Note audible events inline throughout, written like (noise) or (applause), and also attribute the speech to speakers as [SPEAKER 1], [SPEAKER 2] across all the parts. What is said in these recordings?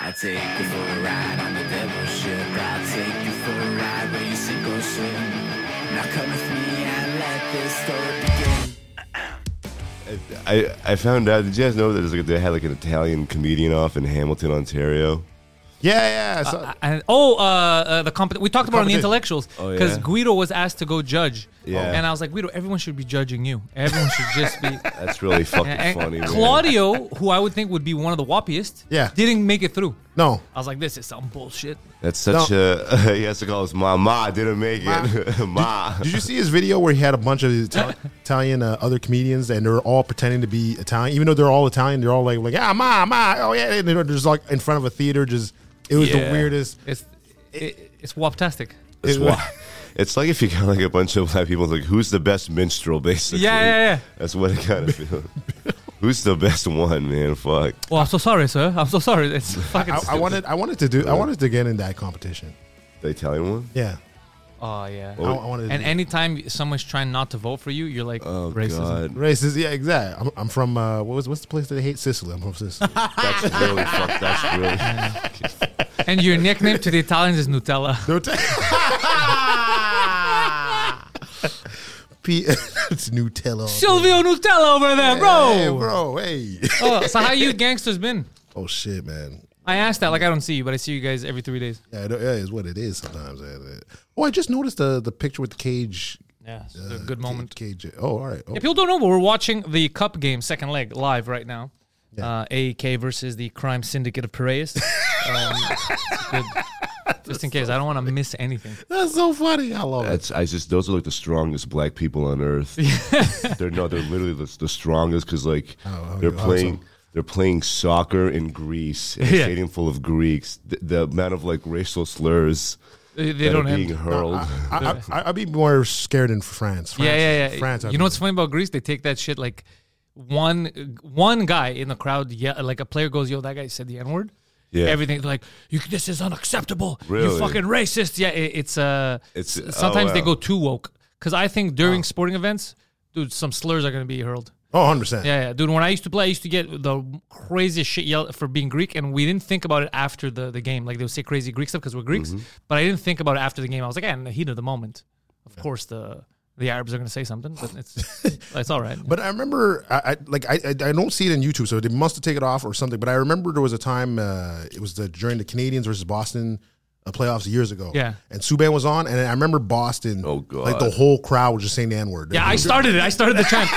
[SPEAKER 1] I take you for a ride on the devil's ship. I'll take you for a ride where you sink or swim. Now come with me and let this story begin.
[SPEAKER 2] I, I found out. Did you guys know that there's like, they had like an Italian comedian off in Hamilton, Ontario? Yeah, yeah. I saw-
[SPEAKER 3] And oh, uh, uh, the comp- we talked about it on the
[SPEAKER 2] competition.
[SPEAKER 3] intellectuals
[SPEAKER 2] Oh, yeah.
[SPEAKER 3] because Guido was asked to go judge,
[SPEAKER 2] Yeah.
[SPEAKER 3] and I was like, Guido, everyone should be judging you. Everyone should just
[SPEAKER 2] (laughs)
[SPEAKER 3] be.
[SPEAKER 2] that's
[SPEAKER 3] (laughs)
[SPEAKER 2] really fucking
[SPEAKER 3] And
[SPEAKER 2] funny. man.
[SPEAKER 3] Claudio, who I would think would be one of the wappiest,
[SPEAKER 4] Yeah.
[SPEAKER 3] didn't make it through.
[SPEAKER 4] No.
[SPEAKER 3] I was like, this is some bullshit.
[SPEAKER 2] That's such a. (laughs) He has to call his mom. Ma didn't make it. (laughs) Ma.
[SPEAKER 4] Did you see his video where he had a bunch of Italian, Italian uh, other comedians and they're all pretending to be Italian, even though they're all Italian? They're all like, like ah, ma, ma, oh yeah, and they're just like in front of a theater. Just it was
[SPEAKER 2] Yeah.
[SPEAKER 4] the weirdest.
[SPEAKER 3] It's it, it's waptastic.
[SPEAKER 2] It's
[SPEAKER 4] It was-
[SPEAKER 2] why. (laughs) It's like if you got like a bunch of black people, it's like who's the best minstrel, (laughs) basically.
[SPEAKER 3] Yeah, yeah, yeah.
[SPEAKER 2] That's what it (laughs) kind of feels. who's the best one, man? Fuck.
[SPEAKER 3] Oh, I'm so sorry, sir. I'm so sorry.
[SPEAKER 2] (laughs)
[SPEAKER 3] It's fucking.
[SPEAKER 4] I, I wanted, I wanted to do, I wanted to get in that competition.
[SPEAKER 2] The Italian one.
[SPEAKER 4] Yeah,
[SPEAKER 3] oh yeah.
[SPEAKER 4] I, I wanted. To
[SPEAKER 3] And
[SPEAKER 4] do-
[SPEAKER 3] anytime someone's trying not to vote for you, you're like
[SPEAKER 2] Oh
[SPEAKER 3] racism.
[SPEAKER 2] (laughs) god,
[SPEAKER 4] Racist, yeah, exactly. I'm, I'm from uh, what was what's the place that they hate? Sicily. I'm from
[SPEAKER 3] (laughs)
[SPEAKER 4] Sicily.
[SPEAKER 2] that's really fucked. That's (laughs) really.
[SPEAKER 3] And your nickname to the Italians is Nutella.
[SPEAKER 2] (laughs)
[SPEAKER 4] They're t- (laughs) P- (laughs) it's Nutella.
[SPEAKER 3] Silvio Nutella over there, bro.
[SPEAKER 4] hey, bro, hey.
[SPEAKER 3] Oh, so how you gangsters been?
[SPEAKER 4] oh shit, man.
[SPEAKER 3] I asked that like I don't see you, but I see you guys every three days.
[SPEAKER 4] Yeah, it- yeah, it's what it is sometimes. yeah, yeah. Oh, I just noticed the the picture with the cage.
[SPEAKER 3] Yeah, it's a
[SPEAKER 4] uh,
[SPEAKER 3] good
[SPEAKER 4] ca-
[SPEAKER 3] moment.
[SPEAKER 4] Cage. Oh, all right. Oh,
[SPEAKER 3] Yeah, people don't know, but we're watching the Cup game, second leg, live right now. Uh, AEK versus the Crime Syndicate of Piraeus. (laughs) um, good. Just in case, I don't want to miss anything.
[SPEAKER 4] That's so funny. I love it.
[SPEAKER 2] That's I just those are like the strongest black people on
[SPEAKER 3] (laughs)
[SPEAKER 2] earth. they're no, they're literally the, the strongest because like they're
[SPEAKER 4] okay,
[SPEAKER 2] playing. They're playing soccer in Greece, in a
[SPEAKER 3] Yeah.
[SPEAKER 2] stadium full of Greeks. The, the amount of like racial slurs
[SPEAKER 3] They, they
[SPEAKER 2] that
[SPEAKER 3] don't
[SPEAKER 2] are
[SPEAKER 3] have.
[SPEAKER 2] being hurled.
[SPEAKER 4] I, I, I'd be more scared in France. France
[SPEAKER 3] yeah, yeah, yeah.
[SPEAKER 4] France. I'd
[SPEAKER 3] you know
[SPEAKER 4] be-
[SPEAKER 3] what's funny about Greece? They take that shit like one one guy in the crowd, yeah, like a player goes, "Yo, that guy said the N word."
[SPEAKER 2] Yeah.
[SPEAKER 3] Everything like you, this is unacceptable. You
[SPEAKER 2] Really?
[SPEAKER 3] fucking racist. Yeah, it, it's uh,
[SPEAKER 2] It's-
[SPEAKER 3] s-
[SPEAKER 2] oh,
[SPEAKER 3] sometimes they
[SPEAKER 2] wow.
[SPEAKER 3] go too woke because I think during sporting events, dude, some slurs are gonna be hurled.
[SPEAKER 4] Oh, 100%.
[SPEAKER 3] Yeah, yeah, dude. When I used to play, I used to get the craziest shit yelled for being Greek, and we didn't think about it after the, the game. Like they would say crazy Greek stuff because we're Greeks,
[SPEAKER 4] Mm-hmm.
[SPEAKER 3] but I didn't think about it after the game. I was like, yeah, in the heat of the moment, of course the the Arabs are gonna say something, but
[SPEAKER 4] (laughs)
[SPEAKER 3] it's it's all right.
[SPEAKER 4] But I remember, I, I like, I, I I don't see it on YouTube, so they must have taken it off or something. But I remember there was a time uh, it was the, during the Canadians versus Boston uh, playoffs years ago.
[SPEAKER 3] Yeah.
[SPEAKER 4] and Subban was on, and I remember Boston.
[SPEAKER 2] Oh, God.
[SPEAKER 4] Like the whole crowd was just saying the N word.
[SPEAKER 3] yeah, I started it. I started the
[SPEAKER 4] (laughs)
[SPEAKER 3] chant.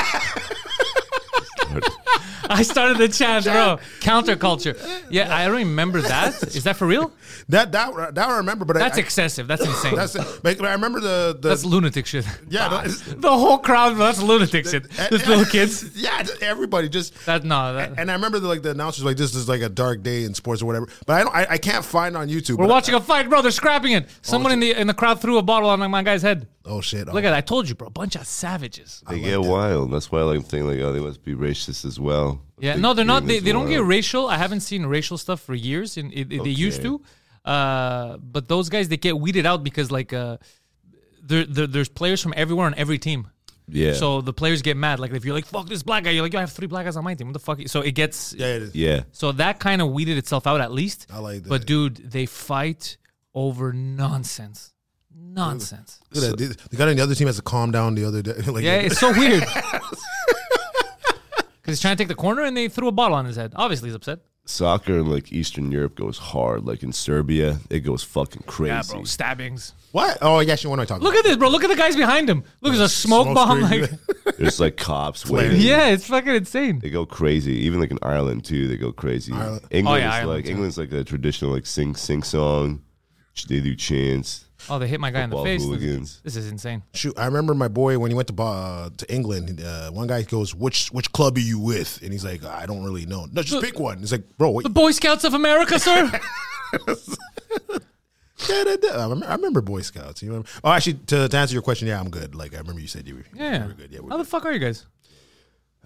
[SPEAKER 3] I started the chant, bro. Counterculture. Yeah, I don't remember that. Is that for real?
[SPEAKER 4] that that that I remember. But
[SPEAKER 3] That's
[SPEAKER 4] I,
[SPEAKER 3] excessive. That's insane.
[SPEAKER 4] I, that's
[SPEAKER 3] That's,
[SPEAKER 4] but I remember the the
[SPEAKER 3] lunatic shit.
[SPEAKER 4] yeah. (laughs) the-
[SPEAKER 3] The whole crowd, that's lunatic shit.
[SPEAKER 4] eh,
[SPEAKER 3] Those little kids.
[SPEAKER 4] (laughs) Yeah, everybody just.
[SPEAKER 3] That no, that,
[SPEAKER 4] And I remember the, like the announcers like this is like a dark day in sports or whatever. But I don't. I, I can't find it on YouTube.
[SPEAKER 3] We're
[SPEAKER 4] but-
[SPEAKER 3] watching a fight, bro. They're scrapping it. Someone in the in the crowd threw a bottle on my guy's head.
[SPEAKER 4] Oh shit!
[SPEAKER 3] Look at that. I told you, bro. Bunch of savages.
[SPEAKER 2] (laughs) they get wild. That's why like, I'm thinking like, oh, they must be racist as well.
[SPEAKER 3] Yeah.
[SPEAKER 2] They-
[SPEAKER 3] No, they're not.
[SPEAKER 2] being
[SPEAKER 3] They,
[SPEAKER 2] this
[SPEAKER 3] they don't get
[SPEAKER 2] wild.
[SPEAKER 3] racial. I haven't seen racial stuff for years. And it, it- they used to. Uh, but those guys, they get weeded out because like uh, there there- there's players from everywhere on every team.
[SPEAKER 2] Yeah.
[SPEAKER 3] So the players get mad. Like if you're like fuck this black guy, you're like yo, I have three black guys on my team. What the fuck? So it gets
[SPEAKER 4] Yeah, it is.
[SPEAKER 2] yeah.
[SPEAKER 3] So that kind of weeded itself out at least.
[SPEAKER 4] I like
[SPEAKER 3] But
[SPEAKER 4] that.
[SPEAKER 3] dude, they fight over nonsense. Nonsense.
[SPEAKER 4] Look at that. The guy on the other team has to calm down the other day. (laughs) like,
[SPEAKER 3] Yeah, it's so
[SPEAKER 4] (laughs)
[SPEAKER 3] weird. Because he's trying to take the corner and they threw a bottle on his head. Obviously, he's upset.
[SPEAKER 2] Soccer in like Eastern Europe goes hard. Like in Serbia, it goes fucking crazy.
[SPEAKER 3] Yeah, (laughs) bro, stabbings.
[SPEAKER 4] what? Oh yeah, she want to talk.
[SPEAKER 3] Look at this, bro. Look at the guys behind him. Look, there's a smoke,
[SPEAKER 4] Smoke
[SPEAKER 3] bomb.
[SPEAKER 4] screen.
[SPEAKER 3] Like,
[SPEAKER 2] There's like cops
[SPEAKER 4] Flaring.
[SPEAKER 2] waiting.
[SPEAKER 3] yeah, it's fucking insane.
[SPEAKER 2] They go crazy. Even like in Ireland too, they go crazy.
[SPEAKER 4] Ireland.
[SPEAKER 2] England
[SPEAKER 3] Oh, yeah,
[SPEAKER 2] is
[SPEAKER 3] Ireland,
[SPEAKER 2] like
[SPEAKER 3] too.
[SPEAKER 2] England's like a traditional like sing sing song. They do chants.
[SPEAKER 3] Oh, they hit my guy in the
[SPEAKER 2] Football
[SPEAKER 3] face.
[SPEAKER 2] hooligans.
[SPEAKER 3] This is insane.
[SPEAKER 4] (laughs) Shoot, I remember my boy when he went to Bo- uh, to England. Uh, one guy goes, "Which which club are you with?" And he's like, "I don't really know. No, just pick one." He's like, "Bro, wait."
[SPEAKER 3] The Boy Scouts of America, sir.
[SPEAKER 4] (laughs) Da, da, da. I, remember, I remember Boy Scouts. You remember? Oh, actually, to, to answer your question, yeah, I'm good. Like I remember you said you were,
[SPEAKER 3] Yeah.
[SPEAKER 4] you were good. Yeah,
[SPEAKER 3] How
[SPEAKER 4] we're
[SPEAKER 3] the fuck are you guys?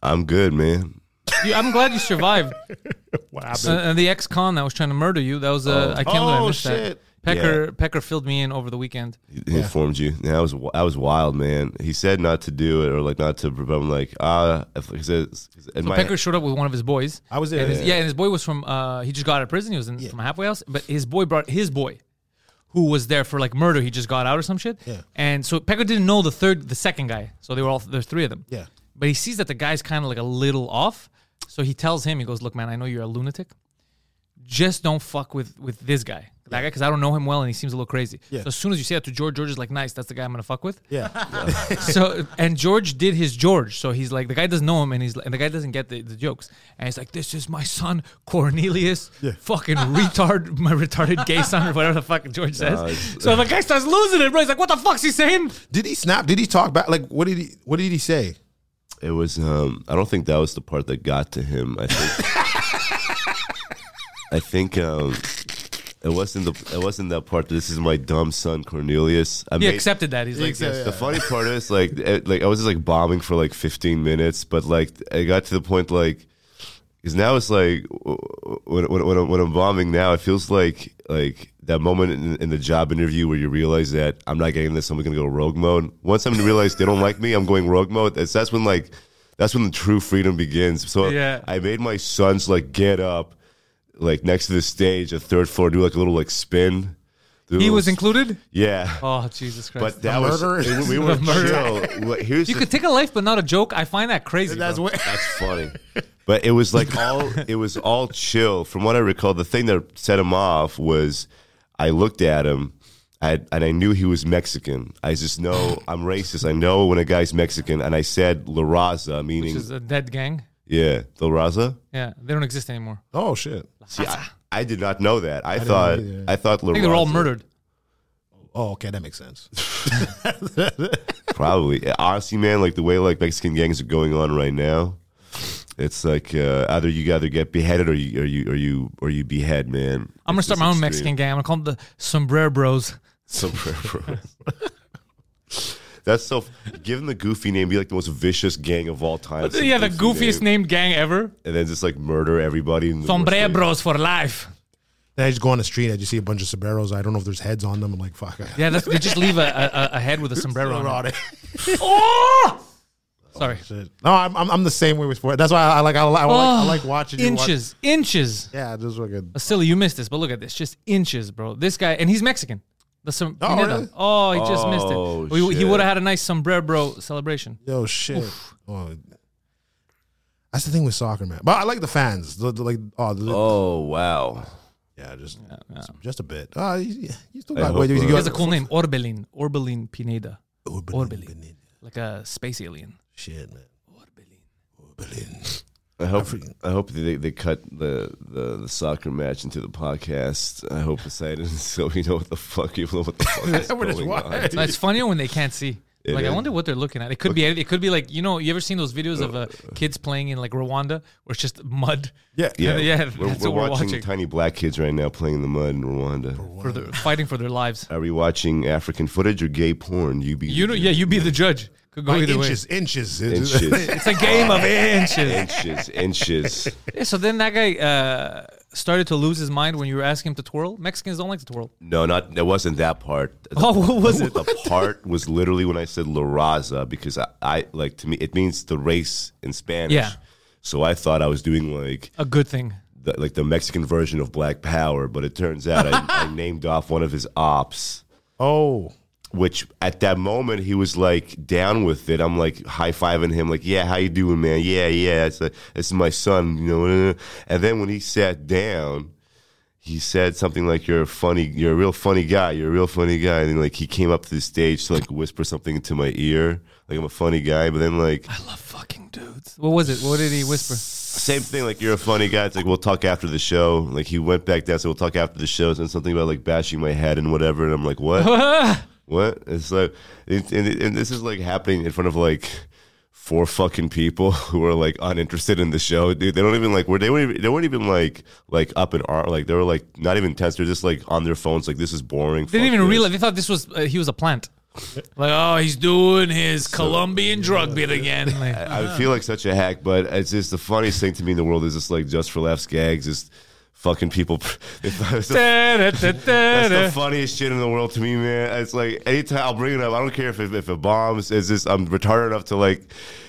[SPEAKER 2] I'm good, man.
[SPEAKER 3] You, I'm glad you survived.
[SPEAKER 4] (laughs) What
[SPEAKER 3] Uh, and the ex-con that was trying to murder you. That was uh, I can't believe I
[SPEAKER 4] Oh,
[SPEAKER 3] missed
[SPEAKER 4] shit.
[SPEAKER 3] that. Pecker Pecker filled me in over the weekend.
[SPEAKER 2] He he informed you. Yeah, I was I was wild, man. He said not to do it or like not to. But I'm like, ah. If, he says, and
[SPEAKER 3] So
[SPEAKER 2] my,
[SPEAKER 3] Pecker showed up with one of his boys.
[SPEAKER 4] I was there.
[SPEAKER 3] And his- yeah, and his boy was from. Uh, he just got out of prison. He was in, from halfway house, but his boy brought his boy, who was there for like murder. He just got out or some shit.
[SPEAKER 4] Yeah.
[SPEAKER 3] And so Pecker didn't know the third, the second guy. So they were all there's three of them.
[SPEAKER 4] Yeah.
[SPEAKER 3] But he sees that the guy's kind of like a little off. So he tells him, he goes, "Look, man, I know you're a lunatic. Just don't fuck with with this guy, that guy, because I don't know him well, and he seems a little crazy."
[SPEAKER 4] Yeah.
[SPEAKER 3] So as soon as you say that to George, George is like, "Nice, that's the guy I'm gonna fuck with."
[SPEAKER 4] yeah. (laughs)
[SPEAKER 3] so and George did his George. So he's like the guy doesn't know him, and he's and the guy doesn't get the, the jokes. And he's like, "This is my son Cornelius, fucking retard, (laughs) my retarded gay son or whatever the fuck George says." so the guy starts losing it, bro. He's like, "What the fuck's he saying?"
[SPEAKER 4] Did he snap? Did he talk back? Like, what did he? What did he say?
[SPEAKER 2] it was. Um, I don't think that was the part that got to him. I
[SPEAKER 3] (laughs)
[SPEAKER 2] think. I think. Um, it wasn't the. It wasn't that part. That this is my dumb son Cornelius. I
[SPEAKER 3] He
[SPEAKER 2] made-
[SPEAKER 3] accepted that. He's like,
[SPEAKER 4] accepted-
[SPEAKER 3] "Yes."
[SPEAKER 2] The funny part is like, it, like I was just like bombing for like 15 minutes, but like I got to the point like, because now it's like w- w- when when when I'm, when I'm bombing now, it feels like like that moment in, in the job interview where you realize that I'm not getting this, I'm gonna go rogue mode. Once I'm gonna realize they don't like me, I'm going rogue mode. That's that's when like that's when the true freedom begins. So
[SPEAKER 3] Yeah.
[SPEAKER 2] I made my sons like get up. Like next to the stage, a third floor, do like a little like spin. Do a
[SPEAKER 3] he
[SPEAKER 2] little
[SPEAKER 3] was
[SPEAKER 2] s-
[SPEAKER 3] included.
[SPEAKER 2] yeah.
[SPEAKER 3] Oh Jesus Christ!
[SPEAKER 2] But that was
[SPEAKER 4] murderers.
[SPEAKER 2] we were
[SPEAKER 3] The murderers.
[SPEAKER 2] chill. What- Here's
[SPEAKER 3] you
[SPEAKER 2] the-
[SPEAKER 3] could take a life, but not a joke. I find that crazy.
[SPEAKER 4] That's
[SPEAKER 3] bro.
[SPEAKER 4] what.
[SPEAKER 2] that's
[SPEAKER 3] (laughs)
[SPEAKER 2] funny. But it was like all it was all chill. From what I recall, the thing that set him off was I looked at him I, and I knew he was Mexican. I just know I'm racist. I know when a guy's Mexican, and I said La Raza, meaning
[SPEAKER 3] Which is a dead gang.
[SPEAKER 2] yeah, La Raza.
[SPEAKER 3] Yeah, they don't exist anymore.
[SPEAKER 4] Oh shit.
[SPEAKER 2] See, I, I did not know that. I,
[SPEAKER 4] didn't
[SPEAKER 2] thought
[SPEAKER 4] either.
[SPEAKER 2] I thought La
[SPEAKER 3] I think they were all
[SPEAKER 2] Raza-
[SPEAKER 3] murdered.
[SPEAKER 4] Oh, okay, that makes sense.
[SPEAKER 2] Probably. Honestly, man, like the way like Mexican gangs are going on right now, it's like uh, either you either get beheaded or you or you or you or you behead, man.
[SPEAKER 3] I'm gonna start my own Mexican gang. I'm gonna call them the Sombrero Bros.
[SPEAKER 2] (laughs) Sombrero. That's so. Give them the goofy name. Be like the most vicious gang of all time. Some
[SPEAKER 3] (laughs) yeah, the
[SPEAKER 2] goofy
[SPEAKER 3] goofiest named gang ever.
[SPEAKER 2] And then just like murder everybody. in the worst
[SPEAKER 3] Sombrero
[SPEAKER 2] way.
[SPEAKER 3] Bros for life.
[SPEAKER 4] Then I just go on the street. I just see a bunch of sombreros. I don't know if there's heads on them. I'm like, fuck.
[SPEAKER 3] Yeah, that's, they just leave a, a, a head with a sombrero on it. Sorry.
[SPEAKER 4] (laughs) Shit. No, I'm, I'm I'm the same way with sports. That's why I, I like I, li- I, like, I like watching you watch-
[SPEAKER 3] Oh, Inches, inches. Oh,
[SPEAKER 4] yeah, just fucking.
[SPEAKER 3] Silly, you missed this, but look at this. Just inches, bro. This guy, and he's Mexican. The som-
[SPEAKER 4] Oh,
[SPEAKER 3] Pineda.
[SPEAKER 4] really?
[SPEAKER 3] oh, he just
[SPEAKER 2] Oh,
[SPEAKER 3] missed it. We, he
[SPEAKER 2] shit.
[SPEAKER 3] would have had a nice sombrero bro celebration.
[SPEAKER 4] Yo, shit. Oh. That's the thing with soccer, man. But I like the fans. The, the, like, oh, the,
[SPEAKER 2] Oh wow.
[SPEAKER 4] yeah, just just a bit. Oh, you, you still
[SPEAKER 2] I
[SPEAKER 4] got
[SPEAKER 2] hope,
[SPEAKER 4] way.
[SPEAKER 2] uh,
[SPEAKER 4] You, you
[SPEAKER 3] He
[SPEAKER 4] got-
[SPEAKER 3] has a cool name, Orbelin. Orbelin Pineda.
[SPEAKER 4] Orbelin,
[SPEAKER 3] Orbelin.
[SPEAKER 4] Benin.
[SPEAKER 3] Like a space alien.
[SPEAKER 4] Shit, man. Orbelin.
[SPEAKER 2] I hope I hope they, they cut the, the, the soccer match into the podcast. I hope Poseidon (laughs) so we know what the fuck people know what the fuck
[SPEAKER 3] (laughs)
[SPEAKER 2] is
[SPEAKER 4] We're just
[SPEAKER 2] going on.
[SPEAKER 4] wild.
[SPEAKER 3] No, it's funnier when they can't see. like I
[SPEAKER 2] is.
[SPEAKER 3] wonder what they're looking at. It could be it could be like you know you ever seen those videos of uh, kids playing in like Rwanda where it's just mud.
[SPEAKER 4] Yeah.
[SPEAKER 2] Yeah,
[SPEAKER 3] (laughs)
[SPEAKER 2] We're-
[SPEAKER 3] Yeah, that's
[SPEAKER 2] We're,
[SPEAKER 3] what we're
[SPEAKER 2] watching,
[SPEAKER 3] watching.
[SPEAKER 2] tiny black kids right now playing in the mud in Rwanda.
[SPEAKER 3] for the, fighting for
[SPEAKER 4] (laughs)
[SPEAKER 3] their lives.
[SPEAKER 2] Are we watching African footage or gay porn? You be
[SPEAKER 3] You know, yeah, you be the judge. Could go
[SPEAKER 4] By
[SPEAKER 3] either
[SPEAKER 4] inches, inches,
[SPEAKER 2] you- inches,
[SPEAKER 3] way. It's a game (laughs) of inches.
[SPEAKER 2] inches, inches.
[SPEAKER 3] Yeah, so then that guy uh, started to lose his mind when you were asking him to twirl. Mexicans don't like to twirl.
[SPEAKER 2] No, not that wasn't that part. The-
[SPEAKER 3] Oh, what was it?
[SPEAKER 2] The part was literally when I said La Raza because I, I like to me it means the race in Spanish.
[SPEAKER 3] Yeah.
[SPEAKER 2] So I thought I was doing like
[SPEAKER 3] A good thing.
[SPEAKER 2] the, like the Mexican version of Black Power, but it turns out I, I named off one of his ops,
[SPEAKER 4] (laughs) Oh,
[SPEAKER 2] which at that moment he was like down with it. I'm like high fiving him, like, "Yeah, how you doing, man? Yeah, yeah, it's like this is my son, you know." And then when he sat down, he said something like, "You're a funny, you're a real funny guy, you're a real funny guy," and then like he came up to the stage to like whisper something into my ear, like I'm a funny guy, but then like
[SPEAKER 3] I love fucking dudes. What was it? What did he whisper?
[SPEAKER 2] same thing. Like you're a funny guy. It's like we'll talk after the show. Like he went back down, so we'll talk after the show. And something about like bashing my head and whatever. And I'm like, what?
[SPEAKER 3] (laughs)
[SPEAKER 2] what? It's like, it, and, and this is like happening in front of like four fucking people (laughs) who are like uninterested in the show, dude. They don't even like were they weren't even, they weren't even like like up in arm. Like they were like not even tense. They're just like on their phones. Like this is boring.
[SPEAKER 3] They didn't
[SPEAKER 2] fuck
[SPEAKER 3] even
[SPEAKER 2] this.
[SPEAKER 3] realize. They thought this was uh, he was a plant. Like, oh, he's doing his Colombian drug bit again. Like,
[SPEAKER 2] I feel like such a hack, but it's just the funniest thing to me in the world is just like just for laughs gags, just fucking people. (laughs)
[SPEAKER 3] (laughs)
[SPEAKER 2] It's the, that's the
[SPEAKER 3] Da-da-da-da-da.
[SPEAKER 2] funniest shit in the world to me, man. It's like anytime I'll bring it up, I don't care if it, if it bombs. It's just I'm retarded enough to like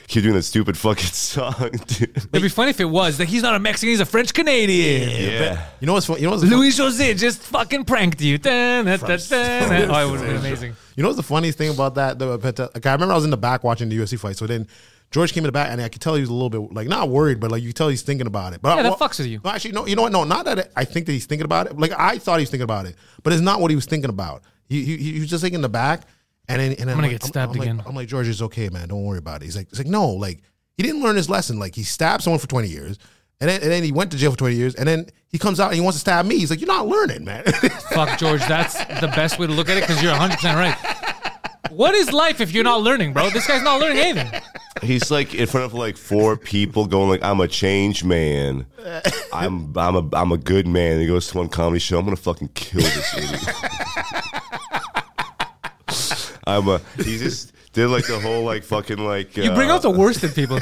[SPEAKER 2] keep doing that stupid fucking (laughs) song, dude.
[SPEAKER 3] It'd be funny if it was. Like, he's not a Mexican, he's a French Canadian.
[SPEAKER 2] Yeah,
[SPEAKER 4] You know what's fun? You know what's fun-
[SPEAKER 3] Luis Jose just fucking pranked you. Da-da-da-da. Oh, it would have been amazing.
[SPEAKER 4] You know what's the funniest thing about that? Though, but, uh, like, I remember I was in the back watching the UFC fight. So then George came in the back, and I could tell he was a little bit like not worried, but like you could tell he's thinking about it. But
[SPEAKER 3] Yeah,
[SPEAKER 4] I,
[SPEAKER 3] that fucks with you.
[SPEAKER 4] No, actually, no. You know what? No, not that I- I think that he's thinking about it. Like I thought he was thinking about it, but it's not what he was thinking about. He he, he was just like in the back, and then and then I'm
[SPEAKER 3] gonna
[SPEAKER 4] like-
[SPEAKER 3] get stabbed
[SPEAKER 4] I'm like-
[SPEAKER 3] again.
[SPEAKER 4] I'm like George, it's okay, man. Don't worry about it. He's like he's like no, like he didn't learn his lesson. Like he stabbed someone for 20 years. And then, and then he went to jail for 20 years, and then he comes out and he wants to stab me. He's like, You're not learning, man. (laughs)
[SPEAKER 3] Fuck, George, that's the best way to look at it because you're 100% right. What is life if you're not learning, bro? This guy's not learning anything.
[SPEAKER 2] he's like in front of like four people going like, "I'm a change
[SPEAKER 3] (laughs)
[SPEAKER 2] man. I'm I'm a I'm a good man." And he goes to one comedy show, "I'm gonna fucking kill this
[SPEAKER 3] (laughs)
[SPEAKER 2] idiot." I'm a. He just did like the whole like fucking like.
[SPEAKER 3] You bring
[SPEAKER 2] uh,
[SPEAKER 3] out the worst in people.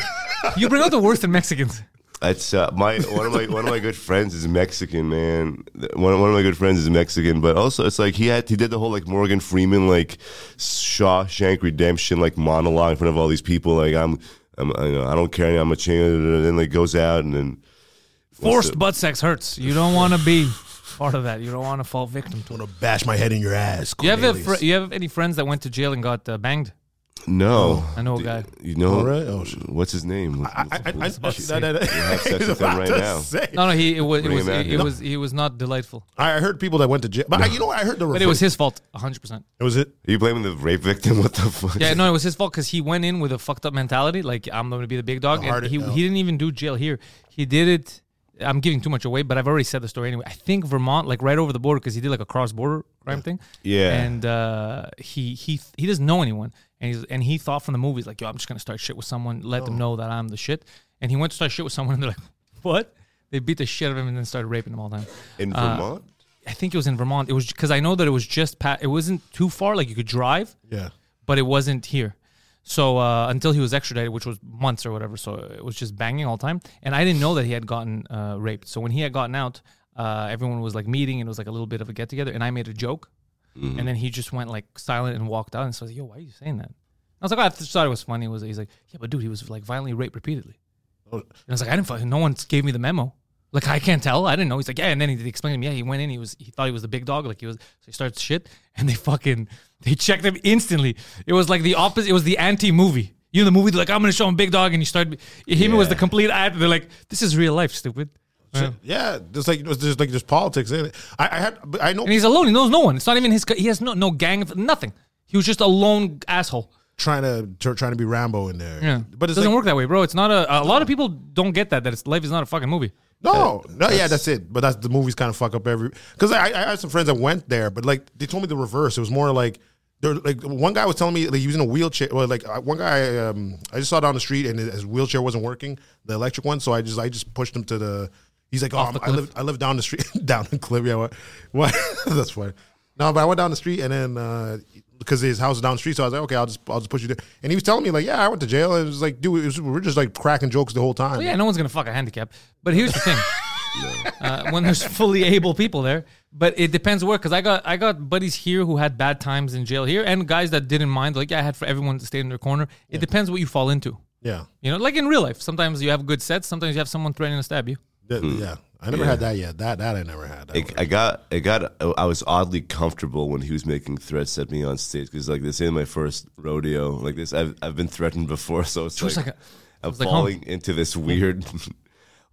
[SPEAKER 3] You bring out the worst in Mexicans.
[SPEAKER 2] That's uh, my one of my one of my good friends is Mexican man. One of, one of my good friends is Mexican, but also it's like he had he did the whole like Morgan Freeman like Shawshank Redemption like monologue in front of all these people like I'm I'm I, know, I don't care I'm a change and then like goes out and then
[SPEAKER 3] Forced butt sex hurts. You don't want to be part of that. You don't want to fall victim to it.
[SPEAKER 4] I'm gonna bash my head in your ass.
[SPEAKER 3] You have, a
[SPEAKER 4] Cornelius.
[SPEAKER 3] fr- you have any friends that went to jail and got uh, banged?
[SPEAKER 2] no
[SPEAKER 3] I know a guy.
[SPEAKER 2] Oh. you know
[SPEAKER 4] All right. Oh, shit.
[SPEAKER 2] what's his name
[SPEAKER 4] I, I, I, I,
[SPEAKER 3] about to say.
[SPEAKER 4] that- that-
[SPEAKER 2] have sex
[SPEAKER 4] (laughs) he's
[SPEAKER 2] with them
[SPEAKER 4] about
[SPEAKER 2] right
[SPEAKER 4] to
[SPEAKER 2] now.
[SPEAKER 4] say.
[SPEAKER 3] No, no, he it was it
[SPEAKER 2] Bring
[SPEAKER 3] was,
[SPEAKER 2] him back.
[SPEAKER 3] it, was he was not delightful.
[SPEAKER 4] I heard people that went to jail, but I, you know what? I heard the.
[SPEAKER 3] But it was his fault, 100%.
[SPEAKER 4] It was it.
[SPEAKER 2] Are you blaming the rape victim (laughs) what the fuck
[SPEAKER 3] Yeah, no, it was his fault because he went in with a fucked up mentality, like I'm going to be the big dog, and
[SPEAKER 4] Hard-
[SPEAKER 3] he
[SPEAKER 2] oh.
[SPEAKER 4] no.
[SPEAKER 3] he didn't even do jail here. He did it. I'm giving too much away, but I've already said the story anyway. I think Vermont, like right over the border, because he did like a cross border crime thing.
[SPEAKER 2] Yeah.
[SPEAKER 3] and uh, he he he doesn't know anyone, and he's and he thought from the movies like, yo, I'm just gonna start shit with someone, let
[SPEAKER 2] Oh.
[SPEAKER 3] them know that I'm the shit, and he went to start shit with someone, and they're like, what? They beat the shit out of him and then started raping him all the time.
[SPEAKER 2] in
[SPEAKER 3] Uh,
[SPEAKER 2] Vermont
[SPEAKER 3] I think it was in Vermont. It was because I know that it was just pa- it wasn't too far, like you could drive
[SPEAKER 4] Yeah.
[SPEAKER 3] but it wasn't here. So uh, until he was extradited, which was months or whatever, so it was just banging all the time. And I didn't know that he had gotten uh, raped. So when he had gotten out, uh, everyone was like meeting, and it was like a little bit of a get together. And I made a joke, and then he just went like silent and walked out. And so I was like, "Yo, why are you saying that?" I was like, oh, "I just thought it was funny." It was he's like, "Yeah, but dude, he was like violently raped repeatedly." And I was like, "I didn't. fucking- No one gave me the memo." Like I can't tell. I didn't know. He's like, yeah, and then he explained to me. Yeah, he went in. He was. He thought he was the big dog. Like he was. So he starts shit, and they fucking. They checked him instantly. It was like the opposite. It was the anti movie. You know the movie. they're Like I'm gonna show him big dog, and you start. Him it was the complete. ad. They're like, this is real life, stupid. And
[SPEAKER 4] Yeah, just like there's like there's politics in it. I, I had, but I know
[SPEAKER 3] he's alone. He knows no one. It's not even his. co- He has no no gang. of- Nothing. He was just a lone asshole.
[SPEAKER 4] trying to tr- trying to be Rambo in there.
[SPEAKER 3] Yeah,
[SPEAKER 4] but it
[SPEAKER 3] it doesn't work that way, bro. It's not a. A lot of people don't get that. That it's, life is not a fucking movie.
[SPEAKER 4] No, no, yeah, that's it. But that's the movies kind of fuck up every. Because I, I had some friends that went there, but like they told me the reverse. It was more like they're like one guy was telling me like he was in a wheelchair. Well, like I- one guy, um, I just saw down the street and his wheelchair wasn't working, the electric one. So I just I just pushed him to the. He's like, oh, I'm- I live I live down the street, (laughs) down the cliff. Yeah, what? what? (laughs) that's funny. No, but I went down the street and then uh, because his house is down the street, so I was like, okay, I'll just I'll just push you there. And he was telling me like, yeah, I went to jail. And it was like, dude, it was, we were just like cracking jokes the whole time.
[SPEAKER 3] But Oh, yeah, no one's gonna fuck a handicap. But here's
[SPEAKER 2] (laughs)
[SPEAKER 3] the thing: uh, when there's fully able people there, but it depends where. Because I got I got buddies here who had bad times in jail here, and guys that didn't mind. Like I had for everyone to stay in their corner. It depends what you fall into.
[SPEAKER 4] yeah.
[SPEAKER 3] You know, like in real life, sometimes you have good sets. Sometimes you have someone threatening to stab you.
[SPEAKER 4] Yeah,
[SPEAKER 2] Hmm.
[SPEAKER 4] yeah. I never had that yet. That that I never had. That
[SPEAKER 2] I got, I got, I was oddly comfortable when he was making threats at me on stage because, like, this isn't my first rodeo. Like this, I've, I've been threatened before, so it's
[SPEAKER 3] was
[SPEAKER 2] like,
[SPEAKER 3] like
[SPEAKER 2] i I'm
[SPEAKER 3] like home.
[SPEAKER 2] falling into this weird. (laughs)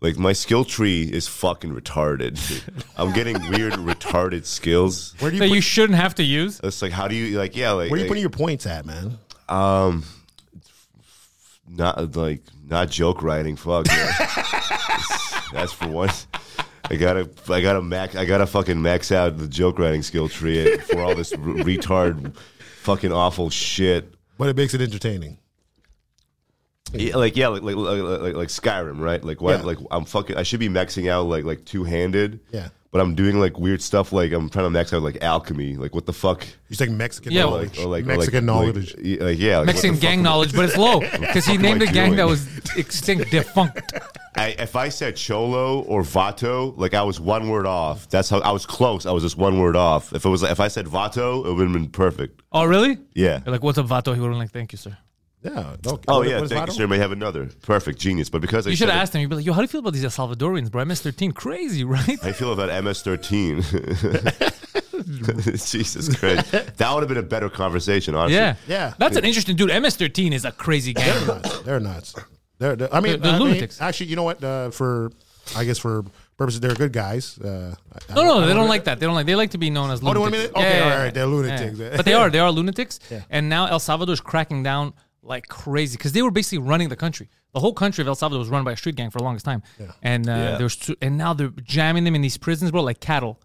[SPEAKER 2] Like my skill tree is fucking
[SPEAKER 3] (laughs)
[SPEAKER 2] retarded. I'm getting weird retarded skills.
[SPEAKER 4] where do you
[SPEAKER 3] That
[SPEAKER 4] put,
[SPEAKER 3] you shouldn't have to use.
[SPEAKER 2] It's like how do you like yeah like,
[SPEAKER 4] where are you
[SPEAKER 2] like,
[SPEAKER 4] putting your points at, man?
[SPEAKER 2] not like Not joke writing. Fuck. (laughs) Yeah. That's for once. I gotta, I gotta max, I gotta fucking max out the joke writing skill tree for all this r- retard, fucking awful shit.
[SPEAKER 4] but it makes it entertaining.
[SPEAKER 2] Yeah, like yeah, like like, like like like Skyrim, right? Like why?
[SPEAKER 4] Yeah.
[SPEAKER 2] Like I'm fucking. I should be maxing out like like two handed.
[SPEAKER 4] Yeah.
[SPEAKER 2] But I'm doing like weird stuff. Like I'm trying to max out like alchemy. Like what the fuck?
[SPEAKER 4] You take Mexican
[SPEAKER 3] Yeah,
[SPEAKER 4] knowledge.
[SPEAKER 2] Or like or, like-
[SPEAKER 4] Oh, Mexican
[SPEAKER 2] like-
[SPEAKER 4] knowledge.
[SPEAKER 2] y- Like, yeah. Like, what
[SPEAKER 3] Mexican
[SPEAKER 2] the fuck
[SPEAKER 3] gang
[SPEAKER 2] am I-
[SPEAKER 3] knowledge, but it's
[SPEAKER 2] (laughs)
[SPEAKER 3] low because he
[SPEAKER 2] fuck am
[SPEAKER 3] named
[SPEAKER 2] I
[SPEAKER 3] a gang that
[SPEAKER 2] doing?
[SPEAKER 3] was
[SPEAKER 2] (laughs)
[SPEAKER 3] extinct, defunct.
[SPEAKER 2] I, if I said cholo or vato, like I was one word off. That's how I was close. I was just one word off. If it was if I said vato, it would have been perfect.
[SPEAKER 3] Oh, really?
[SPEAKER 2] Yeah.
[SPEAKER 3] You're like, what's up, Vato? He would have been like, thank you, sir.
[SPEAKER 4] Yeah. no-
[SPEAKER 2] Oh
[SPEAKER 4] what-
[SPEAKER 2] yeah,
[SPEAKER 4] what is
[SPEAKER 2] thank
[SPEAKER 4] Vado?
[SPEAKER 2] you, sir. May I have another. Perfect, genius. But because I
[SPEAKER 3] You should
[SPEAKER 2] said it-
[SPEAKER 3] have asked him. You'd be like, yo, how do you feel about these El Salvadorians, bro? MS-13, crazy, (laughs) right?
[SPEAKER 2] I feel about
[SPEAKER 3] (laughs)
[SPEAKER 2] MS-13. (laughs) Jesus Christ, that would have been a better conversation, honestly.
[SPEAKER 3] Yeah.
[SPEAKER 4] Yeah.
[SPEAKER 3] That's an interesting dude. MS-13 is a crazy gang.
[SPEAKER 4] They're nuts. They're nuts. They're, they're- I mean,
[SPEAKER 3] They're- they're
[SPEAKER 4] I mean,
[SPEAKER 3] lunatics.
[SPEAKER 4] actually, you know what? Uh, for I guess for purposes, they're good guys. Uh, I- I
[SPEAKER 3] No, no, they
[SPEAKER 4] wanna-
[SPEAKER 3] don't like that. They don't like. They like to be known as
[SPEAKER 4] Oh, they
[SPEAKER 3] lunatics.
[SPEAKER 4] wanna be- okay, all right, they're lunatics.
[SPEAKER 3] But they are. They
[SPEAKER 4] (laughs)
[SPEAKER 3] are lunatics. And now El Salvador is cracking down like crazy because they were basically running the country. The whole country of El Salvador was run by a street gang for the longest time. And uh,
[SPEAKER 2] Yeah.
[SPEAKER 3] there's two, and now they're jamming them in these prisons, bro, like cattle.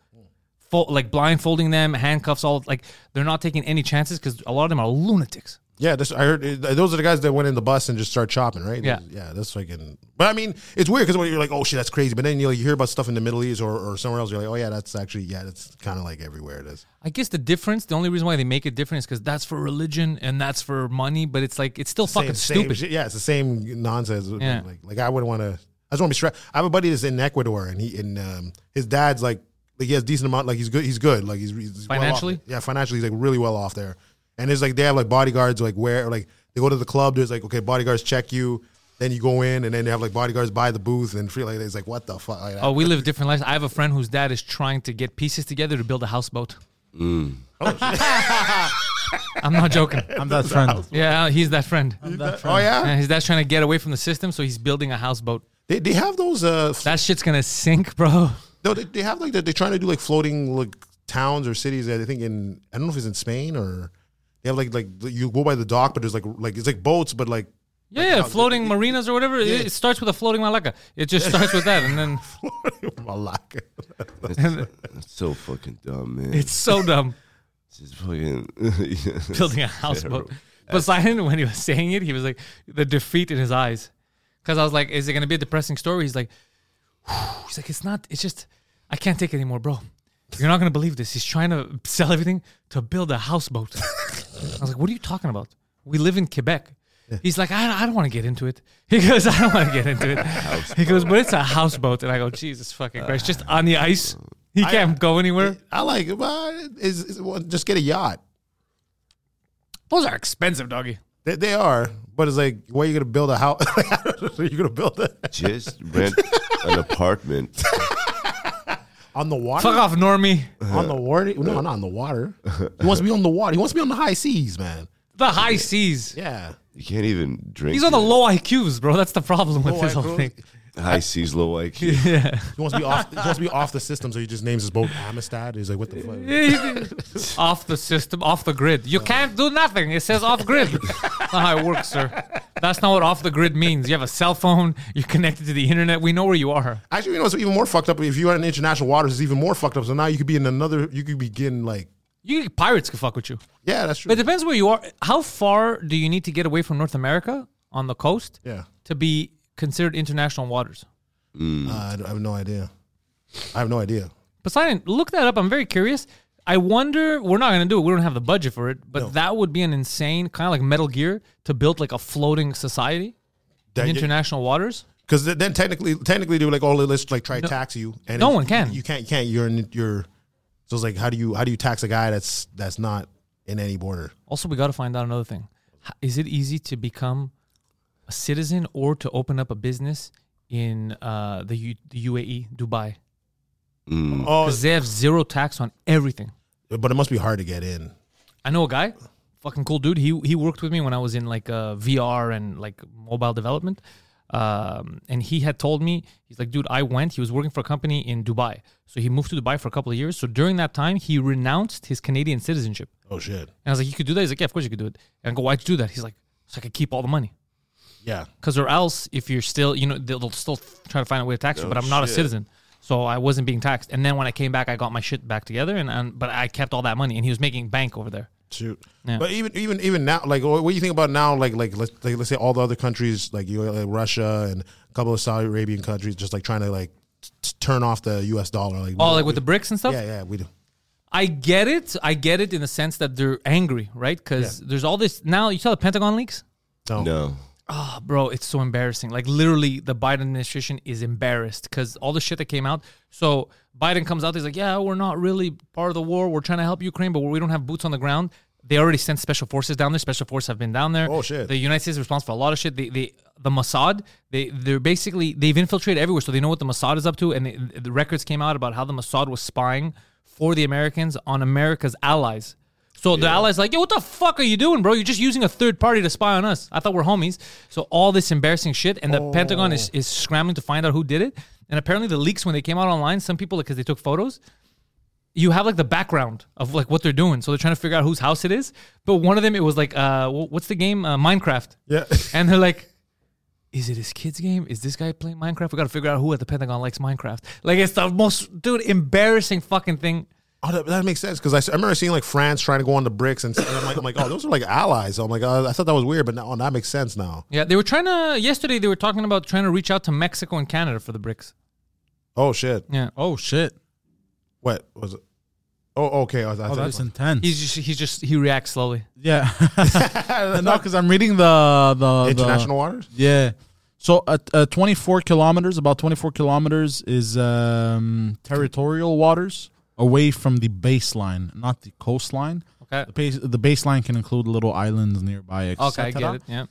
[SPEAKER 3] Fo- like blindfolding them, handcuffs, all like they're not taking any chances because a lot of them are lunatics.
[SPEAKER 4] Yeah, this, I heard uh, those are the guys that went in the bus and just start chopping, right?
[SPEAKER 3] Yeah.
[SPEAKER 4] yeah, that's fucking. But I mean, it's weird because when you're like, oh shit, that's crazy, but then you, like, you hear about stuff in the Middle East or, or somewhere else, you're like, oh yeah, that's actually yeah, that's kind of like everywhere it is.
[SPEAKER 3] I guess the difference, the only reason why they make a difference is because that's for religion and that's for money, but it's like it's still fucking
[SPEAKER 4] same, same
[SPEAKER 3] stupid.
[SPEAKER 4] shit. Yeah, it's the same nonsense.
[SPEAKER 3] Yeah.
[SPEAKER 4] Like, like I wouldn't want to. I just want to be stressed. I have a buddy that's in Ecuador, and he and um, his dad's like, like he has decent amount. Like he's good. He's good. Like he's, he's well off.
[SPEAKER 3] Financially?
[SPEAKER 4] yeah, financially, he's like really well off there. And it's like they have like bodyguards. Like where like they go to the club. There's like okay, bodyguards check you. Then you go in, and then they have like bodyguards by the booth and free. Like it's like what the fuck. Like,
[SPEAKER 3] Oh, we live different lives. I have a friend whose dad is trying to get pieces together to build a houseboat.
[SPEAKER 4] Oh,
[SPEAKER 3] (laughs) I'm
[SPEAKER 4] (laughs)
[SPEAKER 3] not joking.
[SPEAKER 5] I'm that friend.
[SPEAKER 3] Yeah, he's that friend.
[SPEAKER 5] That
[SPEAKER 4] oh
[SPEAKER 5] friend.
[SPEAKER 4] yeah,
[SPEAKER 3] And his dad's trying to get away from the system, so he's building a houseboat.
[SPEAKER 4] they, they have those. Uh, fl-
[SPEAKER 3] That shit's gonna sink, bro.
[SPEAKER 4] no, they, they have like they're, they're trying to do like floating like towns or cities that I think in I don't know if it's in Spain or they have like like you go by the dock, but there's like like it's like boats, but like (laughs)
[SPEAKER 3] Yeah, floating marinas or whatever. It- It starts with a floating malacca. It just starts with that, and
[SPEAKER 4] (laughs)
[SPEAKER 3] then
[SPEAKER 4] Malacca.
[SPEAKER 2] That's so fucking dumb, man.
[SPEAKER 3] it's so dumb
[SPEAKER 2] It's fucking (laughs)
[SPEAKER 3] building a houseboat. Poseidon, when he was saying it, he was like the defeat in his eyes. Because I was like, is it gonna be a depressing story? He's like, He's like, it's not, it's just, I can't take it anymore, bro. You're not going to believe this. He's trying to sell everything to build a houseboat. I was like, what are you talking about? We live in Quebec. He's like, I, I don't want to get into it. (laughs) He goes, I don't want to get into it. he goes, but it's a houseboat. And I go, Jesus fucking Christ, just on the ice. He can't go anywhere.
[SPEAKER 4] I like it. Well, is, is well, just get a yacht.
[SPEAKER 3] Those are expensive, doggy.
[SPEAKER 4] They, they are, but it's like, where you gonna build a house? (laughs) You're gonna build it
[SPEAKER 2] just rent an apartment.
[SPEAKER 4] on the water?
[SPEAKER 3] Fuck off, Normie.
[SPEAKER 4] On the water? No, not on the water. He wants to be on the water. He wants to be on the high seas, man.
[SPEAKER 3] The high seas.
[SPEAKER 4] Yeah.
[SPEAKER 2] You can't even drink.
[SPEAKER 3] He's on the
[SPEAKER 2] it.
[SPEAKER 3] low IQs, bro. That's the problem with
[SPEAKER 4] Low
[SPEAKER 3] this whole
[SPEAKER 4] IQs.
[SPEAKER 3] thing.
[SPEAKER 2] high seas, low IQ.
[SPEAKER 4] Oh, He wants to be off. He wants to be off the system. So he just names his boat Amistad. He's like, what the fuck?
[SPEAKER 3] off the system, off the grid.
[SPEAKER 4] Oh.
[SPEAKER 3] You can't do nothing. It says
[SPEAKER 4] (laughs)
[SPEAKER 3] off grid. That's not how it works, sir. That's not what off the grid means. You have a cell phone. You're connected to the internet. We know where you are.
[SPEAKER 4] Actually, you know, it's even more fucked up. If you are in international waters, it's even more fucked up. So now you could be in another. You could begin like,
[SPEAKER 3] You pirates could fuck with you.
[SPEAKER 4] yeah, that's true.
[SPEAKER 3] But it depends where you are. How far do you need to get away from North America on the coast
[SPEAKER 4] yeah,
[SPEAKER 3] to be considered international waters?
[SPEAKER 4] uh, I don't- I have no idea. I have no idea.
[SPEAKER 3] Poseidon, look that up. I'm very curious. I wonder. We're not going to do it. We don't have the budget for it. But that would be an insane kind of like Metal Gear to build like a floating society in
[SPEAKER 4] That-
[SPEAKER 3] international waters.
[SPEAKER 4] Because then technically, technically, they were like, "Oh, let's like try to tax you." And
[SPEAKER 3] No
[SPEAKER 4] if-
[SPEAKER 3] one can.
[SPEAKER 4] You can't. You can't. You're. In, you're. So it's like, how do you how do you tax a guy that's that's not in any border?
[SPEAKER 3] Also, we got to find out another thing. H- Is it easy to become a citizen or to open up a business in uh, the, U- the UAE, Dubai?
[SPEAKER 4] Oh,
[SPEAKER 3] Because they have zero tax on everything.
[SPEAKER 4] but it must be hard to get in.
[SPEAKER 3] I know a guy, fucking cool dude. He he worked with me when I was in like uh, VR and like mobile development. Um, and he had told me, he's like, dude, I went. He was working for a company in Dubai, so he moved to Dubai for a couple of years. So during that time, he renounced his Canadian citizenship.
[SPEAKER 4] Oh shit.
[SPEAKER 3] And I was like, you could do that? He's like, yeah, of course you could do it. And I go, why'd you do that? He's like, so I could keep all the money.
[SPEAKER 4] Yeah.
[SPEAKER 3] Because or else, if you're still, you know, they'll, they'll still try to find a way to tax you. But I'm not a citizen, so I wasn't being taxed. And then when I came back, I got my shit back together, and, and but I kept all that money, and he was making bank over there.
[SPEAKER 4] Shoot.
[SPEAKER 3] Yeah.
[SPEAKER 4] But even even even now, like what what do you think about now? Like like let's like, let's say all the other countries, like you like Russia and a couple of Saudi Arabian countries, just like trying to like t- t- turn off the U.S. dollar. Like
[SPEAKER 3] Oh,
[SPEAKER 4] we-
[SPEAKER 3] like
[SPEAKER 4] we-
[SPEAKER 3] with the bricks and stuff.
[SPEAKER 4] yeah yeah we do.
[SPEAKER 3] I get it. I get it in the sense that they're angry, right? Because there's all this now. You saw the Pentagon leaks. Ah,
[SPEAKER 4] No.
[SPEAKER 2] No.
[SPEAKER 3] bro, it's so embarrassing. Like literally, the Biden administration is embarrassed because all the shit that came out. So Biden comes out, he's like, "Yeah, we're not really part of the war. We're trying to help Ukraine, but we don't have boots on the ground." They already sent special forces down there. Special forces have been down there.
[SPEAKER 4] Oh, shit.
[SPEAKER 3] The United States is responsible for a lot of shit. They, they, the Mossad, they, they're basically they've infiltrated everywhere, so they know what the Mossad is up to. And the, the records came out about how the Mossad was spying for the Americans on America's allies. So the allies like, yo, what the fuck are you doing, bro? You're just using a third party to spy on us. I thought we're homies. So all this embarrassing shit, and the Pentagon is, is scrambling to find out who did it. And apparently the leaks when they came out online, some people because they took photos, you have like the background of like what they're doing. So they're trying to figure out whose house it is. But one of them, it was like, uh, wh- what's the game? Uh, Minecraft.
[SPEAKER 4] Yeah.
[SPEAKER 3] And they're like, is it his kid's game? Is this guy playing Minecraft? We got to figure out who at the Pentagon likes Minecraft. Like it's the most dude embarrassing fucking thing.
[SPEAKER 4] (laughs) Oh, that, that makes sense because I, s- I remember seeing like France trying to go on the bricks, and, and I'm, like, I'm like, oh, those are like allies. So I'm like, oh, I thought that was weird, but now oh, that makes sense now.
[SPEAKER 3] Yeah, they were trying to. Yesterday, they were talking about trying to reach out to Mexico and Canada for the BRICS.
[SPEAKER 4] Oh shit!
[SPEAKER 3] Yeah,
[SPEAKER 5] Oh shit!
[SPEAKER 4] What was it? Oh, okay. I, I
[SPEAKER 5] Oh,
[SPEAKER 4] thought-
[SPEAKER 5] that's intense.
[SPEAKER 3] he's just he's just he reacts slowly.
[SPEAKER 5] yeah,
[SPEAKER 4] (laughs)
[SPEAKER 5] (laughs) no, because I'm reading the the
[SPEAKER 4] uh,
[SPEAKER 5] the-
[SPEAKER 4] international waters.
[SPEAKER 5] yeah, so uh, uh, 24 kilometers, about 24 kilometers is um, territorial waters away from the baseline, not the coastline.
[SPEAKER 3] Okay,
[SPEAKER 5] The, base, the baseline can include little islands nearby. Et
[SPEAKER 3] okay, I get
[SPEAKER 5] cetera.
[SPEAKER 3] it. Yeah,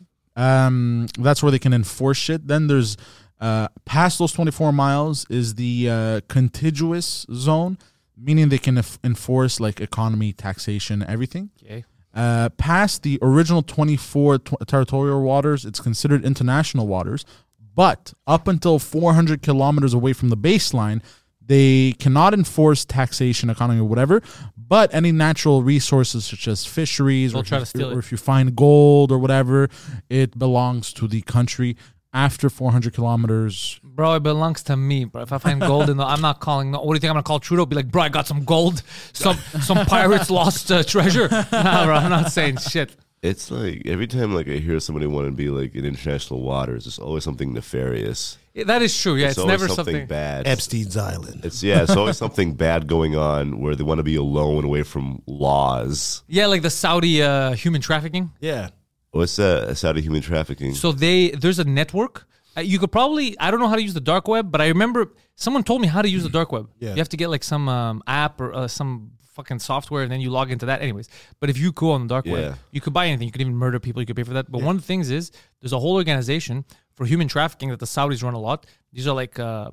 [SPEAKER 5] Um, that's where they can enforce shit. Then there's uh, past those 24 miles is the uh, contiguous zone, meaning they can enf- enforce like economy, taxation, everything.
[SPEAKER 3] okay,
[SPEAKER 5] Uh, past the original 24 tw- territorial waters, it's considered international waters. But up until 400 kilometers away from the baseline, they cannot enforce taxation, economy, or whatever. But any natural resources such as fisheries,
[SPEAKER 3] They'll
[SPEAKER 5] or,
[SPEAKER 3] try
[SPEAKER 5] if
[SPEAKER 3] to
[SPEAKER 5] you-
[SPEAKER 3] steal
[SPEAKER 5] or
[SPEAKER 3] it.
[SPEAKER 5] if you find gold or whatever, it belongs to the country. After 400 kilometers,
[SPEAKER 3] bro, it belongs to me, bro. If I find gold in the, I'm not calling. No, what do you think I'm gonna call Trudeau? Be like, bro, I got some gold. (laughs) Some some pirates lost uh, (laughs) treasure. Nah, bro, I'm not saying shit.
[SPEAKER 2] It's like every time like I hear somebody want to be like in international waters, it's always something nefarious.
[SPEAKER 3] Yeah, That is true. Yeah, it's,
[SPEAKER 2] always
[SPEAKER 3] never something.
[SPEAKER 2] bad.
[SPEAKER 4] Epstein's Island.
[SPEAKER 2] It's yeah, it's always something bad going on where they want to be alone away from laws.
[SPEAKER 3] yeah, like the Saudi uh, human trafficking.
[SPEAKER 4] Yeah.
[SPEAKER 2] What's that? Saudi human trafficking.
[SPEAKER 3] So they there's a network. Uh, You could probably I don't know how to use the dark web, but I remember someone told me how to use the dark web.
[SPEAKER 4] Hmm. Yeah.
[SPEAKER 3] You have to get like some um, app or uh, some fucking software, and then you log into that. Anyways, but if you go on the dark
[SPEAKER 2] Yeah.
[SPEAKER 3] web, you could buy anything. You could even murder people. You could pay for that. But one of the things is there's a whole organization for human trafficking that the Saudis run a lot. These are like um,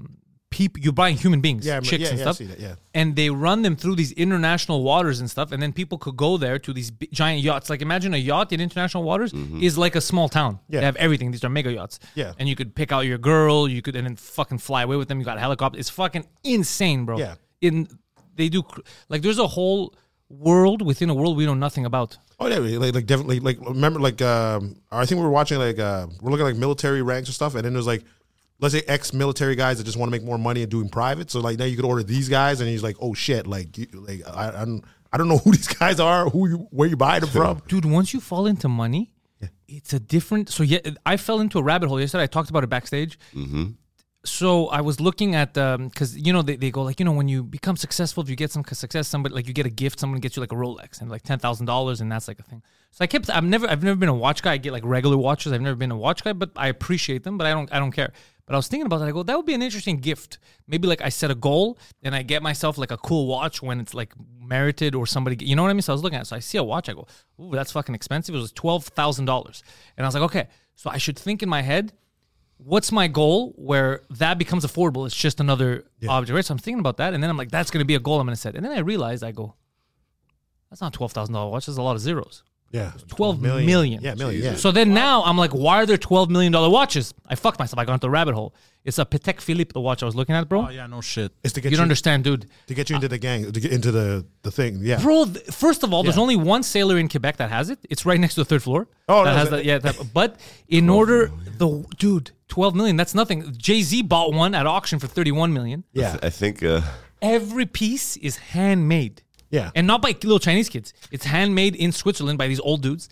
[SPEAKER 3] people you're buying human beings,
[SPEAKER 4] Yeah, I remember-
[SPEAKER 3] chicks
[SPEAKER 4] yeah,
[SPEAKER 3] and
[SPEAKER 4] yeah, I
[SPEAKER 3] stuff
[SPEAKER 4] see that, yeah.
[SPEAKER 3] and they run them through these international waters and stuff and then people could go there to these big, giant yachts like imagine a yacht in international waters is like a small town
[SPEAKER 4] Mm-hmm. Yeah.
[SPEAKER 3] they have everything these are mega yachts
[SPEAKER 4] Yeah.
[SPEAKER 3] and you could pick out your girl you could and then fucking fly away with them you got a helicopter it's fucking insane bro
[SPEAKER 4] Yeah.
[SPEAKER 3] in they do cr- like there's a whole world within a world we know nothing about
[SPEAKER 4] Oh yeah, like like definitely like remember like um I think we were watching like uh we're looking at like military ranks and stuff, and then there's like let's say ex-military guys that just want to make more money and doing private. So like now you could order these guys, and he's like, oh shit, like you, like I, I don't I don't know (laughs) who these guys are, who you where you buy them from.
[SPEAKER 3] dude once you fall into money it's a different so yeah i fell into a rabbit hole yesterday i talked about it backstage so i was looking at because you know they, they go like you know when you become successful if you get some success somebody like you get a gift someone gets you like a rolex and like $10000 and that's like a thing so i kept i've never i've never been a watch guy i get like regular watches i've never been a watch guy but i appreciate them but i don't i don't care but i was thinking about that i go that would be an interesting gift maybe like i set a goal and i get myself like a cool watch when it's like merited or somebody you know what i mean so i was looking at it so i see a watch i go ooh that's fucking expensive it was $12000 and i was like okay so i should think in my head what's my goal where that becomes affordable? It's just another object, right? So I'm thinking about that, and then I'm like, that's going to be a goal I'm going to set. And then I realized, I go, that's not twelve thousand dollar watch. That's a lot of zeros.
[SPEAKER 4] Yeah.
[SPEAKER 3] Twelve million.
[SPEAKER 4] Yeah, million. Yeah.
[SPEAKER 3] So then now I'm like, why are there twelve million dollar watches? I fucked myself. I got into a rabbit hole. It's a Patek Philippe, the watch I was looking at, bro.
[SPEAKER 5] Oh yeah, no shit.
[SPEAKER 4] It's to
[SPEAKER 3] You
[SPEAKER 4] get you,
[SPEAKER 3] don't understand, dude.
[SPEAKER 4] to get you into the gang, to get into the, the thing. Yeah.
[SPEAKER 3] Bro, th- first of all, there's
[SPEAKER 4] Yeah.
[SPEAKER 3] only one sailor in Quebec that has it. It's right next to the third floor.
[SPEAKER 4] Oh,
[SPEAKER 3] that
[SPEAKER 4] no,
[SPEAKER 3] has
[SPEAKER 4] that-
[SPEAKER 3] that. Yeah, that- but in order, the dude, twelve million. That's nothing. Jay Z bought one at auction for thirty-one million.
[SPEAKER 4] Yeah.
[SPEAKER 2] I think uh,
[SPEAKER 3] Every piece is handmade.
[SPEAKER 4] Yeah.
[SPEAKER 3] and not by little Chinese kids. It's handmade in Switzerland by these old dudes.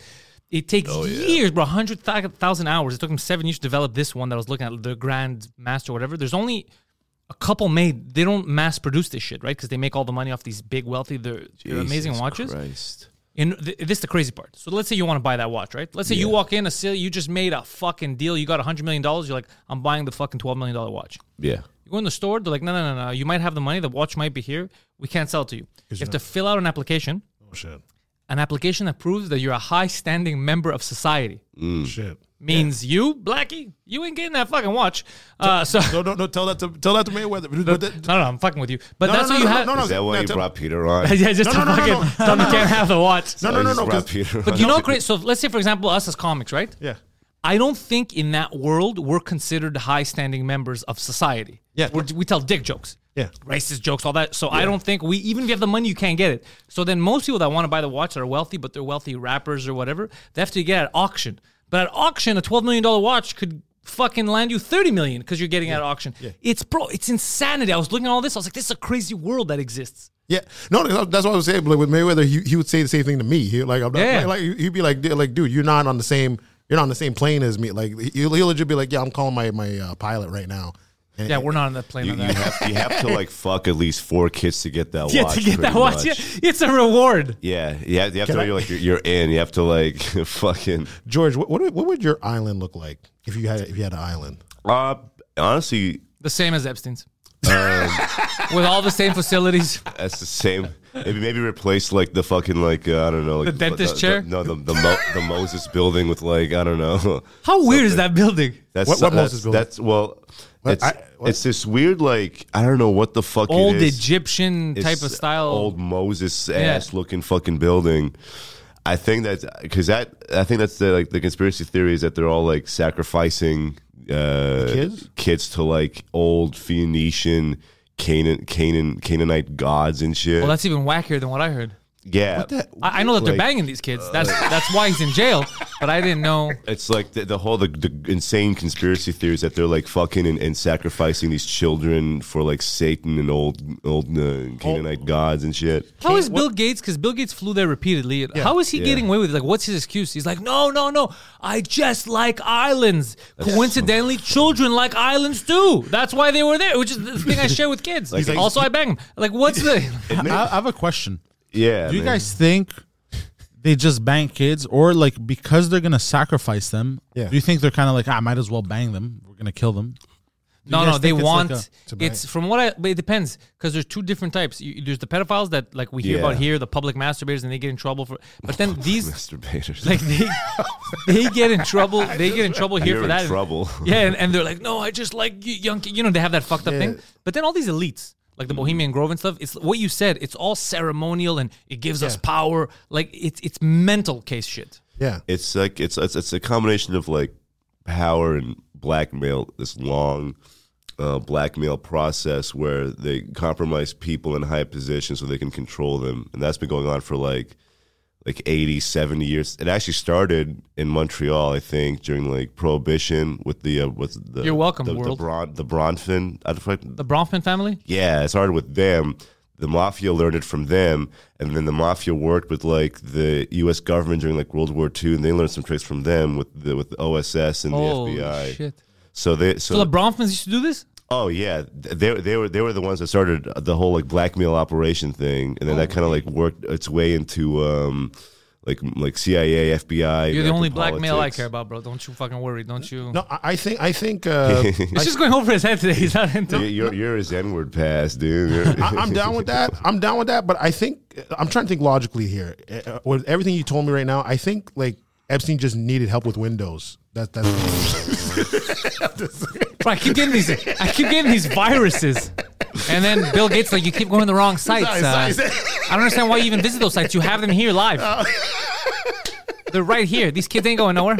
[SPEAKER 3] It takes
[SPEAKER 2] Oh,
[SPEAKER 3] years, bro. Hundred thousand hours. It took them seven years to develop this one that I was looking at, the Grand Master, or whatever. There's only a couple made. They don't mass produce this shit, right? Because they make all the money off these big, wealthy, they're, they're amazing
[SPEAKER 2] Jesus
[SPEAKER 3] watches.
[SPEAKER 2] Christ.
[SPEAKER 3] And th- this is the crazy part. So let's say you want to buy that watch, right? Let's say you walk in, a sale, you just made a fucking deal. You got $100 million. You're like, I'm buying the fucking $12 million watch.
[SPEAKER 2] Yeah.
[SPEAKER 3] You go in the store, they're like, no, no, no, no. You might have the money. The watch might be here. We can't sell it to you. You have to fill out an application.
[SPEAKER 4] Oh, shit.
[SPEAKER 3] An application that proves that you're a high standing member of society.
[SPEAKER 4] Shit.
[SPEAKER 3] Means you, Blackie, you ain't getting that fucking watch. Uh, so, (laughs)
[SPEAKER 4] No, no, no. Tell that to tell that to Mayweather. But the-
[SPEAKER 3] no, no, I'm fucking with you. But
[SPEAKER 4] No,
[SPEAKER 3] that's
[SPEAKER 4] no, no,
[SPEAKER 3] what you
[SPEAKER 4] no,
[SPEAKER 3] have.
[SPEAKER 4] no, no.
[SPEAKER 2] Is that why
[SPEAKER 4] no,
[SPEAKER 2] you
[SPEAKER 4] tell-
[SPEAKER 2] brought Peter on?
[SPEAKER 3] (laughs) yeah, just
[SPEAKER 4] No, no, no,
[SPEAKER 3] to
[SPEAKER 4] no,
[SPEAKER 3] fucking
[SPEAKER 4] no.
[SPEAKER 3] tell them you can't have the watch.
[SPEAKER 4] no,
[SPEAKER 2] I
[SPEAKER 4] no, no,
[SPEAKER 2] just
[SPEAKER 4] no.
[SPEAKER 2] brought
[SPEAKER 4] 'cause-
[SPEAKER 2] Peter
[SPEAKER 3] But
[SPEAKER 2] on.
[SPEAKER 3] you know, great. So let's say, for example, us as comics, right?
[SPEAKER 4] Yeah.
[SPEAKER 3] I don't think in that world we're considered high standing members of society.
[SPEAKER 4] Yeah.
[SPEAKER 3] We're, we tell dick jokes.
[SPEAKER 4] Yeah.
[SPEAKER 3] Racist jokes, all that. So I don't think we, even if you have the money, you can't get it. So then most people that want to buy the watch that are wealthy, but they're wealthy rappers or whatever, they have to get it at auction. But at auction, a $12 million watch could fucking land you 30 million because you're getting it at auction. It's bro, it's insanity. I was looking at all this. I was like, this is a crazy world that exists.
[SPEAKER 4] Yeah, no, no, that's what I was saying. Like with Mayweather, he, he would say the same thing to me. He like, I'm not,
[SPEAKER 3] Yeah.
[SPEAKER 4] like, like, he'd be like, "Dude, like, dude, you're not on the same, you're not on the same plane as me. Like, he'll, he'll legit be like, yeah, I'm calling my my uh, pilot right now. And
[SPEAKER 3] Yeah, we're not on that plane.
[SPEAKER 2] You,
[SPEAKER 3] on
[SPEAKER 2] you,
[SPEAKER 3] that.
[SPEAKER 2] have, you have to like fuck at least four kids to get that
[SPEAKER 3] (laughs) yeah,
[SPEAKER 2] watch.
[SPEAKER 3] to get that
[SPEAKER 2] pretty much.
[SPEAKER 3] watch, yeah, (laughs) it's a reward.
[SPEAKER 2] Yeah, you have, you have to know you're like you're, you're in. You have to like (laughs) fucking.
[SPEAKER 4] George, what, what would- what would your island look like if you had if you had an island?
[SPEAKER 2] Uh, honestly,
[SPEAKER 3] The same as Epstein's.
[SPEAKER 2] Um,
[SPEAKER 3] (laughs) With all the same facilities.
[SPEAKER 2] that's the same. Maybe maybe replace like the fucking like uh, I don't know like
[SPEAKER 3] The dentist chair?
[SPEAKER 2] no, the the, Mo- the Moses building with like I don't know. (laughs)
[SPEAKER 3] How weird is that building?
[SPEAKER 2] That's
[SPEAKER 4] What- what Moses
[SPEAKER 2] that's-
[SPEAKER 4] building?
[SPEAKER 2] That's well, it's
[SPEAKER 4] I- what?
[SPEAKER 2] it's this weird like I don't know what the fuck
[SPEAKER 3] Old
[SPEAKER 2] it is.
[SPEAKER 3] Egyptian
[SPEAKER 2] It's
[SPEAKER 3] type of style.
[SPEAKER 2] old Moses ass looking fucking building. I think that's because that I think that's the like the conspiracy theory is that they're all like sacrificing uh,
[SPEAKER 4] kids?
[SPEAKER 2] to like old Phoenician Canaan Canaan Canaanite gods and shit.
[SPEAKER 3] Well, that's even wackier than what I heard.
[SPEAKER 2] yeah,
[SPEAKER 3] I, I know that they're
[SPEAKER 2] Like-
[SPEAKER 3] banging these kids. That's that's why he's in jail. But I didn't know.
[SPEAKER 2] It's like the, the whole the, the insane conspiracy theories that they're like fucking and, and sacrificing these children for like Satan and old old uh,
[SPEAKER 5] Oh.
[SPEAKER 2] Canaanite gods and shit.
[SPEAKER 3] How is Bill Gates? Because Bill Gates flew there repeatedly. How is he getting away with it? Like, what's his excuse? He's like, no, no, no. I just like islands. Coincidentally, children like islands too. That's why they were there, which is the thing I share with kids.
[SPEAKER 2] Like-
[SPEAKER 3] also, I bang them. Like, what's the. (laughs)
[SPEAKER 5] I, I have a question.
[SPEAKER 2] Yeah,
[SPEAKER 5] Do you
[SPEAKER 2] man.
[SPEAKER 5] guys think they just bang kids, or like because they're gonna sacrifice them?
[SPEAKER 4] Yeah.
[SPEAKER 5] Do you think they're kind of like, I might as well bang them. We're gonna kill
[SPEAKER 3] (laughs)
[SPEAKER 5] them.
[SPEAKER 3] No,
[SPEAKER 5] you guys
[SPEAKER 3] no, they
[SPEAKER 5] think it's
[SPEAKER 3] want
[SPEAKER 5] like
[SPEAKER 4] a- To
[SPEAKER 3] it's from what I. But it depends because there's two different types. You, there's the pedophiles that like we hear about
[SPEAKER 2] Yeah.
[SPEAKER 3] here, the public masturbators, and they get in trouble for. But then
[SPEAKER 2] (laughs)
[SPEAKER 3] these
[SPEAKER 2] masturbators.
[SPEAKER 3] like they they get
[SPEAKER 2] (laughs)
[SPEAKER 3] in trouble. They get in trouble here
[SPEAKER 2] You're
[SPEAKER 3] for
[SPEAKER 2] in
[SPEAKER 3] that.
[SPEAKER 2] trouble.
[SPEAKER 3] (laughs) Yeah, and, and they're like, no, I just like y- young. ki-" You know, they have that fucked up thing. But then all these elites. Like
[SPEAKER 2] Mm-hmm.
[SPEAKER 3] the Bohemian Grove and stuff, it's what you said. It's all ceremonial and it gives us power. Like it's it's mental case shit.
[SPEAKER 4] Yeah,
[SPEAKER 2] it's like it's, it's it's a combination of like power and blackmail. This long uh, blackmail process where they compromise people in high positions so they can control them, and that's been going on for like like 80, 70 years. It actually started in Montreal, I think, during like Prohibition with the uh, what's the
[SPEAKER 3] You're welcome,
[SPEAKER 2] the,
[SPEAKER 3] world.
[SPEAKER 2] the, Bron- the Bronfman. I don't fucking-
[SPEAKER 3] The Bronfman family.
[SPEAKER 2] yeah, it started with them. The mafia learned it from them, and then the mafia worked with like the U.S. government during like World War II, and they learned some tricks from them with the with the OSS and
[SPEAKER 3] Holy
[SPEAKER 2] the FBI.
[SPEAKER 3] Oh, shit!
[SPEAKER 2] So they so,
[SPEAKER 3] So the Bronfmans used to do this.
[SPEAKER 2] oh yeah, they they were they were the ones that started the whole like blackmail operation thing, and then
[SPEAKER 3] Oh.
[SPEAKER 2] that kind of like worked its way into um like like CIA, FBI.
[SPEAKER 3] You're the
[SPEAKER 2] American
[SPEAKER 3] only black male I
[SPEAKER 2] politics.
[SPEAKER 3] care about, bro. Don't you fucking worry. Don't you?
[SPEAKER 4] no, I, I think I think uh,
[SPEAKER 3] It's just going over his head today. He's not into.
[SPEAKER 2] You- You're you're his N-word pass,
[SPEAKER 3] (laughs)
[SPEAKER 2] dude. You're-
[SPEAKER 4] I, I'm down with that. I'm down with that. But I think I'm trying to think logically here. Uh, With everything you told me right now, I think like Epstein just needed help with Windows. That, that's
[SPEAKER 3] Bro, I keep getting these. I keep getting these viruses. And then Bill Gates like, you keep going to the wrong sites.
[SPEAKER 4] Sorry, Oh.
[SPEAKER 3] uh,
[SPEAKER 4] sorry.
[SPEAKER 3] I don't understand why you even visit those sites. You have them here live. They're right here. These kids ain't going nowhere.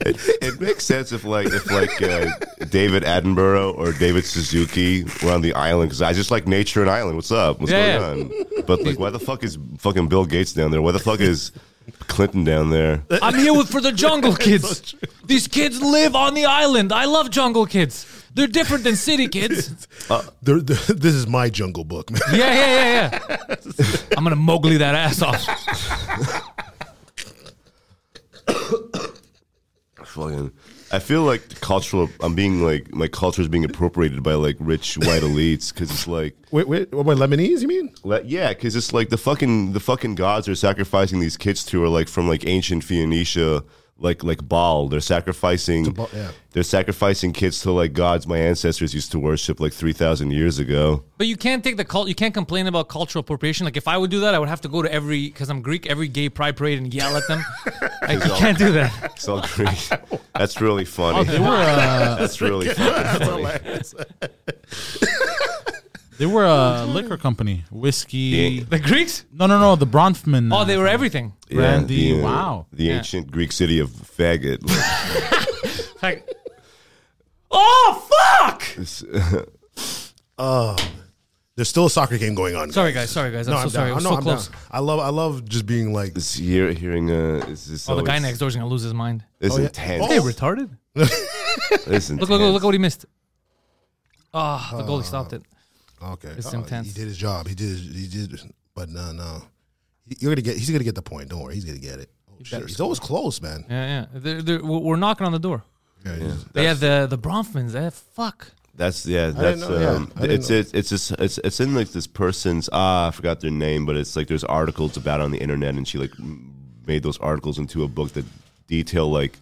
[SPEAKER 2] It makes sense if like if like uh, David Attenborough or David Suzuki were on the island because I just like nature and island. What's up? What's
[SPEAKER 3] Yeah,
[SPEAKER 2] going on? But like, why the fuck is fucking Bill Gates down there? Why the fuck is Clinton down there?
[SPEAKER 3] I'm here with for the
[SPEAKER 4] (laughs)
[SPEAKER 3] jungle kids. These kids live on the island. I love jungle kids. They're different than city kids.
[SPEAKER 4] They're- they're- this is my jungle book, man.
[SPEAKER 3] Yeah, yeah, yeah,
[SPEAKER 4] (laughs)
[SPEAKER 3] yeah. I'm gonna mowgli that ass off.
[SPEAKER 2] Fucking. I feel like cultural. I'm being like my culture is being appropriated by like rich white elites because it's like
[SPEAKER 4] Wait, wait, what about Lebanese? You mean?
[SPEAKER 2] Let, yeah, because it's like the fucking the fucking gods are sacrificing these kids to are like from like ancient Phoenicia, like like Baal. They're sacrificing.
[SPEAKER 4] Baal, yeah.
[SPEAKER 2] They're sacrificing kids to like gods my ancestors used to worship like three thousand years ago.
[SPEAKER 3] But you can't take the cult. You can't complain about cultural appropriation. Like if I would do that, I would have to go to every because I'm Greek, every gay pride parade and yell at them. Like you can't do that.
[SPEAKER 2] It's
[SPEAKER 3] (laughs)
[SPEAKER 2] all Greek. That's really funny.
[SPEAKER 5] They were uh,
[SPEAKER 2] That's really fucking funny.
[SPEAKER 5] they were a liquor company, whiskey.
[SPEAKER 3] The Greeks?
[SPEAKER 5] No, no, no. The Bronfman.
[SPEAKER 3] Oh, they were everything.
[SPEAKER 5] Brandy.
[SPEAKER 2] Yeah, the, uh,
[SPEAKER 5] wow.
[SPEAKER 2] The ancient Greek city of faggot. Like,
[SPEAKER 3] Like, oh fuck!
[SPEAKER 2] it's-
[SPEAKER 4] There's still a soccer game going on.
[SPEAKER 3] Sorry guys, sorry guys. I'm
[SPEAKER 4] No,
[SPEAKER 3] so
[SPEAKER 4] I'm
[SPEAKER 3] sorry.
[SPEAKER 4] down.
[SPEAKER 3] I'm
[SPEAKER 4] no,
[SPEAKER 3] so
[SPEAKER 4] I'm
[SPEAKER 3] close.
[SPEAKER 4] down. I love, I love just being like,
[SPEAKER 2] it's hear, hearing uh, it's, it's Oh,
[SPEAKER 3] Oh, the guy
[SPEAKER 2] always-
[SPEAKER 3] next door's gonna lose his mind.
[SPEAKER 2] It's
[SPEAKER 4] yeah.
[SPEAKER 2] intense.
[SPEAKER 3] Hey, retarded.
[SPEAKER 2] It's
[SPEAKER 3] Look, look, look,
[SPEAKER 2] intense.
[SPEAKER 3] look what he missed. Ah, the goalie stopped it.
[SPEAKER 4] okay,
[SPEAKER 3] It's
[SPEAKER 4] oh,
[SPEAKER 3] intense.
[SPEAKER 4] He did his job. He did, his, he did, but no, no, He- you're gonna get. He's gonna get the point. Don't worry, he's gonna get it. Oh, shit. He's always close, man.
[SPEAKER 3] Yeah, yeah. They're, they're, we're we're knocking on the door.
[SPEAKER 4] Yeah, he's-
[SPEAKER 3] They had the the Bronfmans. Eh, fuck.
[SPEAKER 2] That's yeah. That's
[SPEAKER 4] know, yeah.
[SPEAKER 2] um,
[SPEAKER 4] I didn't
[SPEAKER 2] it's
[SPEAKER 4] know.
[SPEAKER 2] it's it's just, it's it's in like this person's ah I forgot their name, but it's like there's articles about it on the internet, and she like m- made those articles into a book that detail like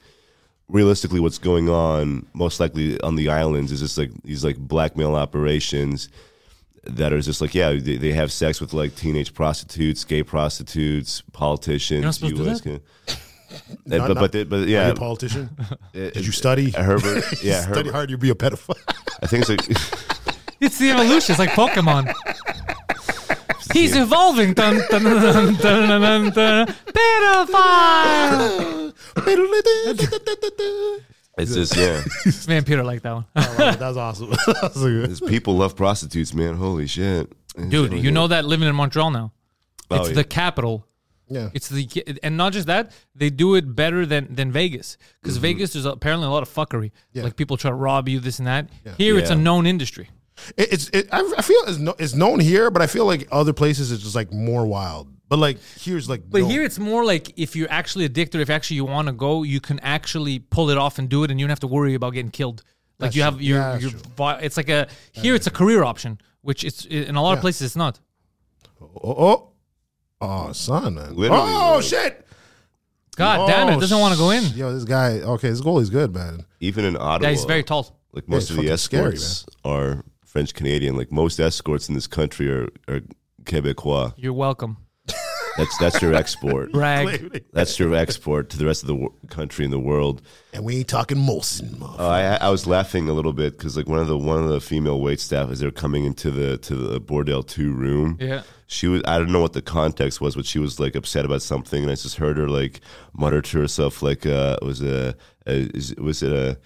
[SPEAKER 2] realistically what's going on most likely on the islands is just like these like blackmail operations that are just like yeah they, they have sex with like teenage prostitutes, gay prostitutes, politicians.
[SPEAKER 3] not supposed to do
[SPEAKER 2] US
[SPEAKER 3] that?
[SPEAKER 2] can- And- but,
[SPEAKER 4] not-
[SPEAKER 2] but, they- but
[SPEAKER 4] Are
[SPEAKER 2] yeah,
[SPEAKER 4] you a
[SPEAKER 3] (laughs)
[SPEAKER 4] politician?
[SPEAKER 2] did
[SPEAKER 4] Did you study? (laughs)
[SPEAKER 2] Herbert? Yeah,
[SPEAKER 4] study
[SPEAKER 2] Herbert.
[SPEAKER 4] hard. You'd be a pedophile.
[SPEAKER 2] (laughs) I think it's like.
[SPEAKER 3] It's the evolution. It's like Pokemon. He's evolving. Dun, dun, dun, dun, dun, dun, dun, dun. Pedophile.
[SPEAKER 2] It's just yeah.
[SPEAKER 3] Man, Peter liked that one.
[SPEAKER 4] That's awesome. (laughs) That's so good.
[SPEAKER 2] These people love prostitutes, man. Holy shit,
[SPEAKER 3] Dude, you know that living in Montreal now.
[SPEAKER 2] Oh,
[SPEAKER 3] It's
[SPEAKER 2] yeah.
[SPEAKER 3] the capital.
[SPEAKER 4] Yeah.
[SPEAKER 3] It's the and not just that they do it better than than Vegas because
[SPEAKER 2] Mm-hmm.
[SPEAKER 3] Vegas there's apparently a lot of fuckery.
[SPEAKER 4] Yeah.
[SPEAKER 3] Like people try to rob you, this and that. Here it's a
[SPEAKER 2] Yeah.
[SPEAKER 3] known industry.
[SPEAKER 4] It, it's it, I, I feel it's, no, it's known here, but I feel like other places it's just like more wild. But like here's like
[SPEAKER 3] But
[SPEAKER 4] no-
[SPEAKER 3] here it's more like if you're actually addicted, or if actually you want to go, you can actually pull it off and do it, and you don't have to worry about getting killed. Like you have your,
[SPEAKER 4] Yeah, that's
[SPEAKER 3] your
[SPEAKER 4] true.
[SPEAKER 3] vi- it's like a here it's a career option, which it's in a lot of places it's not.
[SPEAKER 4] oh, oh oh son man
[SPEAKER 2] Literally,
[SPEAKER 4] oh
[SPEAKER 2] like-
[SPEAKER 4] shit Oh,
[SPEAKER 3] God damn it, it doesn't want to go in.
[SPEAKER 4] Yo, this guy. Okay, this goalie's good, man.
[SPEAKER 2] even in Ottawa,
[SPEAKER 3] Yeah, he's very tall.
[SPEAKER 2] like most
[SPEAKER 4] it's
[SPEAKER 2] of the
[SPEAKER 4] fucking scary,
[SPEAKER 2] escorts are French Canadian. Like most escorts in this country are, are Quebecois.
[SPEAKER 3] You're welcome.
[SPEAKER 2] That's that's your
[SPEAKER 3] (laughs)
[SPEAKER 2] export.
[SPEAKER 3] Brag.
[SPEAKER 2] That's your export to the rest of the wo- country and the world.
[SPEAKER 4] And we ain't talking Molson. motherfucker.
[SPEAKER 2] Uh, I, I was laughing a little bit because like one of the one of the female wait staff as they're coming into the to the Bordel Two room.
[SPEAKER 3] Yeah.
[SPEAKER 2] she was. I don't know what the context was, but she was like upset about something, and I just heard her like mutter to herself like, uh, "Was a, a is- was it a."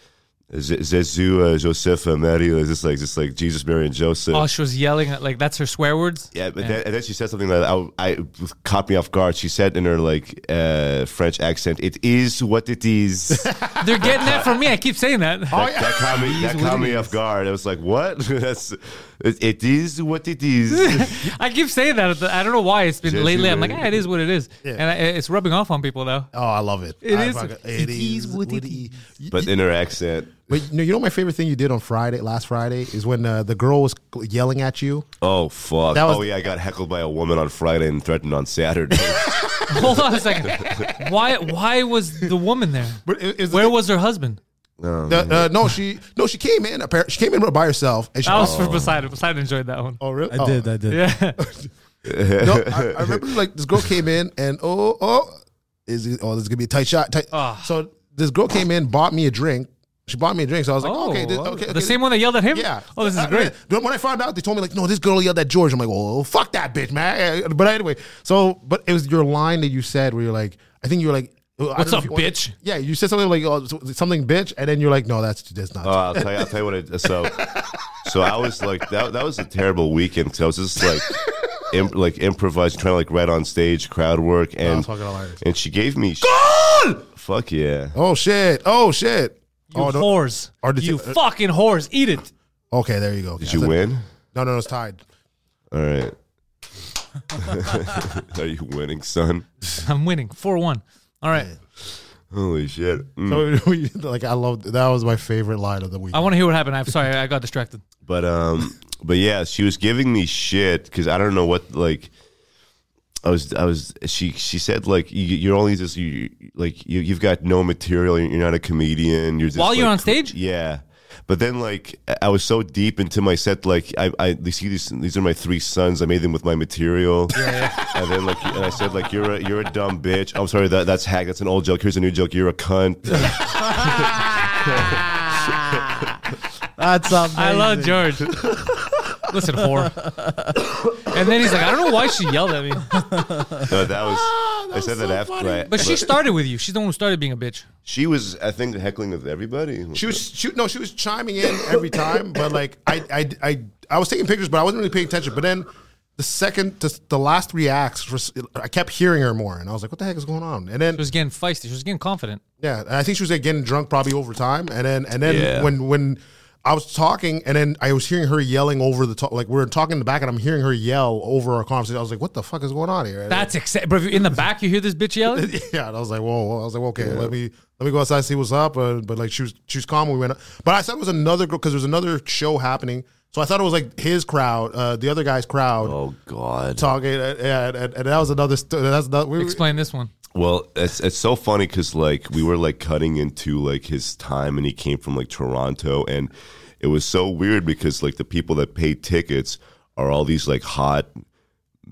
[SPEAKER 2] Jesus, uh, Joseph, uh, Mary, uh, just like just like Jesus, Mary, and Joseph.
[SPEAKER 3] Oh, she was yelling at, like that's her swear words.
[SPEAKER 2] Yeah, but Then, and then she said something that I, I caught me off guard. She said in her like uh, French accent, "It is what it is." that,
[SPEAKER 3] They're getting that from me. I keep saying that.
[SPEAKER 4] Oh,
[SPEAKER 2] that caught me. That caught me off guard. I was like, "What?" (laughs) That's it, it is what it is.
[SPEAKER 3] (laughs) I keep saying that. at the- I don't know why it's been
[SPEAKER 2] Jesse,
[SPEAKER 3] lately. I'm like,
[SPEAKER 2] man.
[SPEAKER 3] ah, it is what it is, and I, it's rubbing off on people now.
[SPEAKER 4] Oh, I love it.
[SPEAKER 3] It
[SPEAKER 4] I
[SPEAKER 3] is-
[SPEAKER 4] fucking-
[SPEAKER 3] it
[SPEAKER 4] It is.
[SPEAKER 3] is what it
[SPEAKER 4] what it is.
[SPEAKER 2] but in her accent,
[SPEAKER 4] But you know, you know, my favorite thing you did on Friday, last Friday, is when uh, the girl was yelling at you.
[SPEAKER 2] oh fuck!
[SPEAKER 4] That was-
[SPEAKER 2] oh yeah, I got heckled by a woman on Friday and threatened on
[SPEAKER 4] (laughs)
[SPEAKER 2] Saturday.
[SPEAKER 3] (laughs) Hold on a second. Why? Why was the woman there?
[SPEAKER 4] But it- it's-
[SPEAKER 3] Where was her husband? Oh,
[SPEAKER 4] The, uh, no, she no, she came in. Appar- she came in by herself, and she.
[SPEAKER 3] That was for Poseidon. Poseidon enjoyed that one. (laughs)
[SPEAKER 4] oh, really?
[SPEAKER 5] I did. I did.
[SPEAKER 3] Yeah.
[SPEAKER 4] No, I,
[SPEAKER 2] (laughs)
[SPEAKER 4] I remember like this girl came in, and oh, oh, is it, oh, this is gonna be a tight shot. Tight.
[SPEAKER 3] Ah.
[SPEAKER 4] So this girl came in, bought me a drink. She bought me a drink, so I was like,
[SPEAKER 3] Oh,
[SPEAKER 4] okay, this, okay,
[SPEAKER 3] the same one that yelled at him.
[SPEAKER 4] Yeah. Uh,
[SPEAKER 3] Oh, this is
[SPEAKER 4] I-
[SPEAKER 3] great.
[SPEAKER 4] I- when I found out, they told me like, no, this girl yelled at George. I'm like, oh, Eh, fuck that bitch, man. But anyway, so but it was your line that you said where you're like, I think you were like, I don't
[SPEAKER 3] What's
[SPEAKER 4] know
[SPEAKER 3] up,
[SPEAKER 4] if you want-
[SPEAKER 3] bitch?
[SPEAKER 4] yeah, you said something like oh, something bitch, and then you're like, no, that's that's not.
[SPEAKER 2] Oh, I'll tell you. I'll tell you what. I, so, so I was like that. That was a terrible weekend because I was just like, im, like improvising, trying to like write on stage, crowd work, and
[SPEAKER 4] fucking hilarious.
[SPEAKER 2] and she gave me sh- Fuck yeah!
[SPEAKER 4] oh shit! Oh shit!
[SPEAKER 3] You
[SPEAKER 4] oh, no-
[SPEAKER 3] whores.
[SPEAKER 4] Or did
[SPEAKER 3] you
[SPEAKER 4] you-
[SPEAKER 3] fucking whores.
[SPEAKER 4] (laughs)
[SPEAKER 3] Eat it.
[SPEAKER 4] okay, there you go.
[SPEAKER 2] Did you win?
[SPEAKER 4] No, no, no, it's tied.
[SPEAKER 2] All right. (laughs) Are you winning, son?
[SPEAKER 3] I'm winning. 4 1. All right.
[SPEAKER 2] Holy shit! Mm.
[SPEAKER 4] (laughs) like I love that was my favorite line of the week.
[SPEAKER 3] I want to hear what happened. I'm sorry. I got distracted.
[SPEAKER 2] But um, but yeah, she was giving me shit because I don't know what like. I was, I was. She, she said, like, you, you're only just, you, like, you, you've got no material. You're not a comedian. You're just
[SPEAKER 3] While you're
[SPEAKER 2] like,
[SPEAKER 3] on stage?
[SPEAKER 2] yeah. But then, like, I- I was so deep into my set, like, I, I you see these, these are my three sons. I made them with my material. And then, like, and I said, like, you're a, you're a dumb bitch. Oh, I'm sorry, that, that's hack. That's an old joke. Here's a new joke. You're a
[SPEAKER 3] (laughs)
[SPEAKER 2] cunt.
[SPEAKER 5] That's
[SPEAKER 3] (laughs)
[SPEAKER 5] amazing.
[SPEAKER 3] I love
[SPEAKER 4] (laughs)
[SPEAKER 3] George. Listen, whore. And then he's like, I don't know why she yelled at me.
[SPEAKER 4] (laughs)
[SPEAKER 2] No, that was.
[SPEAKER 3] Ah,
[SPEAKER 2] I said that after. I,
[SPEAKER 3] But she started with you. She's the one who started being a bitch.
[SPEAKER 2] she was, I think, heckling of everybody.
[SPEAKER 4] She was she, no, she was chiming (laughs) in every time, but like I, I I I was taking pictures, but I wasn't really paying attention. But then the second to the last three acts, was- I kept hearing her more, and I was like, "What the heck is going on?" And then
[SPEAKER 3] She was getting feisty. She was getting confident.
[SPEAKER 4] yeah, and I think she was like, getting drunk probably over time, and then and then
[SPEAKER 2] Yeah.
[SPEAKER 4] when when I was talking, and then I was hearing her yelling over the top, like we were talking in the back, and I'm hearing her yell over our conversation. I was like, "What the fuck is going on here?" And-
[SPEAKER 3] That's except, bro. if you're In the back, you hear this
[SPEAKER 4] (laughs)
[SPEAKER 3] bitch yelling.
[SPEAKER 4] yeah, and I was like, whoa, whoa. I was like, okay, let me let me go outside and see what's up. Uh, but like, she was she was calm. when We went, but I thought it was another girl because there was another show happening. So I thought it was like his crowd, uh, the other guy's crowd
[SPEAKER 2] Oh God!
[SPEAKER 4] talking, and, and, and, that was another. St- that's not. We, (laughs)
[SPEAKER 3] Explain this one.
[SPEAKER 2] Well, it's it's so funny because like we were like cutting into like his time, and he came from like Toronto, and it was so weird because like the people that paid tickets are all these like hot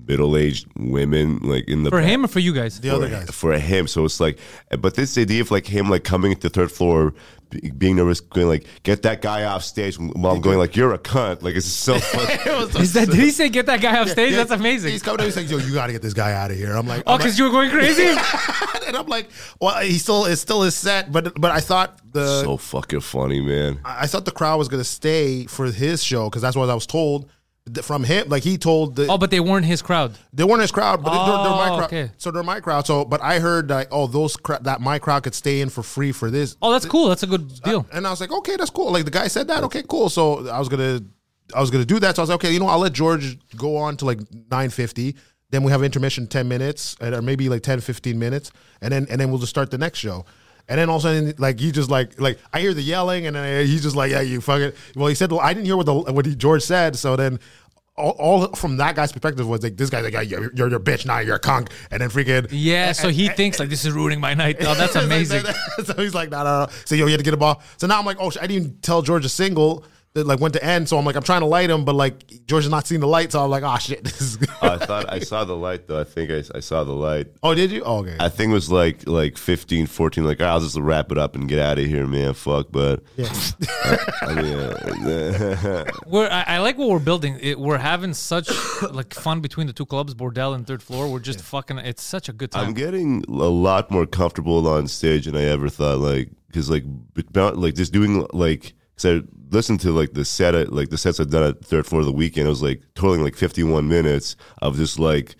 [SPEAKER 2] middle aged women, like in the
[SPEAKER 3] For him or for you guys?
[SPEAKER 4] the other
[SPEAKER 2] for-
[SPEAKER 4] guys.
[SPEAKER 2] for him. So it's like, but this idea of like him like coming to the third floor, be- being nervous, going like, get that guy off stage while I'm going like, you're a cunt. Like it's
[SPEAKER 4] (laughs)
[SPEAKER 2] so funny.
[SPEAKER 3] Is that, did he say get that guy off stage? (laughs) That's amazing.
[SPEAKER 4] He's coming to me, he's like, yo, you got to get this guy out of here. I'm like, I'm
[SPEAKER 3] Oh,
[SPEAKER 4] like-
[SPEAKER 3] because you were going crazy?
[SPEAKER 4] (laughs) and I'm like, well, he still it's still his set, but but I thought the
[SPEAKER 2] so fucking funny, man.
[SPEAKER 4] I thought the crowd was gonna stay for his show because that's what I was told th- from him. Like he told the
[SPEAKER 3] (laughs) Oh, but they weren't his crowd.
[SPEAKER 4] They weren't his crowd, but they're, they're my
[SPEAKER 3] Oh,
[SPEAKER 4] crowd.
[SPEAKER 3] okay.
[SPEAKER 4] So they're my crowd. So, but I heard like, oh, those cra- that my crowd could stay in for free for this,
[SPEAKER 3] Oh, that's cool. That's a good deal.
[SPEAKER 4] and I was like, okay, that's cool. Like the guy said that, okay, cool. So I was gonna, I was gonna do that. So I was like, okay, you know, I'll let George go on to like nine fifty. Then we have intermission ten minutes, and- or maybe like 10, 15 minutes, and then and then we'll just start the next show. And then all of a sudden, like he just like like I hear the yelling, and then he's just like, yeah, you fucking. Well, he said, well, I didn't hear what the what he, George said. So then all, all from that guy's perspective was like this guy's like yeah, you're, you're your bitch now you're a conk and then freaking
[SPEAKER 3] Yeah, so he thinks like this is ruining my night.
[SPEAKER 4] (laughs)
[SPEAKER 3] Oh, that's amazing.
[SPEAKER 4] so he's like no no no so yo you had to get a ball so now I'm like oh shit, I didn't even tell George a single that like went to end so I'm like I'm trying to light him but like George has not seen the light so I'm like oh shit (laughs) this is
[SPEAKER 2] I thought I saw the light though. I think I, I saw the light.
[SPEAKER 4] oh did you oh, okay
[SPEAKER 2] I think it was like like 15, 14, like I'll just wrap it up and get out of here, man. Fuck, but I mean, uh,
[SPEAKER 3] We're, I, I like what we're building. It, we're having such like fun between the two clubs, Bordel and Third Floor. We're just fucking. It's such a good
[SPEAKER 2] I'm
[SPEAKER 3] time.
[SPEAKER 2] getting a lot more comfortable on stage than I ever thought. Like, cause like b- not- like just doing like because I listened to like the set at, like the sets I've done at third floor of the weekend. It was like totaling like 51 minutes of just like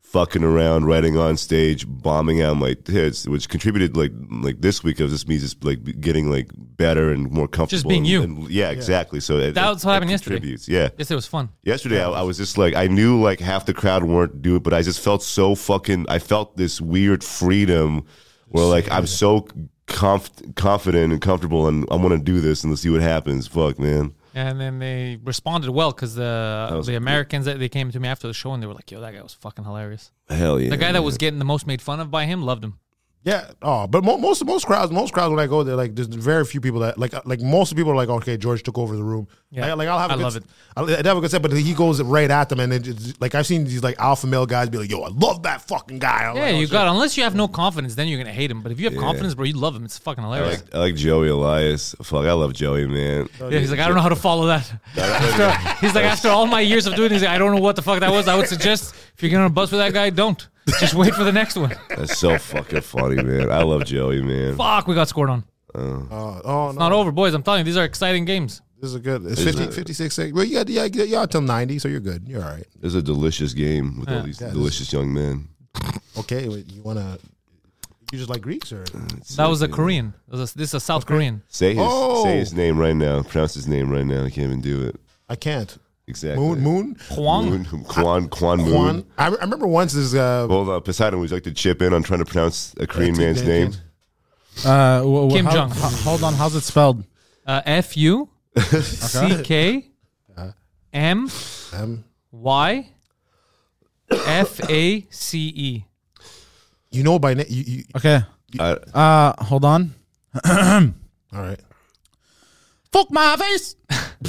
[SPEAKER 2] fucking around, writing on stage, bombing out my hits, which contributed like like this week of just me just like getting like better and more comfortable.
[SPEAKER 3] being
[SPEAKER 2] and-
[SPEAKER 3] you.
[SPEAKER 2] and- yeah, exactly. So it,
[SPEAKER 3] That was
[SPEAKER 2] it-
[SPEAKER 3] what
[SPEAKER 2] it
[SPEAKER 3] happened yesterday.
[SPEAKER 2] contributes. Yeah.
[SPEAKER 3] Yes, it was fun.
[SPEAKER 2] Yesterday, I, I was just like, I knew like half the crowd weren't do it, but I just felt so fucking. I felt this weird freedom where like I'm so comf- confident and comfortable, and I'm gonna do this and let's see what happens. Fuck, man.
[SPEAKER 3] And then they responded well because the
[SPEAKER 2] was
[SPEAKER 3] the Americans that they came to me after the show and they were like, "Yo, that guy was fucking hilarious."
[SPEAKER 2] Hell yeah.
[SPEAKER 3] The guy that was getting the most made fun of by him loved him.
[SPEAKER 4] yeah oh but mo- most most crowds most crowds when I go there like there's very few people that like uh, like most people are like okay George took over the room
[SPEAKER 3] Yeah.
[SPEAKER 4] like, like, I'll have a
[SPEAKER 3] I
[SPEAKER 4] good,
[SPEAKER 3] love it.
[SPEAKER 4] I'll, I'd have a good set but he goes right at them and it just, like I've seen these like alpha male guys be like yo I love that fucking guy I'm
[SPEAKER 3] Yeah,
[SPEAKER 4] like, oh,
[SPEAKER 3] you
[SPEAKER 4] shit.
[SPEAKER 3] got. Unless you have no confidence, then you're gonna hate him. But if you have confidence, bro, you love him. It's fucking
[SPEAKER 2] I
[SPEAKER 3] hilarious.
[SPEAKER 2] like, I like Joey Elias. Fuck, I love Joey, man.
[SPEAKER 3] Yeah, he's like, I don't know how to follow that. After- he's like, after all my years of doing this, I don't know what the fuck that was. I would suggest if you're gonna bust with that guy, don't. Just wait for the next one.
[SPEAKER 2] That's so fucking funny, man. I love Joey, man.
[SPEAKER 3] Fuck, we got scored on.
[SPEAKER 4] Uh, oh no,
[SPEAKER 3] Not over, boys. I'm telling you, these are exciting games.
[SPEAKER 4] this is a good. It's 50, 56 seconds. Well, you got yeah, you got till ninety, so you're good. You're all right.
[SPEAKER 2] It's a delicious game with all these delicious young men.
[SPEAKER 4] Okay, wait, you wanna? You just like Greeks or?
[SPEAKER 3] That was a Korean. That was a- this is a South Korean.
[SPEAKER 2] Say his
[SPEAKER 4] Oh!
[SPEAKER 2] say his name right now. Pronounce his name right now. I can't even do it.
[SPEAKER 4] I can't.
[SPEAKER 2] Exactly.
[SPEAKER 4] Moon, Moon,
[SPEAKER 3] Hwang.
[SPEAKER 2] Moon. Kwan Kwan Moon.
[SPEAKER 4] Kwan. I, I remember once this. Uh,
[SPEAKER 2] Hold on, Poseidon. Would you like to chip in on trying to pronounce a Korean
[SPEAKER 4] That's
[SPEAKER 2] man's
[SPEAKER 4] it,
[SPEAKER 2] name?
[SPEAKER 4] Jenkins.
[SPEAKER 5] Uh, wh- wh-
[SPEAKER 3] Kim
[SPEAKER 5] how-
[SPEAKER 3] Jong.
[SPEAKER 5] ho- hold on, how's it spelled?
[SPEAKER 3] Uh, F U C K M
[SPEAKER 4] um,
[SPEAKER 3] Y F A C E.
[SPEAKER 4] you know by name. You, you,
[SPEAKER 5] Okay.
[SPEAKER 2] I-
[SPEAKER 5] Uh, hold on.
[SPEAKER 4] all right.
[SPEAKER 5] Fuck my face.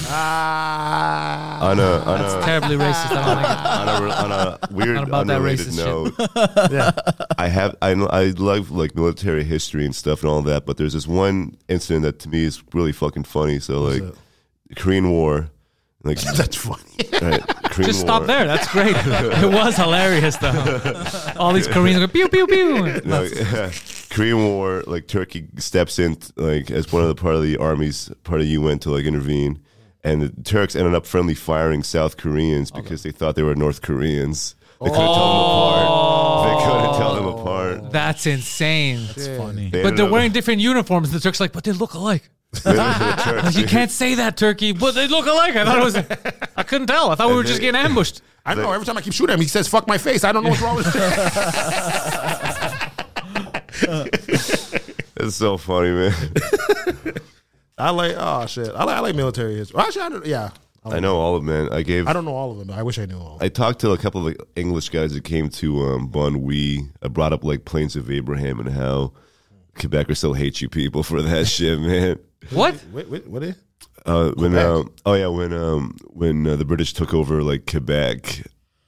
[SPEAKER 4] Ah.
[SPEAKER 2] on a on a,
[SPEAKER 3] Terribly racist. I don't like it.
[SPEAKER 2] on a on a weird
[SPEAKER 3] (laughs) Not about that
[SPEAKER 2] unrelated
[SPEAKER 3] racist
[SPEAKER 2] note.
[SPEAKER 3] (laughs)
[SPEAKER 4] yeah.
[SPEAKER 2] I have I know- I love like military history and stuff and all that, but there's this one incident that to me is really fucking funny. So like the Korean War,
[SPEAKER 3] (laughs)
[SPEAKER 2] like
[SPEAKER 4] That's funny.
[SPEAKER 2] right, Korean
[SPEAKER 3] Just
[SPEAKER 2] War.
[SPEAKER 3] stop there. That's great. it was hilarious though. All these Koreans go pew pew pew.
[SPEAKER 2] No, (laughs) Korean War, like Turkey steps in like as one of the part of the armies, part of UN to like intervene, and the Turks ended up friendly firing South Koreans because they thought they were North Koreans. They couldn't tell them apart. They couldn't tell them apart.
[SPEAKER 3] That's insane.
[SPEAKER 5] Funny.
[SPEAKER 2] They
[SPEAKER 3] But
[SPEAKER 2] ended
[SPEAKER 3] they're
[SPEAKER 2] up- (laughs)
[SPEAKER 3] wearing different uniforms. The Turks like, but they look alike.
[SPEAKER 2] the Turks-
[SPEAKER 3] You can't say that, Turkey. But they look alike.
[SPEAKER 4] (laughs)
[SPEAKER 3] I thought it was. I couldn't tell. I thought we were just
[SPEAKER 2] they-
[SPEAKER 3] getting ambushed.
[SPEAKER 4] I don't know. Every time I keep shooting him, he says "fuck my face." I don't know what's wrong (laughs) with him.
[SPEAKER 2] It's so funny, man.
[SPEAKER 4] I like. Oh shit. I like. I like military history. Actually, I don't. Yeah. I,
[SPEAKER 2] I know all of man. I gave.
[SPEAKER 4] I don't know all of them. But I wish I knew all.
[SPEAKER 2] I talked to a couple of like, English guys that came to um, Bon Wee. I brought up like Plains of Abraham and how Quebecers still hate you people for that (laughs) shit, man.
[SPEAKER 3] What?
[SPEAKER 4] Wait, wait, what? Is?
[SPEAKER 2] Uh, when um, oh yeah, when um, when uh, the British took over like Quebec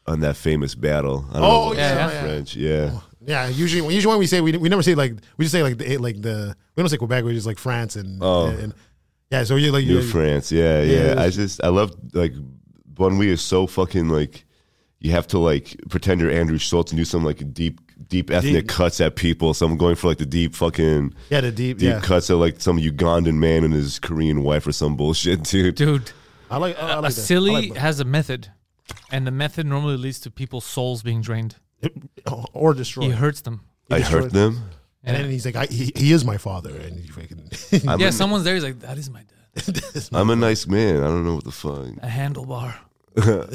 [SPEAKER 2] on that famous battle. I don't
[SPEAKER 4] Oh
[SPEAKER 2] know,
[SPEAKER 4] yeah,
[SPEAKER 3] yeah.
[SPEAKER 4] yeah. Oh,
[SPEAKER 2] the
[SPEAKER 4] yeah.
[SPEAKER 2] French, yeah.
[SPEAKER 4] Yeah, usually, usually when we say we, we never say like we just say like the eh, like the we don't say Quebec, we just like France and, and yeah. So you like
[SPEAKER 2] New
[SPEAKER 4] you,
[SPEAKER 2] France, yeah, yeah.
[SPEAKER 4] Yeah.
[SPEAKER 2] I just I love like Bon Wee is so fucking like you have to like pretend you're Andrew Schultz and do some like deep deep ethnic cuts at people. So I'm going for like the deep fucking
[SPEAKER 4] yeah the deep,
[SPEAKER 2] deep
[SPEAKER 4] yeah.
[SPEAKER 2] cuts at like some Ugandan man and his Korean wife or some bullshit, (laughs) dude.
[SPEAKER 3] Dude,
[SPEAKER 4] I like oh, I, I like that.
[SPEAKER 3] silly
[SPEAKER 4] I like that.
[SPEAKER 3] has a method, and the method normally leads to people's souls being drained.
[SPEAKER 4] or
[SPEAKER 3] He
[SPEAKER 4] destroy.
[SPEAKER 3] hurts them.
[SPEAKER 2] I hurt them.
[SPEAKER 4] and then he's like, I, he, he is my father, and he (laughs) freaking
[SPEAKER 2] I'm,
[SPEAKER 3] yeah,
[SPEAKER 2] a,
[SPEAKER 3] someone's there. He's like, that is my dad.
[SPEAKER 2] am a nice man. I don't know what the fuck.
[SPEAKER 3] A handlebar.
[SPEAKER 2] I'm uh,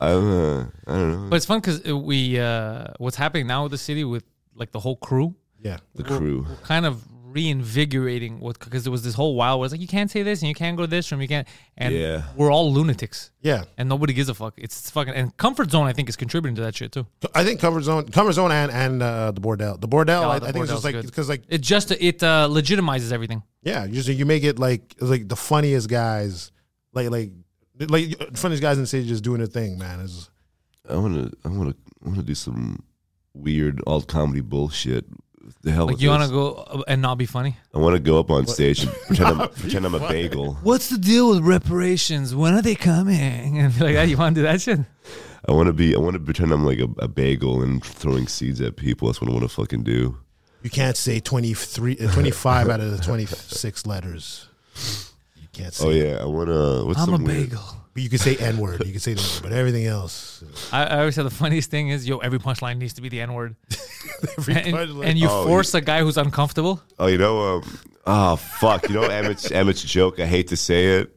[SPEAKER 2] I don't
[SPEAKER 4] Mm.
[SPEAKER 2] know
[SPEAKER 3] But it's fun because we, uh, what's happening now with the city with like the whole crew,
[SPEAKER 4] yeah.
[SPEAKER 2] the crew.
[SPEAKER 3] kind of reinvigorating what because there was this whole wild was like you can't say this and you can't go to this room you can't and
[SPEAKER 2] Yeah.
[SPEAKER 3] we're all lunatics
[SPEAKER 4] Yeah,
[SPEAKER 3] and nobody gives a fuck it's fucking and comfort zone i think is contributing to that shit too
[SPEAKER 4] I think comfort zone, comfort zone, and and uh, the bordel, the bordel. I,
[SPEAKER 3] the
[SPEAKER 4] I think it's just
[SPEAKER 3] bordel's
[SPEAKER 4] like
[SPEAKER 3] good.
[SPEAKER 4] because like
[SPEAKER 3] it just it uh, legitimizes everything
[SPEAKER 4] yeah, you just you make it like like the funniest guys, like like like funniest guys in the city just doing their thing, man. Is
[SPEAKER 2] I want to. I want to. I want to do some weird alt comedy bullshit. The hell
[SPEAKER 3] like
[SPEAKER 2] with
[SPEAKER 3] you want to
[SPEAKER 2] this.
[SPEAKER 3] go uh, and not be funny
[SPEAKER 2] I want to go up on stage
[SPEAKER 3] (laughs)
[SPEAKER 2] and pretend I'm pretend I'm a bagel.
[SPEAKER 3] what's the deal with reparations when are they coming (laughs) and be like that you want to do that shit
[SPEAKER 2] I want to be. I want to pretend I'm like a, a bagel and throwing seeds at people. That's what I want to fucking do.
[SPEAKER 4] You can't say 23, uh, 25 out of the 26 letters. You can't say.
[SPEAKER 2] Oh yeah, I want to. What's
[SPEAKER 3] i'm a
[SPEAKER 2] some weird-
[SPEAKER 3] bagel
[SPEAKER 4] But you can say N word. You can say that, but everything else.
[SPEAKER 3] I, I always say the funniest thing is yo every punchline needs to be the
[SPEAKER 2] (laughs)
[SPEAKER 3] n-word and,
[SPEAKER 4] punchline.
[SPEAKER 3] and you
[SPEAKER 2] Oh,
[SPEAKER 3] force a guy who's uncomfortable
[SPEAKER 2] Oh, you know. Um, oh fuck. You know
[SPEAKER 3] (laughs)
[SPEAKER 2] Emmett's Emmett's joke. I hate to say it,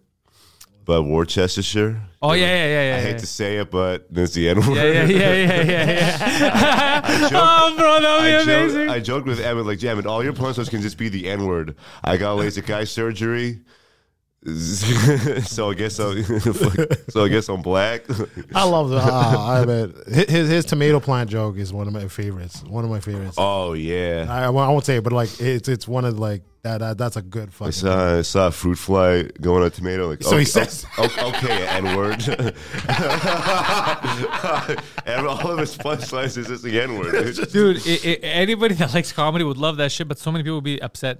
[SPEAKER 2] but Worcestershire.
[SPEAKER 3] oh yeah yeah yeah yeah,
[SPEAKER 2] I
[SPEAKER 3] yeah.
[SPEAKER 2] hate to say it, but there's the N word. (laughs)
[SPEAKER 3] yeah, yeah, yeah, yeah, yeah, yeah. (laughs) oh,
[SPEAKER 2] joked-
[SPEAKER 3] bro, that would be
[SPEAKER 2] I, joke-
[SPEAKER 3] amazing.
[SPEAKER 2] I joked with Emmett, like, yeah, but all your punchlines can just be the N word. I got LASIK eye surgery. (laughs) so I guess I'm, (laughs) so I guess I'm black. (laughs)
[SPEAKER 4] I love (laughs) that. Ah, I bet Hi- his his tomato plant joke is one of my favorites. One of my favorites.
[SPEAKER 2] oh yeah.
[SPEAKER 4] I, I won't I won't say it, but like it's it's one of like that. that that's a good
[SPEAKER 2] I
[SPEAKER 4] fucking.
[SPEAKER 2] saw, I saw a fruit fly going on a tomato. Like,
[SPEAKER 4] So he says-
[SPEAKER 2] o- o- okay, N word. (laughs) and all of his punchlines is just the N word.
[SPEAKER 3] Dude, i i anybody that likes comedy would love that shit, but so many people would be upset.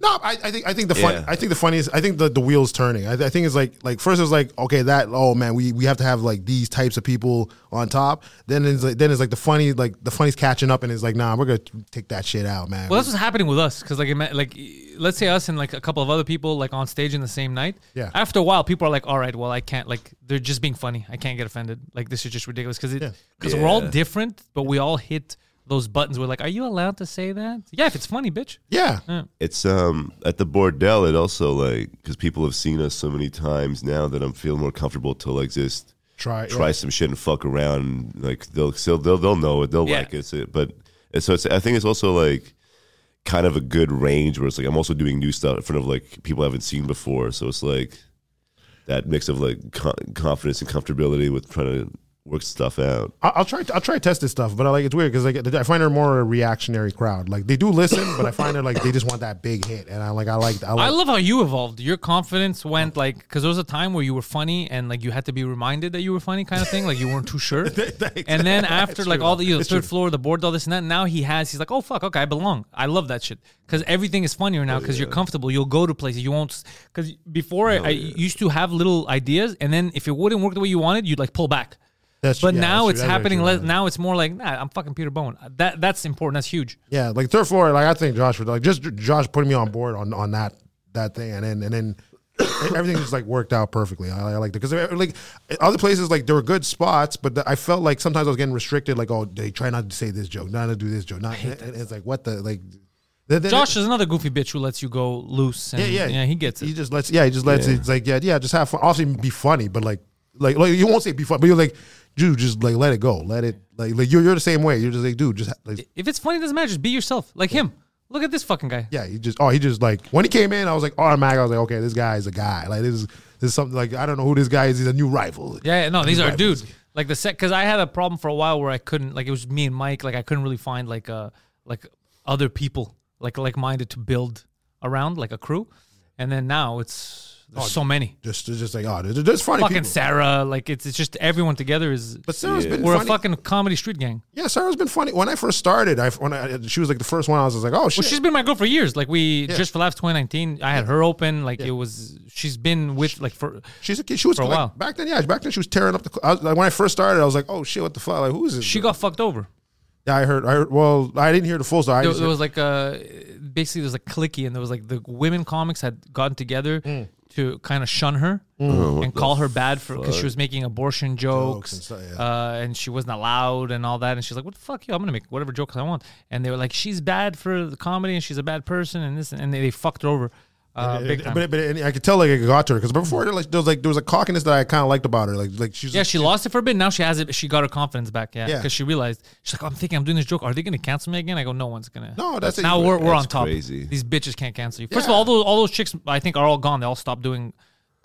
[SPEAKER 4] No, I, I think I think the fun,
[SPEAKER 2] Yeah.
[SPEAKER 4] I think the funniest I think the, the wheels turning. I, I think it's like like first it was like okay that oh man we, we have to have like these types of people on top. Then it's like then it's like the funny like the funny's catching up and it's like nah we're gonna take that shit out man.
[SPEAKER 3] Well, that's what's happening with us because, like, ima- like e- let's say us and like a couple of other people like on stage in the same night.
[SPEAKER 4] Yeah.
[SPEAKER 3] After a while, people are like, "All right, well, I can't." Like, they're just being funny. I can't get offended. Like, this is just ridiculous because it because we're all different, but we all hit those buttons. We're like, "Are you allowed to say that?" Yeah, if it's funny, bitch.
[SPEAKER 4] yeah,
[SPEAKER 2] It's um at the bordel. It also like because people have seen us so many times now that I'm feeling more comfortable to like just
[SPEAKER 4] try
[SPEAKER 2] try some shit and fuck around. Like they'll still they'll they'll know it. They'll
[SPEAKER 3] Yeah.
[SPEAKER 2] like it. So- But and so it's I think it's also like kind of a good range where it's like I'm also doing new stuff in front of like people I haven't seen before. So it's like that mix of like co- confidence and comfortability with trying to work stuff out.
[SPEAKER 4] I- I'll try. I'll try to test this stuff, but I like it's weird because like I find her more a reactionary crowd. Like they do listen, but I find her like they just want that big hit, and I like I like I
[SPEAKER 3] I
[SPEAKER 4] like.
[SPEAKER 3] love how you evolved. Your confidence went like because there was a time where you were funny and like you had to be reminded that you were funny, kind of thing. Like you weren't
[SPEAKER 4] (laughs)
[SPEAKER 3] too sure. and then after like all the you know, third floor, the board, all this and that. Now he has. He's like, oh fuck, okay, I belong. I love that shit because everything is funnier
[SPEAKER 4] Oh,
[SPEAKER 3] now because you're comfortable. You'll go to places you won't. Because before
[SPEAKER 4] Oh,
[SPEAKER 3] I, I used to have little ideas, and then if it wouldn't work the way you wanted, you'd like pull back.
[SPEAKER 4] That's true.
[SPEAKER 3] but
[SPEAKER 4] Yeah, that's
[SPEAKER 3] now
[SPEAKER 4] true.
[SPEAKER 3] it's
[SPEAKER 4] That's very
[SPEAKER 3] happening.
[SPEAKER 4] true.
[SPEAKER 3] less now it's more like nah, I'm fucking Peter Bone. That that's important. That's huge.
[SPEAKER 4] Yeah, like third floor. Like I think Josh would like just Josh putting me on board on on that that thing, and then and then (coughs) everything just like worked out perfectly. I, I liked it because like other places like there were good spots, but the, I felt like sometimes I was getting restricted. Like oh, they try not to say this joke, not to do this joke, not. And it's like what the like. then- then-
[SPEAKER 3] Josh is another goofy bitch who lets you go loose. And,
[SPEAKER 4] yeah, yeah,
[SPEAKER 3] he gets it.
[SPEAKER 4] He just lets, yeah, he just lets. it. It's like, yeah, yeah, just have fun. Obviously, be funny, but like, like, like you won't say be funny, but you're like, dude, just like let it go, let it, like, like you're, you're the same way. You're just like, dude, just ha- like,
[SPEAKER 3] If it's funny, it doesn't matter. Just be yourself. Like him. Look at this fucking guy.
[SPEAKER 4] yeah, he just, oh, he just like when he came in, I was like, automatic. I was like, okay, this guy is a guy. Like this is this is something like I don't know who this guy is. He's a new rival.
[SPEAKER 3] Yeah, yeah, no, these are
[SPEAKER 4] rivals.
[SPEAKER 3] dudes. Like the set, because I had a problem for a while where I couldn't, like, it was me and Mike. Like, I couldn't really find like uh like other people like like minded to build around like a crew. And then now it's there's so many.
[SPEAKER 4] Just, just Oh, like, oh, there's, there's funny
[SPEAKER 3] Fucking
[SPEAKER 4] people.
[SPEAKER 3] Sarah, like it's it's just everyone together is
[SPEAKER 4] But Sarah's been
[SPEAKER 3] we're
[SPEAKER 4] funny.
[SPEAKER 3] a fucking comedy street gang.
[SPEAKER 4] yeah, Sarah's been funny. When I first started, I when I, she was like the first one, I was just like, oh shit.
[SPEAKER 3] Well, she's been my girl for years. Like we just for laughs 2019, I had her open. Like it was she's been with like for
[SPEAKER 4] She's a kid. She was
[SPEAKER 3] For a
[SPEAKER 4] like,
[SPEAKER 3] while.
[SPEAKER 4] back then. Yeah, back then she was tearing up the. cl- I was, like, when I first started, I was like, "Oh shit, what the fuck? Like, who is this?"
[SPEAKER 3] she got fucked over.
[SPEAKER 4] Yeah, I heard. I heard, well, I didn't hear the full story. I
[SPEAKER 3] there,
[SPEAKER 4] just
[SPEAKER 3] there was like a basically there was a clicky and there was like the women comics had gotten together
[SPEAKER 4] Hmm.
[SPEAKER 3] to kind of shun her and call her bad for because she was making abortion jokes,
[SPEAKER 4] and stuff,
[SPEAKER 3] uh, and she wasn't allowed and all that and she's like what the fuck you I'm gonna make whatever jokes I want and they were like she's bad for the comedy and she's a bad person and this and they, they fucked her over uh, big time.
[SPEAKER 4] But, but and I could tell like it got to her because before like, there was like there was a cockiness that I kind of liked about her. Like like she's
[SPEAKER 3] yeah, she lost it for a bit. Now she has it. She got her confidence back. Yeah,
[SPEAKER 4] Yeah.
[SPEAKER 3] because she realized she's like, "Oh, I'm thinking I'm doing this joke. Are they gonna cancel me again? I go, no one's gonna.
[SPEAKER 4] No, that's it.
[SPEAKER 3] now we're, we're on
[SPEAKER 2] That's
[SPEAKER 3] top.
[SPEAKER 2] crazy.
[SPEAKER 3] These bitches can't cancel you. First of
[SPEAKER 4] Yeah.
[SPEAKER 3] all, all those all those chicks I think are all gone. They all stopped doing,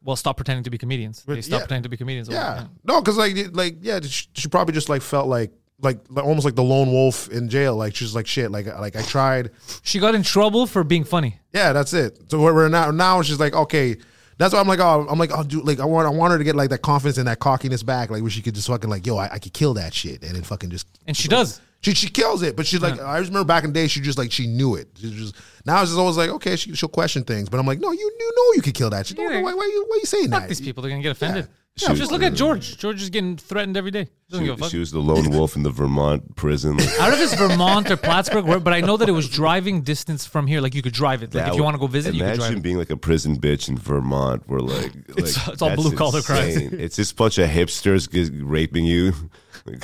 [SPEAKER 3] well, stop pretending to be comedians. They stopped
[SPEAKER 4] yeah.
[SPEAKER 3] pretending to be comedians.
[SPEAKER 4] yeah no because like it- like yeah she, she probably just like felt like. Like, like almost like the lone wolf in jail. Like she's like shit. Like like I tried.
[SPEAKER 3] she got in trouble for being funny.
[SPEAKER 4] Yeah, that's it. So we're, we're now now she's like okay. That's why I'm like oh I'm like oh dude like I want I want her to get like that confidence and that cockiness back. Like where she could just fucking like yo I, I could kill that shit and then fucking just
[SPEAKER 3] And she does.
[SPEAKER 4] She she kills it, but she's like I remember back in the day she just like she knew it. She just now it's just always like okay she she'll question things, but I'm like no you you know you could kill that. She don't
[SPEAKER 3] Yeah.
[SPEAKER 4] know why why you why you saying
[SPEAKER 3] Fuck
[SPEAKER 4] that?
[SPEAKER 3] these people. They're gonna get offended.
[SPEAKER 2] Yeah.
[SPEAKER 3] Yeah,
[SPEAKER 2] She-
[SPEAKER 3] just look
[SPEAKER 4] uh,
[SPEAKER 3] at George. George is getting threatened every day. Doesn't give a
[SPEAKER 2] She,
[SPEAKER 3] fuck.
[SPEAKER 2] she was the
[SPEAKER 3] (laughs)
[SPEAKER 2] lone wolf in the Vermont prison. Like,
[SPEAKER 3] I don't know if it's Vermont or Plattsburgh, where- but I know that it was driving distance from here. Like you could drive it. (laughs) Like if
[SPEAKER 2] that-
[SPEAKER 3] you want to go visit, you
[SPEAKER 2] imagine
[SPEAKER 3] could drive. it.
[SPEAKER 2] being like a prison bitch in Vermont, where like, like
[SPEAKER 3] (laughs) It's- it's all
[SPEAKER 2] that's
[SPEAKER 3] blue collar crimes.
[SPEAKER 2] insane. It's just a bunch of hipsters g- raping you. (laughs) Like,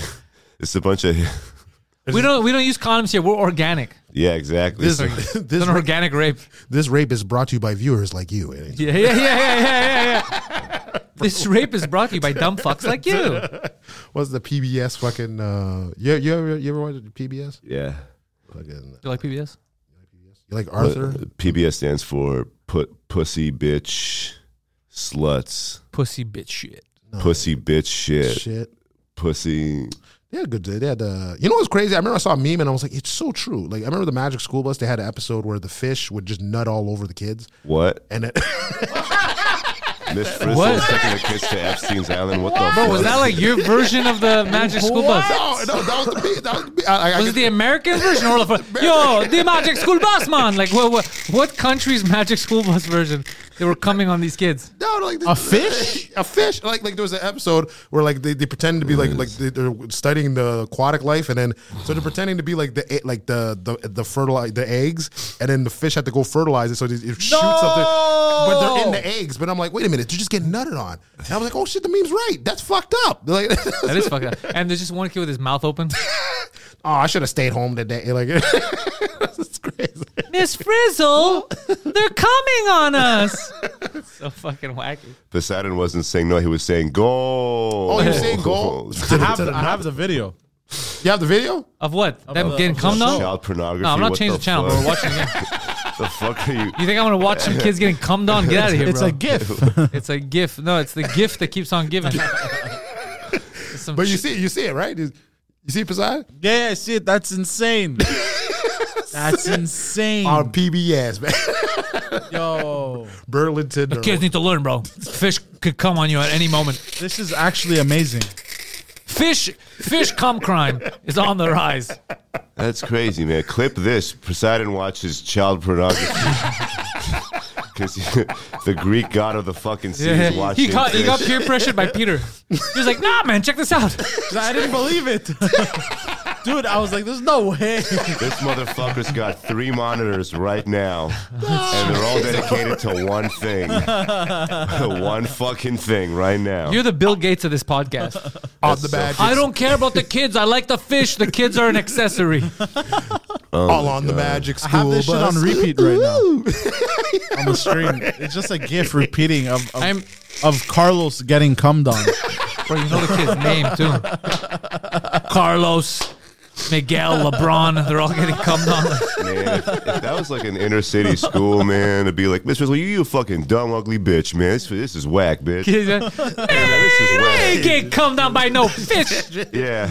[SPEAKER 2] it's a bunch of
[SPEAKER 3] We don't we don't use condoms here. We're organic.
[SPEAKER 2] yeah, exactly.
[SPEAKER 4] (laughs) This
[SPEAKER 2] So- (laughs)
[SPEAKER 4] this
[SPEAKER 3] It's an organic rape.
[SPEAKER 4] this rape is brought to you by viewers like you. eh? And it's-
[SPEAKER 3] Yeah, yeah, yeah, yeah, yeah, yeah. yeah. this rape is brought to you by dumb fucks like you.
[SPEAKER 4] What's the PBS fucking? Uh, you you ever you ever watched PBS?
[SPEAKER 2] yeah,
[SPEAKER 4] Fucking
[SPEAKER 3] You like PBS?
[SPEAKER 4] like
[SPEAKER 2] But
[SPEAKER 4] Arthur.
[SPEAKER 2] PBS stands for put pussy bitch sluts,
[SPEAKER 3] Pussy bitch shit.
[SPEAKER 2] pussy bitch shit,
[SPEAKER 4] Shit.
[SPEAKER 2] pussy.
[SPEAKER 4] They had good. They had uh, you know what's crazy? I remember I saw a meme and I was like, it's so true. Like I remember the Magic School Bus. They
[SPEAKER 3] (laughs)
[SPEAKER 4] had an episode where the fish would just nut all over the kids,
[SPEAKER 2] What?
[SPEAKER 4] and it,
[SPEAKER 2] Miss Frizzle
[SPEAKER 3] What?
[SPEAKER 2] taking a kiss to Epstein's Island. What the
[SPEAKER 3] Bro,
[SPEAKER 2] fuck?
[SPEAKER 3] was that like your version of the Magic School Bus?
[SPEAKER 4] (laughs) No, no, that was the beat. That was the beat. I, I, I
[SPEAKER 3] Was it
[SPEAKER 4] could-
[SPEAKER 3] the American version or the yo the Magic School Bus man? Like what what what country's Magic School Bus version? They were coming on these kids.
[SPEAKER 4] No, like
[SPEAKER 5] A fish?
[SPEAKER 4] (laughs) a fish. Like like there was an episode where like they, they pretended to be like like they, they're studying the aquatic life, and then so they're pretending to be like the e- like the the the fertilize the eggs, and then the fish had to go fertilize it, so it, it shoots up there. But they're in the eggs. But I'm like, wait a minute, they're just getting nutted on. And I was like, oh shit, the meme's right. That's fucked up. (laughs) They're Like,
[SPEAKER 3] That is fucked up. And there's just one kid with his mouth open.
[SPEAKER 4] oh, I should have stayed home today. (laughs) Like, it's crazy.
[SPEAKER 3] Miss Frizzle, they're coming on us. so fucking wacky.
[SPEAKER 2] Poseidon wasn't saying no, he was saying goal.
[SPEAKER 4] Oh, he was
[SPEAKER 2] (laughs)
[SPEAKER 4] saying goal.
[SPEAKER 5] I have, the, I have the video.
[SPEAKER 4] You have the video?
[SPEAKER 3] Of what? Them getting come on?
[SPEAKER 2] Child pornography.
[SPEAKER 3] No, I'm not
[SPEAKER 2] what
[SPEAKER 3] changing the channel. Bro.
[SPEAKER 2] fuck?
[SPEAKER 3] We're watching again.
[SPEAKER 2] (laughs) the fuck are you?
[SPEAKER 3] You think I want to watch some kids getting cummed on? Get out of here,
[SPEAKER 5] It's
[SPEAKER 3] bro.
[SPEAKER 5] a
[SPEAKER 3] (laughs)
[SPEAKER 5] GIF.
[SPEAKER 3] it's a gift. No, it's the gift that keeps on giving. Some
[SPEAKER 4] But you
[SPEAKER 3] sh-
[SPEAKER 4] see, you see it, right? You you see Poseidon
[SPEAKER 5] Yeah, yeah, shit, that's (laughs) insane. that's insane,
[SPEAKER 4] on PBS, man. (laughs)
[SPEAKER 5] yo.
[SPEAKER 4] Burlington. or-
[SPEAKER 3] kids need to learn, bro. Fish could come on you at any moment.
[SPEAKER 5] This is actually amazing.
[SPEAKER 3] Fish, fish cum crime is on the rise.
[SPEAKER 2] That's crazy, man. Clip this. Poseidon watches child pornography. Because the Greek god of the fucking sea is watching.
[SPEAKER 3] He got, he got
[SPEAKER 2] this.
[SPEAKER 3] peer pressured by Peter. He was like, nah, man, check this out.
[SPEAKER 5] I didn't believe it, (laughs) dude. I was like, "There's no way."
[SPEAKER 2] This motherfucker's got three monitors right now, and they're all dedicated to one thing. one fucking thing right now.
[SPEAKER 3] You're the Bill Gates of this podcast.
[SPEAKER 4] on the badges.
[SPEAKER 3] I don't care about the kids. I like the fish. The kids are an accessory.
[SPEAKER 4] all on the magic
[SPEAKER 5] I
[SPEAKER 4] school
[SPEAKER 5] have this shit
[SPEAKER 4] bus. (laughs)
[SPEAKER 5] on repeat right now on the (laughs) stream. It's just a GIF repeating of of,
[SPEAKER 3] I'm-
[SPEAKER 5] of Carlos getting cummed on.
[SPEAKER 3] Bro, you know the kid's name too. Carlos, Miguel, LeBron. They're all getting cummed on. (laughs)
[SPEAKER 2] man. If, if that was like an inner city school, man, it'd be like, Miss Rizzle, you, you a fucking dumb, ugly bitch, man. This, this is whack, bitch. Yeah, this is
[SPEAKER 3] I ain't
[SPEAKER 2] whack.
[SPEAKER 3] getting cummed on by no fish.
[SPEAKER 2] Yeah.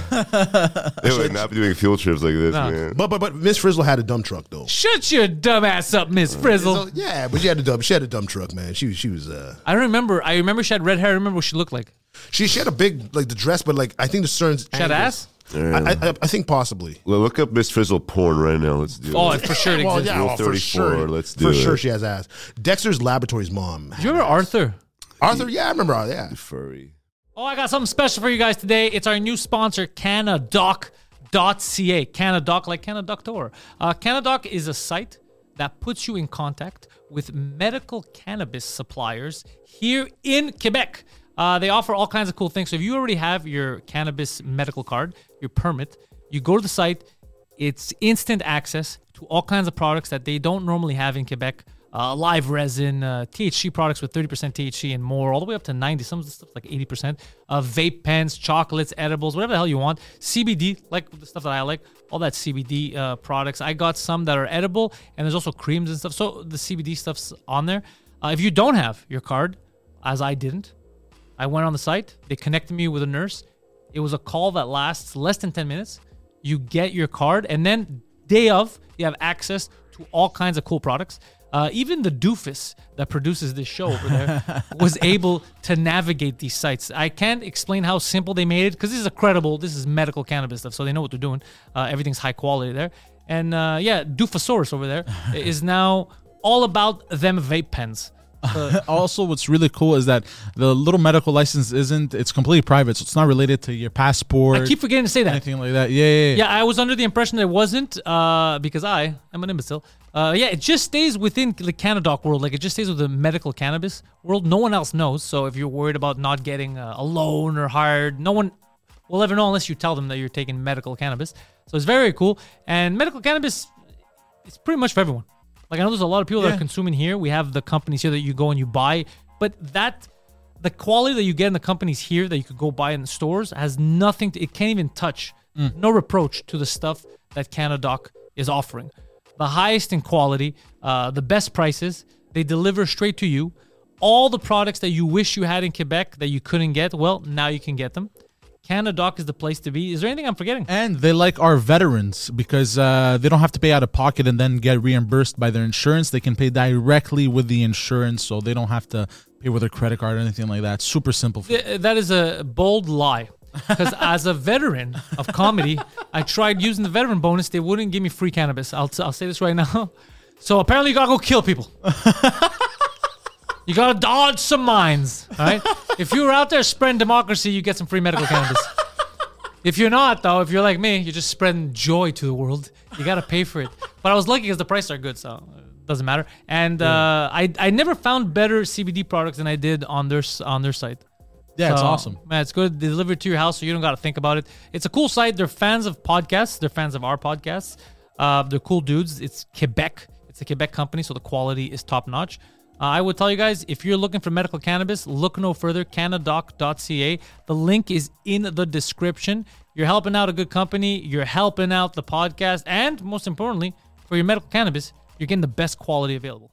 [SPEAKER 2] They would not be doing field trips like this, man.
[SPEAKER 4] But but but Miss Frizzle had a dump truck though.
[SPEAKER 3] Shut your dumb ass up, Miss
[SPEAKER 4] So,
[SPEAKER 3] Frizzle.
[SPEAKER 4] yeah, but she had a dump. She had a dump truck, man. She was she was uh
[SPEAKER 3] I remember. I remember she had red hair. I remember what she looked like.
[SPEAKER 4] she she had a big like the dress, but like I think the certain
[SPEAKER 3] She had ass.
[SPEAKER 4] I, I, I think possibly.
[SPEAKER 2] Well, look up Miss Frizzle porn right now. Let's do
[SPEAKER 3] Oh,
[SPEAKER 2] it.
[SPEAKER 3] for sure. It
[SPEAKER 4] Well,
[SPEAKER 3] exists.
[SPEAKER 4] yeah,
[SPEAKER 2] Rule
[SPEAKER 4] well, for
[SPEAKER 2] 34,
[SPEAKER 4] sure.
[SPEAKER 2] let's
[SPEAKER 4] for
[SPEAKER 2] do
[SPEAKER 4] sure,
[SPEAKER 2] it.
[SPEAKER 4] she has ass. Dexter's laboratory's mom.
[SPEAKER 3] Do you remember Arthur?
[SPEAKER 4] Arthur, yeah, I remember. Arthur, Yeah,
[SPEAKER 2] (laughs) Furry.
[SPEAKER 3] Oh, I got something special for you guys today. It's our new sponsor, Canadoc.ca. Canadoc, like Canaductor. Uh, Canadoc is a site that puts you in contact with medical cannabis suppliers here in Quebec. Uh, they offer all kinds of cool things. So if you already have your cannabis medical card, your permit, you go to the site, it's instant access to all kinds of products that they don't normally have in Quebec. Uh, live resin, uh, THC products with 30% THC and more, all the way up to 90. Some of the stuff's like 80%. Uh, vape pens, chocolates, edibles, whatever the hell you want. CBD, like the stuff that I like, all that CBD uh, products. I got some that are edible, and there's also creams and stuff. So the CBD stuff's on there. Uh, if you don't have your card, as I didn't, I went on the site. They connected me with a nurse. It was a call that lasts less than 10 minutes. You get your card, and then day of, you have access to all kinds of cool products. Uh, even the doofus that produces this show over there was able to navigate these sites. I can't explain how simple they made it because this is a credible, this is medical cannabis stuff, so they know what they're doing. Uh, everything's high quality there. And uh, yeah, Doofasaurus over there is now all about them vape pens.
[SPEAKER 5] (laughs) also, what's really cool is that the little medical license isn't. It's completely private, so it's not related to your passport,
[SPEAKER 3] I keep forgetting to say that.
[SPEAKER 5] anything like that. Yeah, yeah, yeah.
[SPEAKER 3] Yeah, I was under the impression that it wasn't uh, because I am an imbecile. Uh, yeah, it just stays within the Canadoc world. Like it just stays with the medical cannabis world. No one else knows. So if you're worried about not getting uh, a loan or hired, no one will ever know unless you tell them that you're taking medical cannabis. So it's very cool. And medical cannabis, it's pretty much for everyone. Like I know there's a lot of people that are
[SPEAKER 5] Yeah.
[SPEAKER 3] consuming here. We have the companies here that you go and you buy, but that the quality that you get in the companies here that you could go buy in the stores has nothing to it can't even touch no reproach to the stuff that Canadoc is offering. The highest in quality, uh, the best prices, they deliver straight to you. All the products that you wish you had in Quebec that you couldn't get, well, now you can get them. Canadoc is the place to be. Is there anything I'm forgetting?
[SPEAKER 5] And they like our veterans because uh, they don't have to pay out of pocket and then get reimbursed by their insurance. They can pay directly with the insurance, so they don't have to pay with their credit card or anything like that. Super simple. For
[SPEAKER 3] Th- Uh, that is a bold lie. Because (laughs) as a veteran of comedy, I tried using the veteran bonus. They wouldn't give me free cannabis. I'll, t- I'll say this right (laughs) now. So apparently, you gotta go kill people. you gotta dodge some mines. All
[SPEAKER 5] (laughs)
[SPEAKER 3] right. If you were out there spreading democracy, you get some free medical cannabis. If you're not, though, if you're like me, you're just spreading joy to the world. You gotta pay for it. But I was lucky because the prices are good, so it doesn't matter. And uh, I I never found better CBD products than I did on their s- on their site.
[SPEAKER 5] yeah, it's
[SPEAKER 3] So,
[SPEAKER 5] awesome.
[SPEAKER 3] Man, it's good. They deliver it to your house, so you don't got to think about it. It's a cool site. They're fans of podcasts. They're fans of our podcasts. Uh, they're cool dudes. It's Quebec. It's a Quebec company, so the quality is top notch. Uh, I would tell you guys if you're looking for medical cannabis, look no further. Canadoc.ca. The link is in the description. You're helping out a good company. You're helping out the podcast, and most importantly, for your medical cannabis, you're getting the best quality available.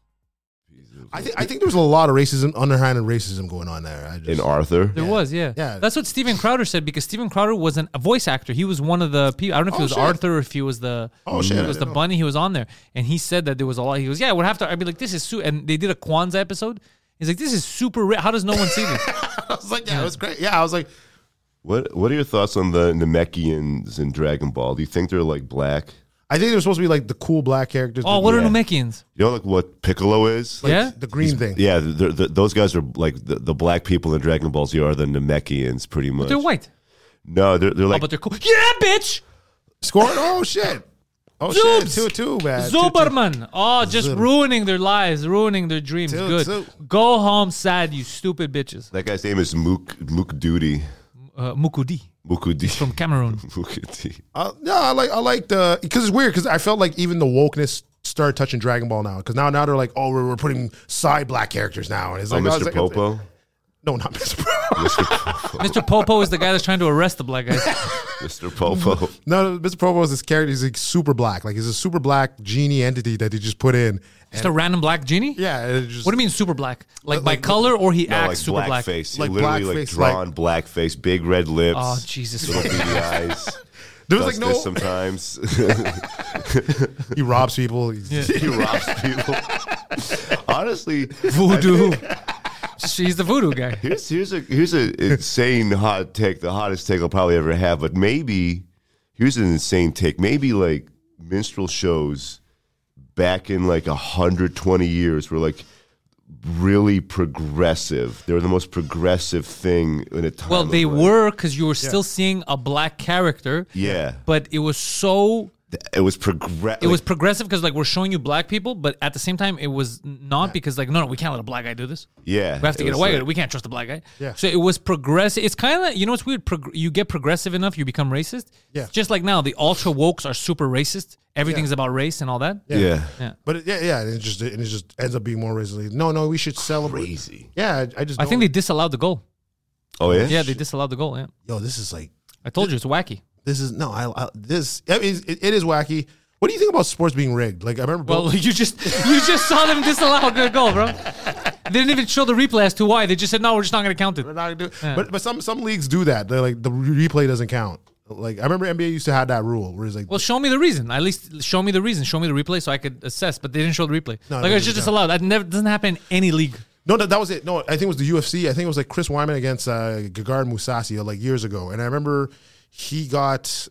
[SPEAKER 4] I think I think there's a lot of racism, underhanded racism going on there. I just,
[SPEAKER 2] in Arthur.
[SPEAKER 3] There was, yeah.
[SPEAKER 4] Yeah.
[SPEAKER 3] That's what Steven Crowder said because Steven Crowder was an, a voice actor. He was one of the people. I don't know if
[SPEAKER 4] Oh,
[SPEAKER 3] it was
[SPEAKER 4] shit.
[SPEAKER 3] Arthur or if he was the
[SPEAKER 4] Oh, shit,
[SPEAKER 3] It
[SPEAKER 4] I
[SPEAKER 3] was the
[SPEAKER 4] didn't know.
[SPEAKER 3] bunny. He was on there, and he said that there was a lot. He goes, "Yeah, we'd have to." I'd be like, "This is su," and they did a Kwanzaa episode. He's like, "This is super rare. How does no one
[SPEAKER 4] (laughs)
[SPEAKER 3] see this?"
[SPEAKER 4] I was like, yeah, it was great. Yeah, I was like,
[SPEAKER 2] What What are your thoughts on the Namekians in Dragon Ball? Do you think they're like black?
[SPEAKER 4] I think they were supposed to be like the cool black characters.
[SPEAKER 3] oh,
[SPEAKER 4] the,
[SPEAKER 3] what
[SPEAKER 2] Yeah.
[SPEAKER 3] are Namekians?
[SPEAKER 2] You know, like what Piccolo is. Like,
[SPEAKER 3] yeah,
[SPEAKER 4] the green thing.
[SPEAKER 2] yeah, they're, they're- those guys are like the, the black people in Dragon Ball Z are the Namekians, pretty much.
[SPEAKER 3] they're white.
[SPEAKER 2] No, they're, they're
[SPEAKER 3] Oh,
[SPEAKER 2] like
[SPEAKER 3] but they're cool. Yeah, bitch.
[SPEAKER 4] Score. Oh shit. Oh shit.
[SPEAKER 3] Zoobs.
[SPEAKER 4] Too too bad. Too, too.
[SPEAKER 3] Zuberman. Oh, just
[SPEAKER 4] Zoom.
[SPEAKER 3] ruining their lives, ruining their dreams.
[SPEAKER 4] Zoom,
[SPEAKER 3] Good.
[SPEAKER 4] zoom.
[SPEAKER 3] Go home sad, you stupid bitches.
[SPEAKER 2] that guy's name is Mook Mook Duty
[SPEAKER 3] Uh, Mukudi
[SPEAKER 2] Mukudi (laughs)
[SPEAKER 3] from
[SPEAKER 4] (laughs)
[SPEAKER 3] Cameroon.
[SPEAKER 2] Mukudi.
[SPEAKER 4] Uh, no, I like I like the because it's weird because I felt like even the wokeness started touching Dragon Ball now because now now they're like oh we're, we're putting side black characters now and it's
[SPEAKER 2] Oh,
[SPEAKER 4] like, I was
[SPEAKER 2] Mr.
[SPEAKER 4] like
[SPEAKER 2] Popo.
[SPEAKER 4] no not Mr. Popo (laughs)
[SPEAKER 3] Mr. Popo is the guy that's trying to arrest the black guys.
[SPEAKER 2] Mr. Popo.
[SPEAKER 4] no no, Mr. Popo is this character he's like super black like he's a super black genie entity that they just put in
[SPEAKER 3] Just a random black genie?
[SPEAKER 4] yeah and it just,
[SPEAKER 3] What do you mean super black? Like,
[SPEAKER 4] Like-
[SPEAKER 3] by color or he
[SPEAKER 2] No,
[SPEAKER 3] acts
[SPEAKER 2] like
[SPEAKER 3] super
[SPEAKER 2] black,
[SPEAKER 3] (laughs) black?
[SPEAKER 2] face.
[SPEAKER 4] Like
[SPEAKER 2] literally like
[SPEAKER 4] blackface,
[SPEAKER 2] drawn blackface, big red lips.
[SPEAKER 3] Oh Jesus! (laughs)
[SPEAKER 2] Little beady eyes.
[SPEAKER 4] there was
[SPEAKER 2] Does
[SPEAKER 4] like no
[SPEAKER 2] this sometimes.
[SPEAKER 4] (laughs) he robs people he's,
[SPEAKER 2] he robs people. Honestly,
[SPEAKER 3] voodoo. (laughs) She's the voodoo
[SPEAKER 2] (laughs)
[SPEAKER 3] guy.
[SPEAKER 2] here's here's a here's an insane hot take, the hottest take I'll probably ever have. But maybe here's an insane take. Maybe like minstrel shows back in like 120 years were like really progressive. They were the most progressive thing in a time.
[SPEAKER 3] Well,
[SPEAKER 2] of,
[SPEAKER 3] they
[SPEAKER 2] like-
[SPEAKER 3] were because you were still seeing a black character.
[SPEAKER 2] Yeah,
[SPEAKER 3] But it was so
[SPEAKER 2] it was progressive.
[SPEAKER 3] it was progressive because like we're showing you black people, but at the same time it was not because like no no we can't let a black guy do this.
[SPEAKER 2] yeah.
[SPEAKER 3] We have to
[SPEAKER 2] it
[SPEAKER 3] get
[SPEAKER 2] was
[SPEAKER 3] away
[SPEAKER 2] like-
[SPEAKER 3] with it. We can't trust the black guy.
[SPEAKER 4] Yeah.
[SPEAKER 3] So it was progressive. It's kind of you know it's weird. Prog- you get progressive enough, you become racist.
[SPEAKER 4] Yeah.
[SPEAKER 3] It's just like now the ultra wokes are super racist. Everything's about race and all that.
[SPEAKER 2] yeah.
[SPEAKER 4] but it, yeah yeah and it just and it just ends up being more resilient no no we should celebrate
[SPEAKER 2] Crazy.
[SPEAKER 4] yeah I, I just
[SPEAKER 3] I
[SPEAKER 4] don't-
[SPEAKER 3] think they disallowed the goal.
[SPEAKER 2] Oh yeah.
[SPEAKER 3] Yeah, they disallowed the goal. Yeah,
[SPEAKER 4] yo this is like
[SPEAKER 3] I told you it's wacky.
[SPEAKER 4] this is no I, I this I mean, it, it is wacky what do you think about sports being rigged like I remember Bill-
[SPEAKER 3] Well, (laughs) you just you just saw them disallow the goal, bro. They didn't even show the replay as to why. They just said no, we're just not going to count it.
[SPEAKER 4] We're not gonna do- But but some some leagues do that. They're like the re- replay doesn't count. Like I remember NBA used to have that rule where it's like
[SPEAKER 3] Well, show me the reason. At least show me the reason. Show me the replay so I could assess. But they didn't show the replay.
[SPEAKER 4] No,
[SPEAKER 3] like
[SPEAKER 4] no,
[SPEAKER 3] it's just
[SPEAKER 4] they
[SPEAKER 3] disallowed. That never doesn't happen in any league.
[SPEAKER 4] no that, that was it. No, I think it was the UFC. I think it was like Chris Wyman against uh, Gegard Mousasi like years ago. And I remember he got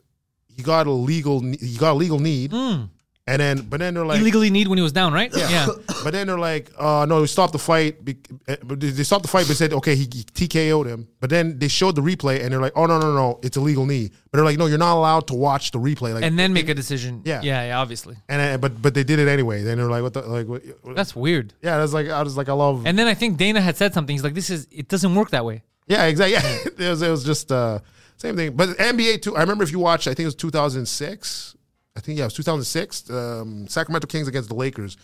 [SPEAKER 4] he got a legal ne- he got a legal need.
[SPEAKER 3] Hmm.
[SPEAKER 4] And then but then they're like
[SPEAKER 3] Illegally need when he was down, right?
[SPEAKER 4] (laughs)
[SPEAKER 3] yeah.
[SPEAKER 4] But then they're like, uh, no, stop the fight. Be- eh, But they they stopped the fight, but said, okay, he, he TKO'd him. But then they showed the replay, and they're like, oh no, no, no, it's illegal knee. But they're like, no, you're not allowed to watch the replay. Like,
[SPEAKER 3] and then make a decision.
[SPEAKER 4] Yeah.
[SPEAKER 3] yeah, yeah, obviously.
[SPEAKER 4] and I, but but they did it anyway. Then they're like, what the like? What,
[SPEAKER 3] That's weird.
[SPEAKER 4] yeah, that's like I was like, I love.
[SPEAKER 3] And then I think Dana had said something. He's like, "This is it doesn't work that way."
[SPEAKER 4] yeah, exactly. (laughs) Yeah, it was it was just uh, same thing. But NBA too. I remember if you watch, I think it was 2006. I think yeah, it was 2006. Um, Sacramento Kings against the Lakers.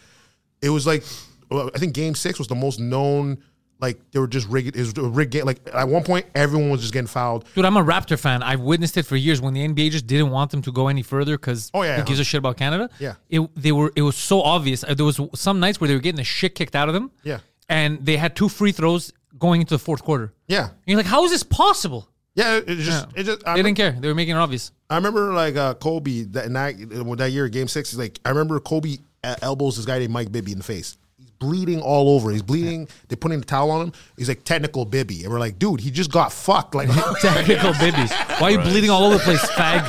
[SPEAKER 4] It was like well, I think Game Six was the most known. Like they were just rigged. It was a rigged game. Like at one point, everyone was just getting fouled.
[SPEAKER 3] Dude, I'm a Raptor fan. I've witnessed it for years when the NBA just didn't want them to go any further because
[SPEAKER 4] Oh, yeah,
[SPEAKER 3] who gives a shit about Canada?
[SPEAKER 4] Yeah.
[SPEAKER 3] it they were it was so obvious. Uh, There was some nights where they were getting the shit kicked out of them.
[SPEAKER 4] Yeah.
[SPEAKER 3] and they had two free throws going into the fourth quarter.
[SPEAKER 4] Yeah,
[SPEAKER 3] And you're like, how is this possible?
[SPEAKER 4] yeah. It just
[SPEAKER 3] Yeah.
[SPEAKER 4] it just. I
[SPEAKER 3] they didn't care. They were making it obvious. (laughs)
[SPEAKER 4] I remember like uh, Kobe uh, that night well, that year, Game Six. Is like I remember Kobe uh, elbows this guy named Mike Bibby in the face. He's bleeding all over. He's
[SPEAKER 3] (laughs)
[SPEAKER 4] bleeding. They're putting the towel on him. He's like technical bibby, and we're like, dude, he just got fucked.
[SPEAKER 3] (laughs)
[SPEAKER 4] Like, (laughs)
[SPEAKER 3] Technical babies. Why are you bleeding all over the place, fag?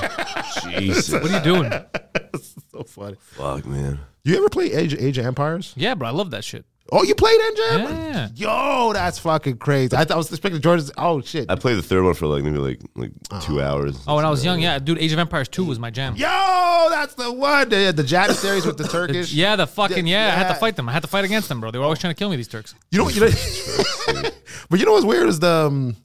[SPEAKER 2] Jesus,
[SPEAKER 3] What are you doing?
[SPEAKER 4] so funny.
[SPEAKER 2] fuck, man.
[SPEAKER 4] You ever play Age, Age of Empires?
[SPEAKER 3] Yeah, bro, I love that shit.
[SPEAKER 4] Oh, you played Age of Empires?
[SPEAKER 3] Yeah.
[SPEAKER 4] Yo, that's fucking crazy. I, thought I was expecting Jordan's. Oh shit.
[SPEAKER 3] Uh,
[SPEAKER 2] I played the third one for like maybe like like two hours.
[SPEAKER 3] Oh, when I was young, yeah, dude, Age of Empires 2 was my jam.
[SPEAKER 4] Yo, that's the one. The, the Janissaries
[SPEAKER 3] (laughs)
[SPEAKER 4] with the Turkish.
[SPEAKER 3] Yeah, the fucking, yeah, I had to
[SPEAKER 4] Yeah.
[SPEAKER 3] fight them. I had to fight against them, bro. They were always trying to kill me, these Turks.
[SPEAKER 4] You know, you know but you know (laughs) what's weird is the. Um,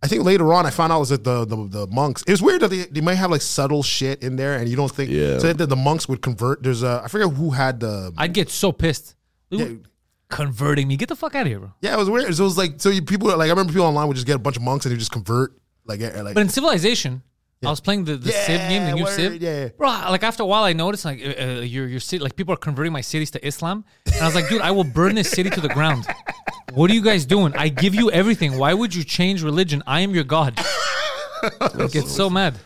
[SPEAKER 4] I think later on I found out was that the, the the monks. It was weird that they, they might have like subtle shit in there, and you don't think.
[SPEAKER 2] Yeah.
[SPEAKER 4] So that the monks would convert. There's a I forget who had the.
[SPEAKER 3] I'd get so pissed. They were Converting me. Get the fuck out of here, bro.
[SPEAKER 4] yeah, it was weird. So It was like so you, people like I remember people online would just get a bunch of monks and they just convert like eh, like.
[SPEAKER 3] But in Civilization, I was playing the, the Civ game, the
[SPEAKER 4] Yeah,
[SPEAKER 3] new
[SPEAKER 4] word,
[SPEAKER 3] Civ.
[SPEAKER 4] yeah.
[SPEAKER 3] Bro, like after a while, I noticed like uh, uh, your your city, like people are converting my cities to Islam, and I was like, dude, I will burn this city to the ground. What are you guys doing? I give you everything. Why would you change religion? I am
[SPEAKER 4] (laughs)
[SPEAKER 3] your god. I get so mad.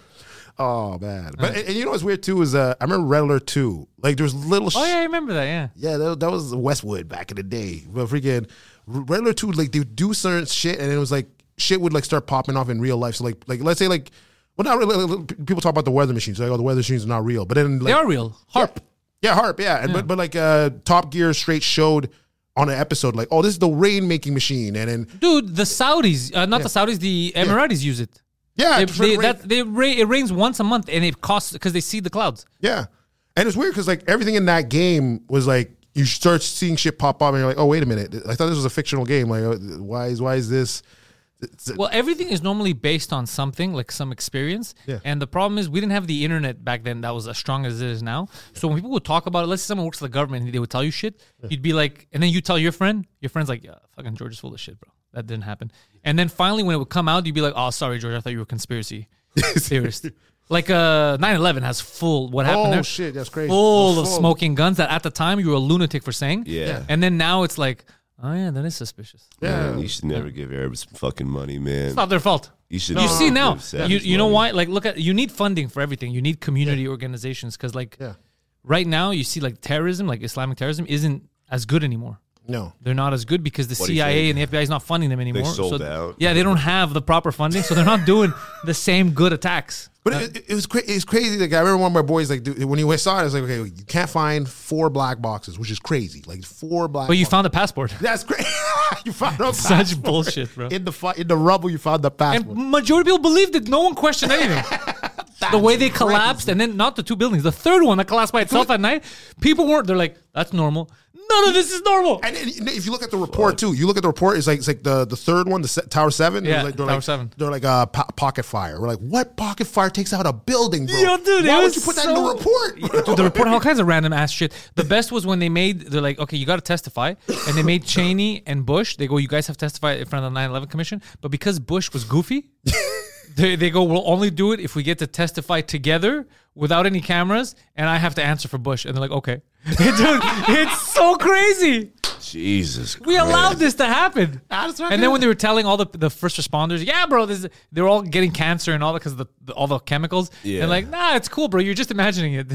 [SPEAKER 4] oh man! But and, and you know what's weird too is uh, I remember Rattler two. Like there's little.
[SPEAKER 3] Oh
[SPEAKER 4] shit-
[SPEAKER 3] yeah, I remember that. Yeah,
[SPEAKER 4] Yeah, that, that was Westwood back in the day. But freaking regular two, like they would do certain shit, and it was like shit would like start popping off in real life. So like, like let's say like, well, not really. like, People talk about the weather machines, like oh, the weather machines are not real, but then like,
[SPEAKER 3] they are real. Harp.
[SPEAKER 4] yeah, harp, yeah. And but but like uh, Top Gear straight showed on an episode like, oh, this is the rain making machine, and then
[SPEAKER 3] Dude, the Saudis, uh, not the Saudis, the Emiratis use it.
[SPEAKER 4] yeah,
[SPEAKER 3] They,
[SPEAKER 4] it's for
[SPEAKER 3] they,
[SPEAKER 4] rain.
[SPEAKER 3] that, they ra- it rains once a month and it costs because they see the clouds.
[SPEAKER 4] Yeah. And it's weird because like everything in that game was like you start seeing shit pop up and you're like, oh wait a minute, I thought this was a fictional game. Like uh, why is why is this?
[SPEAKER 3] Well, everything is normally based on something, like some experience.
[SPEAKER 4] Yeah.
[SPEAKER 3] And the problem is, we didn't have the internet back then that was as strong as it is now. So when people would talk about it, let's say someone works for the government and they would tell you shit, you'd be like, and then you tell your friend, your friend's like, yeah, fucking George is full of shit, bro. That didn't happen. And then finally, when it would come out, you'd be like, oh, sorry, George, I thought you were
[SPEAKER 4] (laughs)
[SPEAKER 3] a conspiracy theorist. Like uh, 9-11 has full what happened
[SPEAKER 4] Oh,
[SPEAKER 3] there?
[SPEAKER 4] shit, that's crazy.
[SPEAKER 3] Full of
[SPEAKER 4] Full.
[SPEAKER 3] smoking guns that at the time you were a lunatic for saying.
[SPEAKER 2] Yeah.
[SPEAKER 3] And then now it's like, oh yeah, that is suspicious.
[SPEAKER 2] Man, you should never give Arabs fucking money, man.
[SPEAKER 3] It's not their fault.
[SPEAKER 2] You should.
[SPEAKER 3] You
[SPEAKER 2] never
[SPEAKER 3] see
[SPEAKER 2] give
[SPEAKER 3] now,
[SPEAKER 2] Saudis
[SPEAKER 3] you, you know
[SPEAKER 2] money.
[SPEAKER 3] why? Like, look at you need funding for everything. You need community organizations because, like,
[SPEAKER 4] Yeah.
[SPEAKER 3] right now you see like terrorism, like Islamic terrorism, isn't as good anymore.
[SPEAKER 4] No.
[SPEAKER 3] They're not as good because the
[SPEAKER 2] do you
[SPEAKER 3] CIA
[SPEAKER 2] think?
[SPEAKER 3] and the FBI is not funding them anymore.
[SPEAKER 2] sold
[SPEAKER 3] so,
[SPEAKER 2] out.
[SPEAKER 3] Yeah, they don't have the proper funding, so they're not doing the same good attacks.
[SPEAKER 4] But it, it- it was cra- it's crazy. Like I remember one of my boys, like dude, when he saw it, I was like, okay, you can't find four black boxes, which is crazy. Like four black.
[SPEAKER 3] But you
[SPEAKER 4] boxes.
[SPEAKER 3] found a passport.
[SPEAKER 4] that's crazy. (laughs) you found a
[SPEAKER 3] (laughs) Such
[SPEAKER 4] passport.
[SPEAKER 3] bullshit, bro.
[SPEAKER 4] in the fu- in the rubble. You found the
[SPEAKER 3] and
[SPEAKER 4] passport.
[SPEAKER 3] majority of people believed it. No one
[SPEAKER 2] (laughs)
[SPEAKER 3] questioned anything. the way they collapsed, and then not the two buildings, the third one that collapsed by itself at night. People weren't. They're like, "That's normal." None of this is normal.
[SPEAKER 4] And, and, and if you look at the report too, you look at the report. It's like it's like the, the third one, the se- Tower Seven. they're
[SPEAKER 3] Yeah,
[SPEAKER 4] like,
[SPEAKER 3] Tower
[SPEAKER 4] like,
[SPEAKER 3] Seven.
[SPEAKER 4] They're like a po- pocket fire. We're like, what pocket fire takes out a building, bro?
[SPEAKER 3] Yo, dude, it
[SPEAKER 4] Why would
[SPEAKER 3] was
[SPEAKER 4] you put that in the
[SPEAKER 3] so- (laughs)
[SPEAKER 4] report?
[SPEAKER 3] Dude, the report had all kinds of random ass shit. The best was when they made, they're like, okay, you got to testify. And they made Cheney and Bush, they go, you guys have to testify in front of the 9 11 Commission. But because Bush was goofy,
[SPEAKER 4] (laughs)
[SPEAKER 3] they, they go, we'll only do it if we get to testify together without any cameras. And I have to answer for Bush. And they're like, okay. (laughs) Dude, it's so crazy.
[SPEAKER 2] Jesus.
[SPEAKER 3] We
[SPEAKER 2] Christ.
[SPEAKER 3] allowed this to happen.
[SPEAKER 4] That's right.
[SPEAKER 3] And then when they were telling all the, the first responders, yeah, bro, this is, they're all getting cancer and all that because of the, the, all the chemicals.
[SPEAKER 2] Yeah.
[SPEAKER 3] And like, nah, it's cool, bro. You're just imagining it.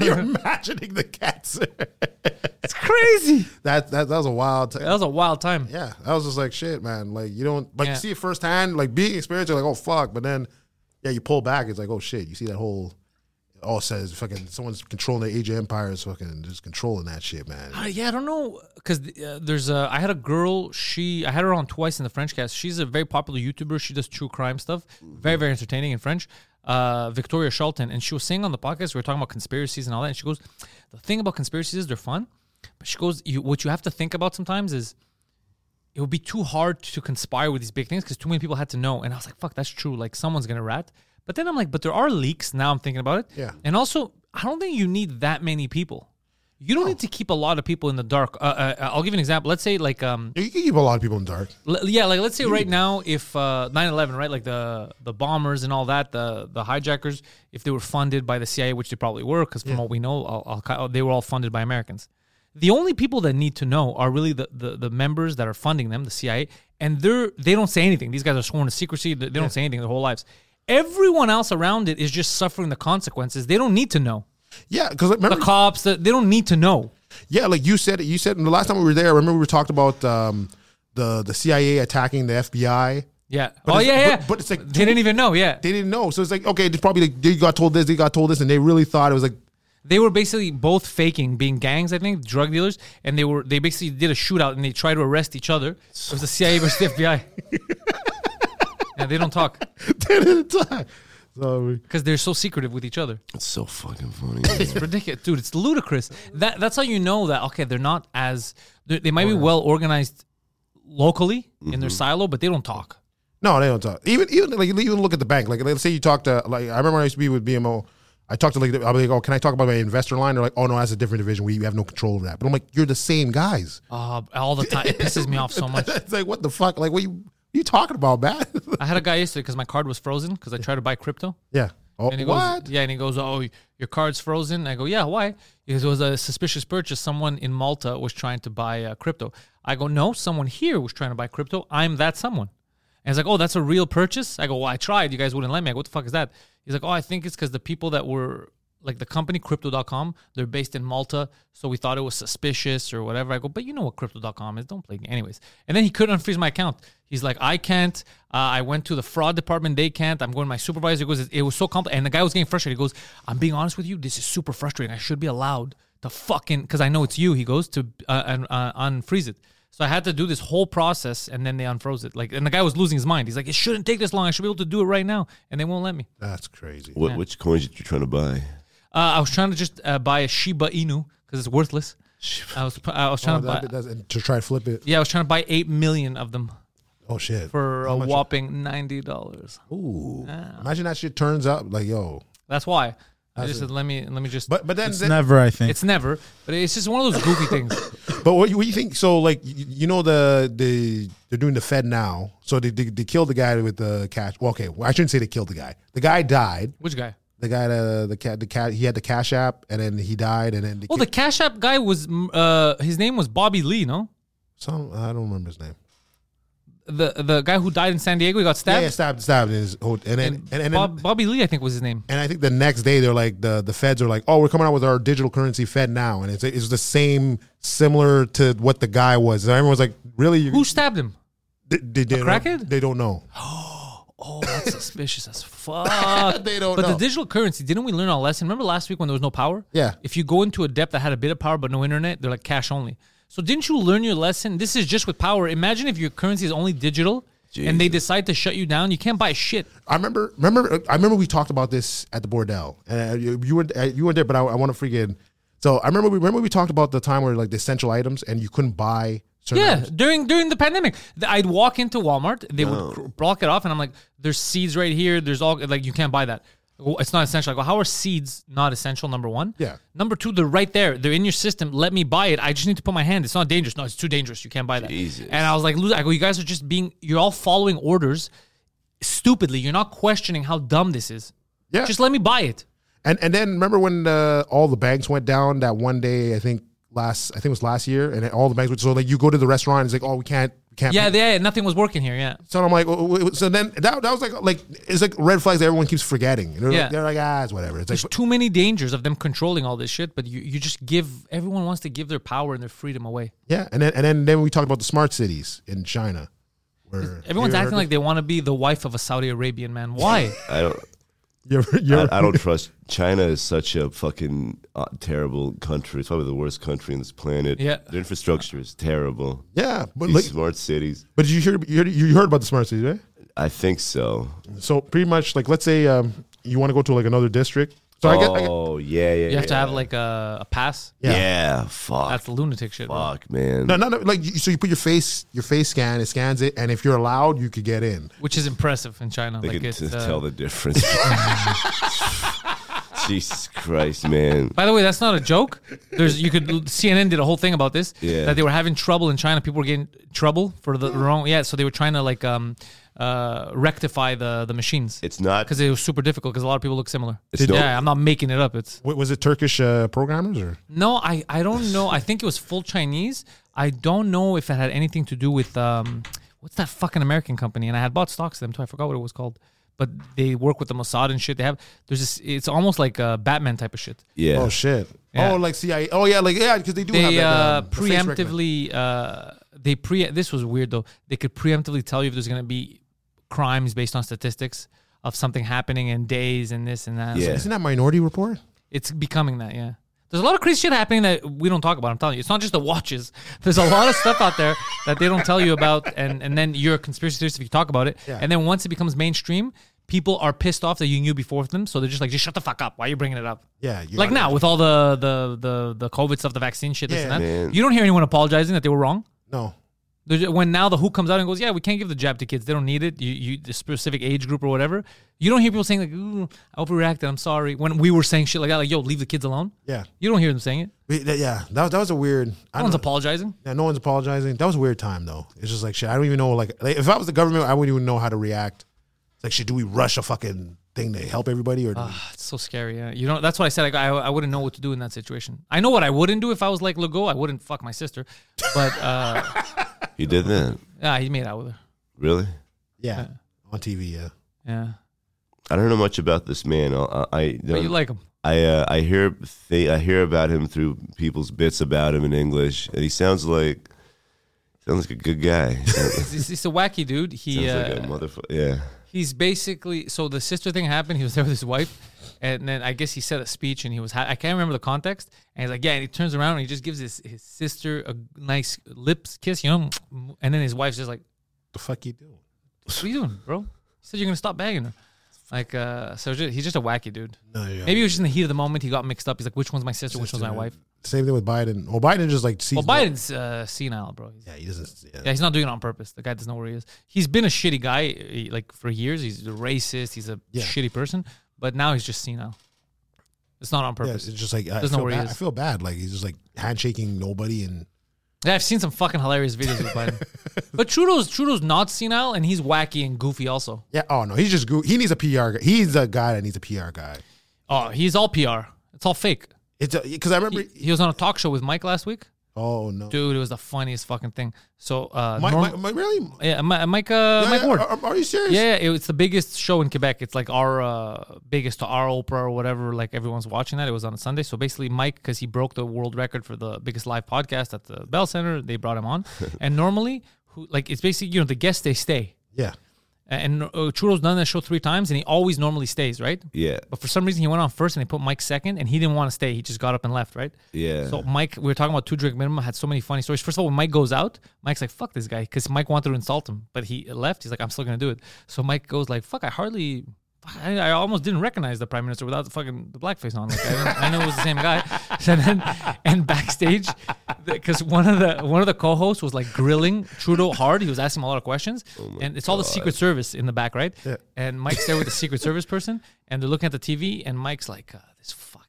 [SPEAKER 4] (laughs)
[SPEAKER 3] (laughs)
[SPEAKER 4] you're imagining the cats.
[SPEAKER 3] it's crazy.
[SPEAKER 4] (laughs) that, that that was a wild. T-
[SPEAKER 3] That was a wild time.
[SPEAKER 4] yeah, I was just like, shit, man. Like you don't like
[SPEAKER 3] Yeah.
[SPEAKER 4] you see it firsthand, like being experienced, you're like, oh fuck. But then yeah, you pull back, it's like, oh shit, you see that whole all says fucking someone's controlling the Age of Empires, fucking just controlling that shit, man.
[SPEAKER 3] Uh, yeah, I don't know because uh, there's a. I had a girl. She I had her on twice in the French cast. She's a very popular YouTuber. She does true crime stuff. Very very entertaining in French. Uh, Victoria Charlton, and she was saying on the podcast we were talking about conspiracies and all that. And she goes, the thing about conspiracies is they're fun, but she goes, you, what you have to think about sometimes is it would be too hard to conspire with these big things because too many people had to know. And I was like, fuck, that's true. Like someone's gonna rat. But then I'm like, but there are leaks. Now I'm thinking about it.
[SPEAKER 4] Yeah.
[SPEAKER 3] And also, I don't think you need that many people. You don't need to keep a lot of people in the dark. Uh, uh, uh, I'll give you an example. Let's say like um
[SPEAKER 4] You can keep a lot of people in the dark.
[SPEAKER 3] l- yeah like let's say
[SPEAKER 4] Hmm.
[SPEAKER 3] right now if uh 9/11 right like the the bombers and all that the the hijackers if they were funded by the CIA which they probably were because from what we know Al- Al- Qaeda- they were all funded by Americans. The only people that need to know are really the, the, the members that are funding them, the CIA, and they're they don't say anything. These guys are sworn to secrecy. They, they don't say anything their whole lives. Everyone else around it is just suffering the consequences. They don't need to know.
[SPEAKER 4] Yeah, because
[SPEAKER 3] The
[SPEAKER 4] remember,
[SPEAKER 3] cops, the, they don't need to know.
[SPEAKER 4] Yeah, like you said, you said and the last time we were there. I remember we were talked about um, the the CIA attacking the FBI.
[SPEAKER 3] Yeah.
[SPEAKER 4] But
[SPEAKER 3] oh
[SPEAKER 4] it's-
[SPEAKER 3] yeah, yeah.
[SPEAKER 4] but- but it's like,
[SPEAKER 3] they didn't even know. Yeah.
[SPEAKER 4] They didn't know, so it's like okay, it's probably like they got told this, they got told this, and they really thought it was like (laughs)
[SPEAKER 3] they were basically both faking being gangs, I think, drug dealers, and they were they basically did a shootout and they tried to arrest each other. It was the CIA versus the (laughs) FBI. yeah, they don't talk
[SPEAKER 4] they didn't talk. So we-
[SPEAKER 3] because they're so secretive with each other.
[SPEAKER 2] It's so fucking
[SPEAKER 3] (laughs)
[SPEAKER 2] funny.
[SPEAKER 3] It's ridiculous, dude. It's ludicrous. That that's how you know that okay, they're not as they they might be well organized locally in their silo, but they don't talk.
[SPEAKER 4] No, they don't talk. Even even like even look at the bank. Like let's say you talk to like I remember when I used to be with BMO. I talked to like I'll be like, oh, can I talk about my investor line? They're like, oh no, that's a different division. We have no control of that. But I'm like, you're the same guys.
[SPEAKER 3] (laughs) Uh, all the time, it pisses me off
[SPEAKER 4] (laughs)
[SPEAKER 3] so much.
[SPEAKER 4] it's like what the fuck? Like what you you talking about, man? (laughs)
[SPEAKER 3] I had a guy yesterday because my card was frozen because I tried to buy crypto.
[SPEAKER 4] yeah. Oh,
[SPEAKER 3] And he
[SPEAKER 4] what?
[SPEAKER 3] goes, yeah, and he goes, oh, your card's frozen. I go, yeah, why? He goes, it was a suspicious purchase. Someone in Malta was trying to buy uh, crypto. I go, no, someone here was trying to buy crypto. I'm that someone. And he's like, oh, that's a real purchase. I go, well, I tried. You guys wouldn't let me. I go, what the fuck is that? He's like, oh, I think it's because the people that were like the company crypto.com, they're based in Malta, so we thought it was suspicious or whatever. I go, but you know what crypto.com is. Don't play. Anyways. And then he couldn't unfreeze my account. He's like, I can't. Uh, I went to the fraud department. They can't. I'm going to my supervisor. He goes, it was so complicated. And the guy was getting frustrated. He goes, I'm being honest with you. This is super frustrating. I should be allowed to fucking, because I know it's you. He goes to uh, un- uh, unfreeze it. So I had to do this whole process and then they unfroze it. Like, and the guy was losing his mind. He's like, it shouldn't take this long. I should be able to do it right now. And they won't let me.
[SPEAKER 4] That's crazy.
[SPEAKER 2] what, Which coins did you trying to buy?
[SPEAKER 3] Uh, I was trying to just uh, buy a Shiba Inu because it's worthless. I was I was trying
[SPEAKER 4] Oh,
[SPEAKER 3] to
[SPEAKER 4] that-
[SPEAKER 3] buy
[SPEAKER 4] that's- and to try to flip it.
[SPEAKER 3] yeah I was trying to buy eight million of them
[SPEAKER 4] Oh shit.
[SPEAKER 3] for uh, a
[SPEAKER 4] much?
[SPEAKER 3] whopping ninety dollars.
[SPEAKER 4] Ooh. Imagine that shit turns up like yo.
[SPEAKER 3] That's why I just said let me let me just
[SPEAKER 4] But but then,
[SPEAKER 5] It's
[SPEAKER 4] then-
[SPEAKER 5] never, I think.
[SPEAKER 3] it's never but it's just one of those goofy (laughs) things.
[SPEAKER 4] but what you, what you think? So like you, you know the the they're doing the Fed now. So they, they they killed the guy with the cash. Well, okay, well, I shouldn't say they killed the guy. The guy died.
[SPEAKER 3] Which guy?
[SPEAKER 4] The guy uh, the cat the cat he had the cash app and then he died and then they
[SPEAKER 3] Well, the
[SPEAKER 4] killed
[SPEAKER 3] Cash App guy was mm, uh his name was Bobby Lee, no?
[SPEAKER 4] some I don't remember his name.
[SPEAKER 3] The the guy who died in San Diego, he got
[SPEAKER 4] Yeah,
[SPEAKER 3] stabbed.
[SPEAKER 4] yeah, stabbed stabbed in his hood. and then and,
[SPEAKER 3] and
[SPEAKER 4] and, then-
[SPEAKER 3] Bob, Bobby Lee, I think was his name.
[SPEAKER 4] and I think the next day they're like the the feds are like, oh, we're coming out with our digital currency Fed now, and it's it's the same similar to what the guy was. And everyone's like, really? You,
[SPEAKER 3] Who stabbed him?
[SPEAKER 4] they, they, they don't-
[SPEAKER 3] crackhead?
[SPEAKER 4] They don't know.
[SPEAKER 3] Oh, that's suspicious (laughs) as fuck.
[SPEAKER 4] (laughs) They don't
[SPEAKER 3] But the
[SPEAKER 4] know.
[SPEAKER 3] digital currency, didn't we learn our lesson? Remember last week when there was no power?
[SPEAKER 4] Yeah.
[SPEAKER 3] If you go into a depth that had a bit of power but no internet, they're like cash only. So didn't you learn your lesson? This is just with power. Imagine if your currency is only digital and they decide to shut you down. You can't buy shit.
[SPEAKER 4] I remember, remember, I remember we talked about this at the Bordel, and uh, you, you were uh, you were there, but I, I want to freaking. So I remember we remember we talked about the time where like the essential items and you couldn't buy certain.
[SPEAKER 3] Yeah,
[SPEAKER 4] items.
[SPEAKER 3] during during the pandemic, Th- I'd walk into Walmart, they would cr- block it off, and I'm like, "There's seeds right here. There's all like you can't buy that. Well, it's not essential." I go, "How are seeds not essential?" Number one.
[SPEAKER 4] Yeah.
[SPEAKER 3] Number two, they're right there. They're in your system. Let me buy it. I just need to put my hand. It's not dangerous. No, it's too dangerous. You can't buy that.
[SPEAKER 2] Jesus.
[SPEAKER 3] And I was like, "Loser." I go, "You guys are just being. You're all following orders stupidly. You're not questioning how dumb this is.
[SPEAKER 4] Yeah.
[SPEAKER 3] Just let me buy it."
[SPEAKER 4] and and then remember when uh, all the banks went down that one day? I think last I think it was last year, and all the banks. Went, so like you go to the restaurant, it's like oh we can't we can't.
[SPEAKER 3] Yeah, they, nothing was working here. Yeah.
[SPEAKER 4] so I'm like, oh, oh, oh, so then that, that was like like it's like red flags that everyone keeps forgetting. You know,
[SPEAKER 3] Yeah.
[SPEAKER 4] like, they're like ah it's whatever. It's like
[SPEAKER 3] There's too many dangers of them controlling all this shit, but you, you just give everyone wants to give their power and their freedom away.
[SPEAKER 4] yeah, and then and then then we talked about the smart cities in China. Where (laughs)
[SPEAKER 3] Everyone's
[SPEAKER 4] you ever-
[SPEAKER 3] acting like they want to be the wife of a Saudi Arabian man. Why?
[SPEAKER 2] I don't.
[SPEAKER 4] you ever- you
[SPEAKER 2] I,
[SPEAKER 4] ever-
[SPEAKER 2] I don't trust China. Is such a fucking uh, terrible country. It's probably the worst country on this planet.
[SPEAKER 3] Yeah.
[SPEAKER 2] their infrastructure is terrible.
[SPEAKER 4] Yeah, but
[SPEAKER 2] These
[SPEAKER 4] like,
[SPEAKER 2] smart cities.
[SPEAKER 4] but you heard you heard, you heard about the smart cities, right?
[SPEAKER 2] I think so.
[SPEAKER 4] So pretty much, like, let's say um, you want to go to like another district. So I get, I get
[SPEAKER 2] oh yeah, yeah.
[SPEAKER 3] you
[SPEAKER 2] (laughs)
[SPEAKER 3] have to have like a, a pass.
[SPEAKER 2] yeah.
[SPEAKER 4] yeah.
[SPEAKER 2] fuck.
[SPEAKER 3] That's the lunatic shit. bro.
[SPEAKER 2] fuck, man.
[SPEAKER 4] no, no, no, like, you- so you put your face, your face scan, it scans it, and if you're allowed, you could get in.
[SPEAKER 3] Which is impressive in China.
[SPEAKER 2] They
[SPEAKER 3] like
[SPEAKER 2] can
[SPEAKER 3] it's,
[SPEAKER 2] t-
[SPEAKER 3] uh,
[SPEAKER 2] tell the difference. (laughs) Jesus Christ, man.
[SPEAKER 3] by the way, that's not a joke. There's you could CNN did a whole thing about this.
[SPEAKER 2] Yeah.
[SPEAKER 3] That they were having trouble in China. People were getting trouble for the wrong. Yeah. So they were trying to like um uh rectify the the machines
[SPEAKER 2] It's not.
[SPEAKER 3] because it was super difficult because a lot of people look similar.
[SPEAKER 2] It's no-
[SPEAKER 3] yeah, I'm not making it up. It's
[SPEAKER 4] Wait, was it Turkish uh, programmers or?
[SPEAKER 3] No, I, I don't know. I think it was full Chinese. I don't know if it had anything to do with um, what's that fucking American company? And I had bought stocks of them too. I forgot what it was called. but they work with the Mossad and shit. They have there's this. It's almost like a Batman type of shit.
[SPEAKER 2] Yeah.
[SPEAKER 4] Oh shit.
[SPEAKER 3] Yeah.
[SPEAKER 4] Oh, like CIA. Oh yeah, like yeah, because they do have
[SPEAKER 3] They
[SPEAKER 4] that,
[SPEAKER 3] uh,
[SPEAKER 4] um, the face recognition.
[SPEAKER 3] preemptively uh, they pre. This was weird though. They could preemptively tell you if there's gonna be crimes based on statistics of something happening in days and this and that.
[SPEAKER 2] Yeah.
[SPEAKER 4] Isn't that Minority Report?
[SPEAKER 3] It's becoming that, yeah. There's a lot of crazy shit happening that we don't talk about. I'm telling you, it's not just the watches. There's a lot of stuff out there (laughs) that they don't tell you about, and and then you're a conspiracy theorist if you talk about it. And then once it becomes mainstream, people are pissed off that you knew before them, so they're just like, just shut the fuck up. Why are you bringing it up?
[SPEAKER 4] Yeah, you
[SPEAKER 3] like
[SPEAKER 4] gotta-
[SPEAKER 3] now with all the the the the COVID stuff, the vaccine shit, this
[SPEAKER 4] Yeah,
[SPEAKER 3] and that.
[SPEAKER 2] man.
[SPEAKER 3] You don't hear anyone apologizing that they were wrong.
[SPEAKER 4] No.
[SPEAKER 3] There's- When now the WHO comes out and goes, yeah, we can't give the jab to kids. They don't need it. You, you the specific age group or whatever. You don't hear people saying like, "Ooh, I overreacted. I'm sorry." When we were saying shit like that, like, "Yo, leave the kids alone."
[SPEAKER 4] Yeah.
[SPEAKER 3] You don't hear them saying it.
[SPEAKER 4] We, that, yeah. That was that was a weird. I
[SPEAKER 3] No one's
[SPEAKER 4] don't-
[SPEAKER 3] apologizing. (sighs)
[SPEAKER 4] Yeah, no one's apologizing. That was a weird time though. It's just like shit. I don't even know. Like, like, if I was the government, I wouldn't even know how to react. It's like, shit, do we rush a fucking thing to help everybody or? do we-
[SPEAKER 3] It's so scary. Yeah. You know, that's what I said. Like, I, I wouldn't know what to do in that situation. I know what I wouldn't do if I was like Legault. I wouldn't fuck my sister. But uh, (laughs)
[SPEAKER 2] You did that?
[SPEAKER 3] yeah, he made out with her.
[SPEAKER 2] Really?
[SPEAKER 4] yeah. On TV, yeah.
[SPEAKER 3] Yeah,
[SPEAKER 2] I don't know much about this man. I, I don't,
[SPEAKER 3] but you like him.
[SPEAKER 2] I uh, I hear th- I hear about him through people's bits about him in English, and he sounds like sounds like a good guy. sounds
[SPEAKER 3] He's, he's a wacky dude. (laughs) He
[SPEAKER 2] sounds
[SPEAKER 3] uh,
[SPEAKER 2] like a motherfucker. Yeah,
[SPEAKER 3] he's basically so the sister thing happened. He was there with his wife, and then I guess he said a speech, and he was ha- I can't remember the context. And he's like, yeah, and he turns around and he just gives his his sister a nice lips kiss, you know, and then his wife's just like,
[SPEAKER 4] The fuck you doing?
[SPEAKER 3] what are you doing, bro? You said you're gonna stop bagging her. Like, uh, so ju- he's just a wacky dude.
[SPEAKER 4] No, yeah.
[SPEAKER 3] Maybe it was just in the heat of the moment. He got mixed up. He's like, which one's my sister? Which one's my wife?
[SPEAKER 4] Same thing with Biden. Well, Biden just like sees.
[SPEAKER 3] Well, Biden's uh, senile, bro. He's-
[SPEAKER 4] Yeah, he doesn't. Yeah.
[SPEAKER 3] Yeah, he's not doing it on purpose. The guy doesn't know where he is. He's been a shitty guy eh, like for years. He's a racist. He's a
[SPEAKER 4] Yeah.
[SPEAKER 3] shitty person. But now he's just senile. It's not on
[SPEAKER 4] Yeah,
[SPEAKER 3] purpose.
[SPEAKER 4] it's just like I
[SPEAKER 3] Doesn't know
[SPEAKER 4] feel,
[SPEAKER 3] where he
[SPEAKER 4] bad.
[SPEAKER 3] is.
[SPEAKER 4] I feel bad. Like he's just like handshaking nobody, and
[SPEAKER 3] Yeah, I've seen some fucking hilarious videos with Biden.
[SPEAKER 4] (laughs)
[SPEAKER 3] but Trudeau's Trudeau's not senile and he's wacky and goofy also.
[SPEAKER 4] yeah. Oh no, he's just goo- he needs a PR. guy. He's a guy that needs a PR guy.
[SPEAKER 3] Oh, he's all PR. It's all fake.
[SPEAKER 4] It's because I remember.
[SPEAKER 3] He, he was on a talk show with Mike last week.
[SPEAKER 4] oh no,
[SPEAKER 3] Dude, it was the funniest fucking thing. So uh
[SPEAKER 4] Mike,
[SPEAKER 3] norm-
[SPEAKER 4] Mike, Mike, really?
[SPEAKER 3] yeah, Mi- Mike uh,
[SPEAKER 4] Yeah,
[SPEAKER 3] Mike
[SPEAKER 4] yeah,
[SPEAKER 3] Ward.
[SPEAKER 4] Are, are you serious?
[SPEAKER 3] Yeah, yeah, it- it's the biggest show in Quebec. It's like our uh, biggest, our Oprah or whatever. Like everyone's watching that. It was on a Sunday. So basically, Mike, because he broke the world record for the biggest live podcast at the Bell Center, they brought him on.
[SPEAKER 2] (laughs)
[SPEAKER 3] and normally, who like it's basically you know the guests they stay.
[SPEAKER 4] Yeah.
[SPEAKER 3] And uh, Churro's done that show three times, and he always normally stays, right?
[SPEAKER 2] yeah,
[SPEAKER 3] But for some reason, he went on first, and they put Mike second, and he didn't want to stay. He just got up and left, right?
[SPEAKER 2] yeah.
[SPEAKER 3] So Mike, we were talking about two drink minimum. Had so many funny stories. First of all, when Mike goes out, Mike's like, "Fuck this guy," because Mike wanted to insult him, but he left. He's like, "I'm still gonna do it." So Mike goes like, "Fuck, I hardly." fuck, I, I almost didn't recognize the prime minister without the fucking the blackface on. Like I, I knew it was the same guy. (laughs) So then, and backstage, because one of the one of the co-hosts was like grilling Trudeau hard. He was asking him a lot of questions, and it's all the Secret Service in the back, right? And Mike's there with the Secret Service person, and they're looking at the TV, and Mike's like, uh, "This fucking."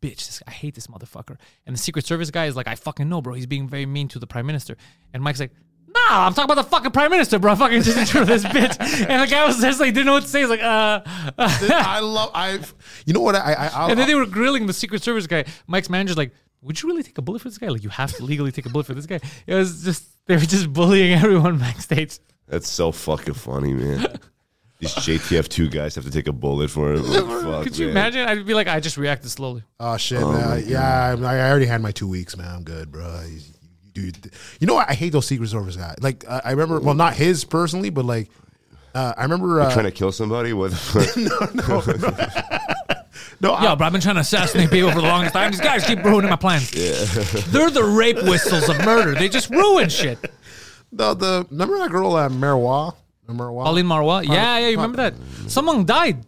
[SPEAKER 3] bitch, this, I hate this motherfucker. And the Secret Service guy is like, I fucking know, bro. He's being very mean to the prime minister. And Mike's like, Nah, I'm talking about the fucking prime minister, bro. (laughs) I fucking just intro this bitch. And the guy was just like, didn't know what to say. He's like, uh, (laughs)
[SPEAKER 4] I love. I. You know what? I. I, I
[SPEAKER 3] and then they were grilling the Secret Service guy. Mike's manager's like, Would you really take a bullet for this guy? Like, you have to legally take a bullet for this guy. It was just, they were just bullying (laughs) everyone backstage.
[SPEAKER 2] That's so fucking funny, man. These JTF two guys have to take a bullet for
[SPEAKER 3] (laughs)
[SPEAKER 2] him. Like, fuck,
[SPEAKER 3] Could you
[SPEAKER 2] man.
[SPEAKER 3] imagine? I'd be like, I just reacted slowly.
[SPEAKER 4] Oh shit! uh, yeah, I, I already had my two weeks, man. I'm good, bro. You, you, do your th- you know what? I hate those Secret Service guys. Like uh, I remember, well, not his personally, but like uh, I remember. Uh,
[SPEAKER 2] Trying to kill somebody? What the fuck?
[SPEAKER 4] no, I-
[SPEAKER 3] Yo, bro, I've been trying to assassinate people for the longest time. These guys keep ruining my plans. They're the rape whistles of murder. They just ruin shit.
[SPEAKER 4] no, the remember that girl at uh, Marwa? Marwa?
[SPEAKER 3] Pauline Marwa. Yeah, yeah, you
[SPEAKER 4] Pau-
[SPEAKER 3] remember that? Someone died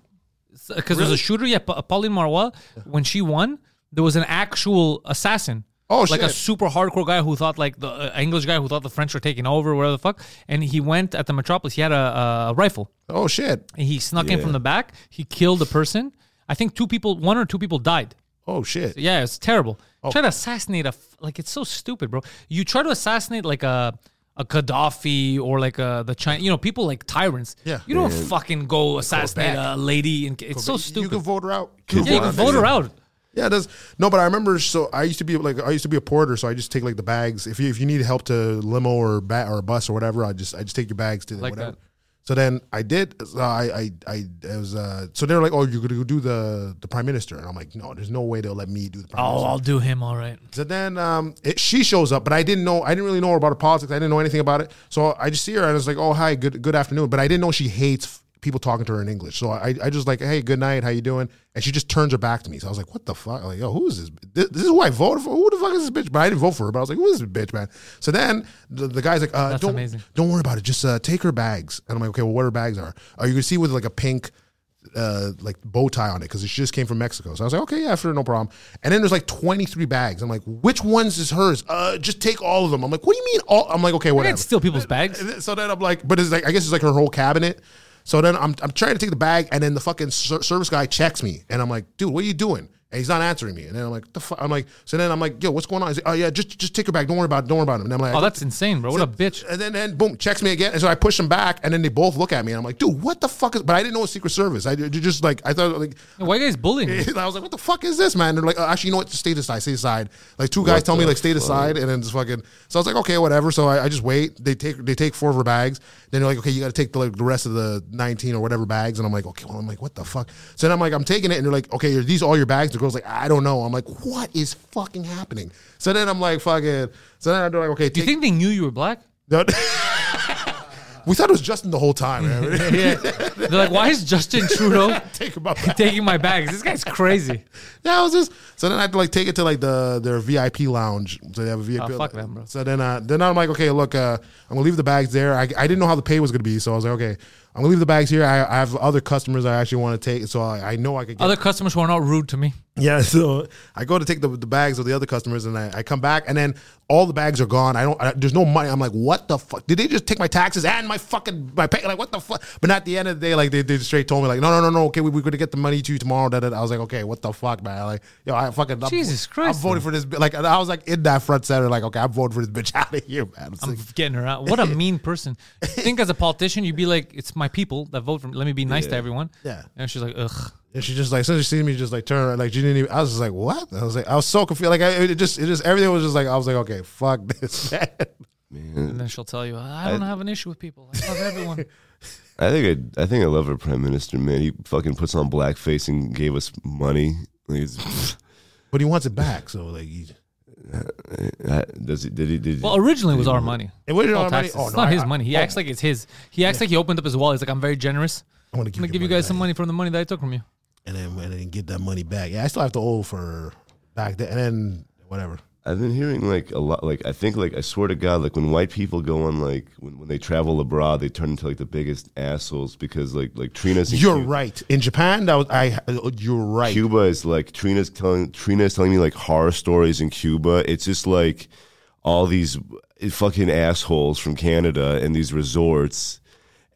[SPEAKER 3] because there was a shooter. Yeah, Pa- Pauline Marwa. When she won, there was an actual assassin.
[SPEAKER 4] Oh,
[SPEAKER 3] like a
[SPEAKER 4] shit.
[SPEAKER 3] super hardcore guy who thought like the uh, English guy who thought the French were taking over, whatever the fuck. And he went at the Metropolis. He had a, a rifle.
[SPEAKER 4] Oh shit!
[SPEAKER 3] And he snuck in from the back. He killed a person. I think two people, one or two people died.
[SPEAKER 4] Oh shit!
[SPEAKER 3] Yeah, it's terrible. Try to assassinate a f- like it's so stupid, bro. You try to assassinate like a a Gaddafi or like a the China, you know, people like tyrants.
[SPEAKER 4] Yeah.
[SPEAKER 3] you don't fucking go assassinate a lady. And it's so
[SPEAKER 4] You can
[SPEAKER 3] stupid.
[SPEAKER 4] vote her out.
[SPEAKER 3] Yeah, you can vote her out.
[SPEAKER 4] Yeah, it does no, but I remember. So I used to be like I used to be a porter, so I just take like the bags. If you if you need help to limo or bat or bus or whatever, I just I just take your bags to
[SPEAKER 3] Like
[SPEAKER 4] whatever.
[SPEAKER 3] that.
[SPEAKER 4] So then I did. So I I I it was. Uh, so they were like, "Oh, you're gonna go do the the prime minister," and I'm like, "No, there's no way they'll let me do the prime
[SPEAKER 3] Oh,
[SPEAKER 4] minister."
[SPEAKER 3] I'll do him. All right.
[SPEAKER 4] So then um, it, she shows up, but I didn't know. I didn't really know her about her politics. I didn't know anything about it. So I just see her and I was like, "Oh, hi, good good afternoon." But I didn't know she hates f- people talking to her in English. So I I just like, "Hey, good night. How you doing?" And she just turns her back to me. So I was like, "What the fuck?" Like, "Yo, who is this? This, this is who I voted for. Who the fuck is this bitch?" But I didn't vote for her. But I was like, "Who is this bitch, man?" So then the, the guy's like, uh,
[SPEAKER 3] That's
[SPEAKER 4] "Don't
[SPEAKER 3] amazing.
[SPEAKER 4] don't worry about it. Just uh, take her bags." And I'm like, "Okay, well, what her bags are? Are you gonna see with like a pink?" uh, like bow tie on it because she just came from Mexico. So I was like, okay, yeah, sure, no problem. And then there's like 23 bags. I'm like, which ones is hers? Uh, just take all of them. I'm like, what do you mean all? I'm like, okay,
[SPEAKER 3] I
[SPEAKER 4] whatever.
[SPEAKER 3] can't steal people's bags.
[SPEAKER 4] And then- so then I'm like, but it's like I guess it's like her whole cabinet. So then I'm, I'm trying to take the bag, and then the fucking ser- service guy checks me, and I'm like, dude, what are you doing? And he's not answering me. And then I'm like, the fu-? I'm like, so then I'm like, yo, what's going on? He's like, oh yeah, just just take her back. Don't worry about it. Don't worry about it. And I'm like,
[SPEAKER 3] Oh, that's insane, bro. What a bitch.
[SPEAKER 4] and then, then boom, checks me again. And so I push him back, and then they both look at me, and I'm like, dude, what the fuck is? But I didn't know it was Secret Service. I ju- just like I thought like.
[SPEAKER 3] Why you guys bullying me?
[SPEAKER 4] (laughs) I was like, "What the fuck is this, man?" they're like, "Uh, "Actually, you know what? Just Stay to the side. Stay to the side." Like two guys tell me,
[SPEAKER 2] the
[SPEAKER 4] "Like stay to the
[SPEAKER 2] fuck?
[SPEAKER 4] side," and then just fucking. So I was like, "Okay, whatever." So I, I just wait. They take they take four of her bags. Then they're like, "Okay, you got to take the, like, the rest of the nineteen or whatever bags." And I'm like, "Okay." Well, I'm like, "What the fuck?" So then I'm like, "I'm taking it," and they're like, "Okay, are these all your bags?" The girl's like, "I don't know." I'm like, "What is fucking happening?" So then I'm like, "Fucking." So then they're like, "Okay,
[SPEAKER 3] Do you
[SPEAKER 4] take."
[SPEAKER 3] think they knew you were black?
[SPEAKER 4] (laughs) we thought it was Justin the whole time. Man. (laughs)
[SPEAKER 3] Yeah. They're like, why is Justin Trudeau (laughs)
[SPEAKER 4] take him out.
[SPEAKER 3] taking my bags? This guy's (laughs) crazy.
[SPEAKER 4] Yeah, I was just so then I had to like take it to like the their VIP lounge. So they have a VIP.
[SPEAKER 3] Oh, fuck them, bro.
[SPEAKER 4] So then uh, then I'm like, okay, look, uh, I'm gonna leave the bags there. I, I didn't know how the pay was gonna be, so I was like, okay, I'm gonna leave the bags here. I, I have other customers I actually want to take, so I, I know I could get.
[SPEAKER 3] Other customers who are not rude to me.
[SPEAKER 4] yeah, (laughs) so I go to take the, the bags of the other customers, and I, I come back, and then all the bags are gone. I don't. I, there's no money. I'm like, what the fuck? Did they just take my taxes and my fucking my pay? Like, what the fuck? But at the end of the day, like they, they straight told me, like, no, no, no, no. Okay, we, we're gonna get the money to you tomorrow. Da, da, da. I was like, okay, what the fuck, man? Like, yo, I fucking I'm-
[SPEAKER 3] Jesus
[SPEAKER 4] I'm
[SPEAKER 3] Christ,
[SPEAKER 4] voting for this. bi- Like, and I was like in that front center, like, okay, I'm voting for this bitch (laughs) out of here, man. It's
[SPEAKER 3] I'm
[SPEAKER 4] like-
[SPEAKER 3] getting her out. What a mean person. You think as a politician, you'd be like, it's my people that vote for me. Let me be nice to everyone.
[SPEAKER 4] Yeah.
[SPEAKER 3] And she's like, ugh.
[SPEAKER 4] And she just like, as soon as she seen me, just like turn around, like she didn't even. I was just like, what? I was like, I was so confused. Like, I, it just, it just, everything was just like, I was like, okay, fuck (laughs) this, man.
[SPEAKER 3] And then she'll tell you, I don't have an issue with people.
[SPEAKER 4] (laughs)
[SPEAKER 3] I love everyone.
[SPEAKER 2] I think I, I think I love our prime minister, man. He fucking puts on blackface and gave us money. Like it's, (laughs)
[SPEAKER 4] But he wants it back, so like, he,
[SPEAKER 2] I- does he, did he? Did he-
[SPEAKER 3] Well, originally it was our money.
[SPEAKER 4] It was
[SPEAKER 3] All
[SPEAKER 4] our money?
[SPEAKER 3] taxes.
[SPEAKER 4] Oh,
[SPEAKER 3] it's
[SPEAKER 4] no,
[SPEAKER 3] not
[SPEAKER 4] I-
[SPEAKER 3] his
[SPEAKER 4] I-
[SPEAKER 3] money. He
[SPEAKER 4] oh.
[SPEAKER 3] acts like it's his. He acts like he opened up his wallet. He's like, I'm very generous.
[SPEAKER 4] I want to
[SPEAKER 3] I'm
[SPEAKER 4] give,
[SPEAKER 3] gonna give you guys some money from the money that I took from you.
[SPEAKER 4] and then and then get that money back. Yeah, I still have to owe for back then, and then whatever.
[SPEAKER 2] I've been hearing like a lot. Like I think like I swear to God, like when white people go on like when, when they travel abroad, they turn into like the biggest assholes because like like Trina's in
[SPEAKER 4] You're
[SPEAKER 2] Cuba.
[SPEAKER 4] right. In Japan, that was I. You're right.
[SPEAKER 2] Cuba is like Trina's telling Trina's telling me like horror stories in Cuba. It's just like all these fucking assholes from Canada and these resorts,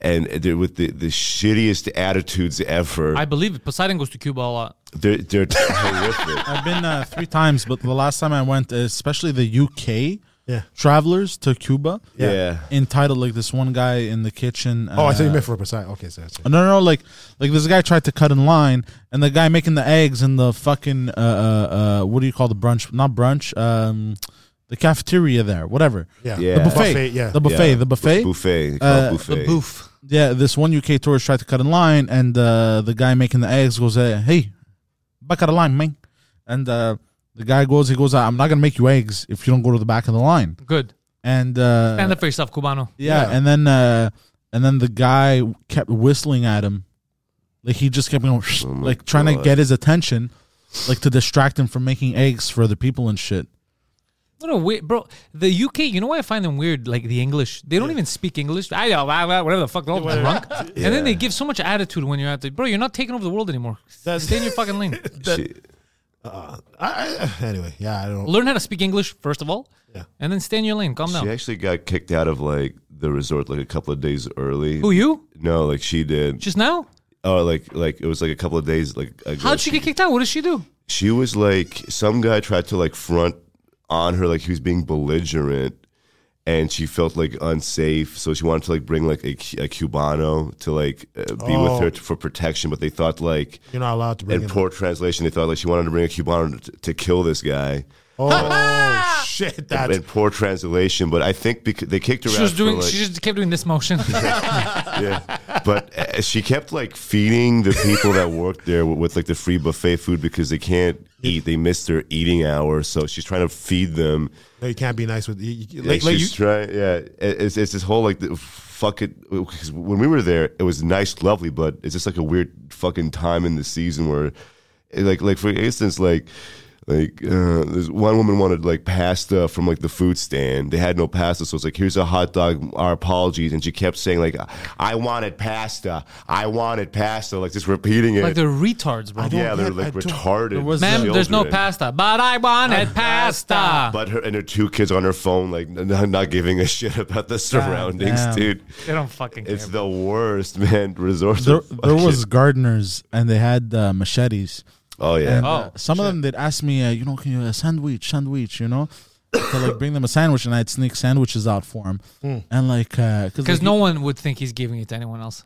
[SPEAKER 2] and uh, they're with the, the shittiest attitudes ever.
[SPEAKER 3] I believe it. Poseidon goes to Cuba a lot.
[SPEAKER 2] they're they're (laughs) horrific.
[SPEAKER 5] I've been uh, three times, but the last time I went, especially the UK
[SPEAKER 4] Yeah.
[SPEAKER 5] travelers to Cuba,
[SPEAKER 2] Yeah.
[SPEAKER 5] entitled like this one guy in the kitchen.
[SPEAKER 4] Oh, I thought you
[SPEAKER 5] uh,
[SPEAKER 4] meant for a Poseidon. Okay, so
[SPEAKER 2] um,
[SPEAKER 4] that's it.
[SPEAKER 5] No, no, no, like, like this guy tried to cut in line, and the guy making the eggs in the fucking uh, uh, uh what do you call the brunch? Not brunch, um, the cafeteria there, whatever.
[SPEAKER 4] Yeah.
[SPEAKER 2] Yeah.
[SPEAKER 5] The buffet,
[SPEAKER 4] yeah.
[SPEAKER 5] the buffet,
[SPEAKER 2] Yeah.
[SPEAKER 5] the buffet,
[SPEAKER 2] buffet, they call it
[SPEAKER 5] Uh,
[SPEAKER 2] buffet.
[SPEAKER 3] The boof.
[SPEAKER 5] Yeah, this one UK tourist tried to cut in line, and uh, the guy making the eggs goes, uh, "Hey, back of the line, man!" And uh, the guy goes, "He goes, "Uh, I'm not gonna make you eggs if you don't go to the back of the line."
[SPEAKER 3] Good.
[SPEAKER 5] And uh,
[SPEAKER 3] Stand up for yourself, Cubano.
[SPEAKER 5] yeah,
[SPEAKER 4] Yeah.
[SPEAKER 5] and then uh, and then the guy kept whistling at him, like he just kept going,
[SPEAKER 2] Oh my
[SPEAKER 5] like trying to
[SPEAKER 2] God.
[SPEAKER 5] get his attention, like to distract him from making eggs for other people and shit.
[SPEAKER 3] What a weird, bro. The UK, you know why I find them weird? Like the English, they don't even speak English. I know, blah, blah, whatever the fuck, they're
[SPEAKER 2] (laughs)
[SPEAKER 3] all drunk. And then they give so much attitude when you're out there, bro. You're not taking over the world
[SPEAKER 2] (laughs)
[SPEAKER 3] anymore. Stay in your fucking lane.
[SPEAKER 2] Shit.
[SPEAKER 4] I, I, anyway, yeah, I don't.
[SPEAKER 3] Learn how to speak English first of all,
[SPEAKER 4] Yeah.
[SPEAKER 3] and then stay in your lane. Calm
[SPEAKER 2] She
[SPEAKER 3] down.
[SPEAKER 2] actually got kicked out of like the resort like a couple of days early.
[SPEAKER 3] Who you?
[SPEAKER 2] No, like she did.
[SPEAKER 3] Just now?
[SPEAKER 2] Oh, like like it was like a couple of days like ago.
[SPEAKER 3] How'd she get kicked out? What did she do?
[SPEAKER 2] she was like some guy tried to like front on her like he was being belligerent and she felt like unsafe so she wanted to like bring like a, Cu- a cubano to like uh, be
[SPEAKER 4] Oh.
[SPEAKER 2] with her t- for protection but they thought like
[SPEAKER 4] You're not allowed to bring
[SPEAKER 2] in
[SPEAKER 4] it.
[SPEAKER 2] poor translation they thought like she wanted to bring a cubano to, to kill this guy
[SPEAKER 4] Oh shit! That's
[SPEAKER 2] and poor translation, but I think because they kicked her
[SPEAKER 3] She
[SPEAKER 2] out.
[SPEAKER 3] was
[SPEAKER 2] for,
[SPEAKER 3] doing.
[SPEAKER 2] like-
[SPEAKER 3] She just kept doing this
[SPEAKER 2] (laughs)
[SPEAKER 3] motion. (laughs)
[SPEAKER 2] yeah. But uh, she kept like feeding the people that worked there with, with like the free buffet food because they can't eat. They missed their eating hour, so she's trying to feed them.
[SPEAKER 4] no, you can't be nice with. You, you,
[SPEAKER 2] Yeah,
[SPEAKER 4] like, like you,
[SPEAKER 2] she's trying. Yeah, It- it's, it's this whole like the fuck it. 'cause when we were there, it was nice, lovely, but it's just like a weird fucking time in the season where, it, like, like for instance, like. Like uh, there's one woman wanted like pasta from like the food stand. They had no pasta, so it's like here's a hot dog. Our apologies, and she kept saying like, "I wanted pasta. I wanted pasta." Like just repeating it.
[SPEAKER 3] like they're retards, bro.
[SPEAKER 2] yeah, they're
[SPEAKER 4] get- I
[SPEAKER 2] like
[SPEAKER 4] don't-
[SPEAKER 2] retarded.
[SPEAKER 5] was
[SPEAKER 3] Ma'am, there's no
[SPEAKER 2] children.
[SPEAKER 3] pasta, but I wanted
[SPEAKER 4] Ah.
[SPEAKER 3] pasta.
[SPEAKER 2] But her and her two kids on her phone, like n- n- not giving a (laughs) shit about the surroundings,
[SPEAKER 5] damn.
[SPEAKER 2] dude.
[SPEAKER 3] They don't fucking care.
[SPEAKER 2] It's the worst, (laughs) man. Resort.
[SPEAKER 5] There,
[SPEAKER 2] to
[SPEAKER 5] there
[SPEAKER 2] fucking-
[SPEAKER 5] was gardeners and they had uh, machetes.
[SPEAKER 2] Oh yeah.
[SPEAKER 5] And, uh,
[SPEAKER 3] Oh,
[SPEAKER 5] some of them they'd ask me, uh, you know, can you a sandwich, sandwich, you know, to like bring them a sandwich, and I'd sneak sandwiches out for them, and like because
[SPEAKER 3] Hmm. Because no one would think he's giving it to anyone
[SPEAKER 5] (laughs)
[SPEAKER 3] else.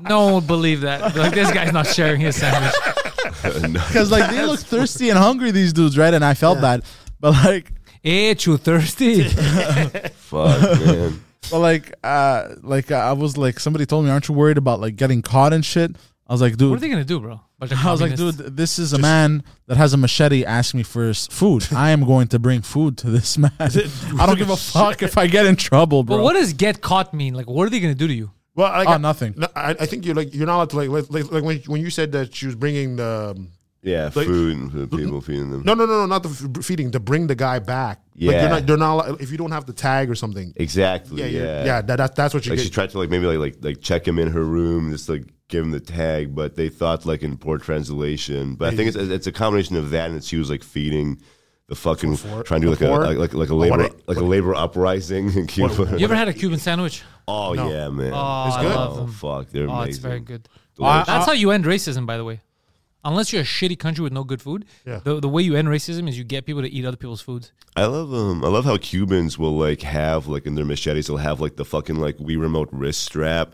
[SPEAKER 3] no one would believe that. Like this guy's not sharing his sandwich. (laughs)
[SPEAKER 2] (laughs)
[SPEAKER 5] (laughs) because like they look thirsty and hungry these dudes, right? And I felt bad, but like
[SPEAKER 3] Eh, you thirsty?
[SPEAKER 5] (laughs)
[SPEAKER 2] Fuck, man.
[SPEAKER 5] But like, uh, like uh, I was like, somebody told me, aren't you worried about like getting caught and shit? I was like,
[SPEAKER 3] What are
[SPEAKER 5] dude.
[SPEAKER 3] they gonna do, bro? Bunch of
[SPEAKER 5] (laughs) I was like,
[SPEAKER 3] communists.
[SPEAKER 5] dude, this is a man that has a machete asking me for s- (laughs) food. I am going to bring food to this man. (laughs) I don't give a fuck if I get in trouble, bro.
[SPEAKER 3] But what does get caught mean? Like, what are they gonna do to you?
[SPEAKER 4] well, like,
[SPEAKER 5] Oh,
[SPEAKER 4] I-
[SPEAKER 5] nothing.
[SPEAKER 4] No, I, I think you're like you're not allowed to like like, like, like when when you said that she was bringing the. um,
[SPEAKER 2] Yeah,
[SPEAKER 4] Like-
[SPEAKER 2] food and the people feeding them.
[SPEAKER 4] No, no, no, no, not the f- feeding. To bring the guy back. like
[SPEAKER 2] Yeah.
[SPEAKER 4] you're not. You're not. allo- If you don't have the tag or something.
[SPEAKER 2] Exactly.
[SPEAKER 4] Yeah,
[SPEAKER 2] Yeah.
[SPEAKER 4] yeah, yeah. That, that, that's what you
[SPEAKER 2] Like
[SPEAKER 4] get.
[SPEAKER 2] she tried to like maybe like like like check him in her room, just like give him the tag, but they thought like in poor translation. But I think it's it's a combination of that and that she was like feeding. The fucking trying to do like a
[SPEAKER 4] before?
[SPEAKER 2] like, like like a
[SPEAKER 4] Oh,
[SPEAKER 2] labor
[SPEAKER 4] what I-
[SPEAKER 2] like a labor uprising in (laughs) Cuba.
[SPEAKER 3] You ever had a Cuban sandwich?
[SPEAKER 2] Oh yeah, man.
[SPEAKER 3] Oh, It's I good? love
[SPEAKER 2] Oh,
[SPEAKER 3] them.
[SPEAKER 2] fuck, they're
[SPEAKER 3] Oh,
[SPEAKER 2] amazing.
[SPEAKER 3] it's very good.
[SPEAKER 2] Delicious.
[SPEAKER 3] That's how you end racism, by the way. Unless you're a shitty country with no good food,
[SPEAKER 4] Yeah.
[SPEAKER 3] the, the way you end racism is you get people to eat other people's food.
[SPEAKER 5] (laughs)
[SPEAKER 2] I love um. I love how Cubans will like have like in their machetes they'll have like the fucking like we remote wrist strap.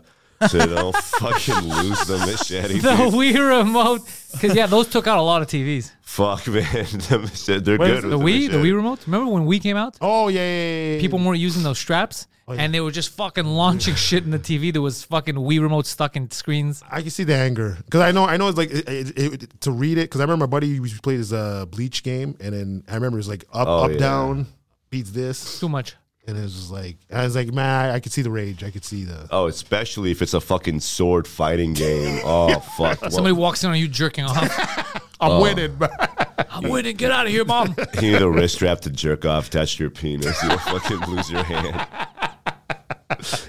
[SPEAKER 2] So they
[SPEAKER 3] (laughs)
[SPEAKER 2] don't fucking lose the machete.
[SPEAKER 3] The
[SPEAKER 2] dude.
[SPEAKER 3] Wii remote, because yeah, those took out a lot of TVs.
[SPEAKER 2] Fuck man, (laughs) the machete, they're good.
[SPEAKER 3] The
[SPEAKER 2] with
[SPEAKER 3] Wii, the
[SPEAKER 2] machete.
[SPEAKER 3] Wii remote. Remember when Wii came out?
[SPEAKER 4] oh yeah, yeah, yeah, yeah.
[SPEAKER 3] People weren't using those straps, and they were just fucking launching shit in the TV that was fucking Wii remote stuck in screens.
[SPEAKER 4] I can see the anger because I know I know it's like it, it, it, to read it because I remember my buddy we played his uh, bleach game and then I remember it was like up
[SPEAKER 2] Oh,
[SPEAKER 4] up
[SPEAKER 2] yeah.
[SPEAKER 4] down beats this
[SPEAKER 3] Too much.
[SPEAKER 4] and it was just like I was like man I, I could see the rage I could see the
[SPEAKER 2] Oh, especially if it's a fucking sword fighting game.
[SPEAKER 3] (laughs)
[SPEAKER 2] Oh fuck. Well,
[SPEAKER 3] Somebody walks in on you jerking off.
[SPEAKER 4] I'm winning bro.
[SPEAKER 3] (laughs) I'm waiting. Get out of here, mom.
[SPEAKER 2] you need a wrist strap to jerk off, touch your penis. You'll fucking lose your
[SPEAKER 3] (laughs)
[SPEAKER 2] hand.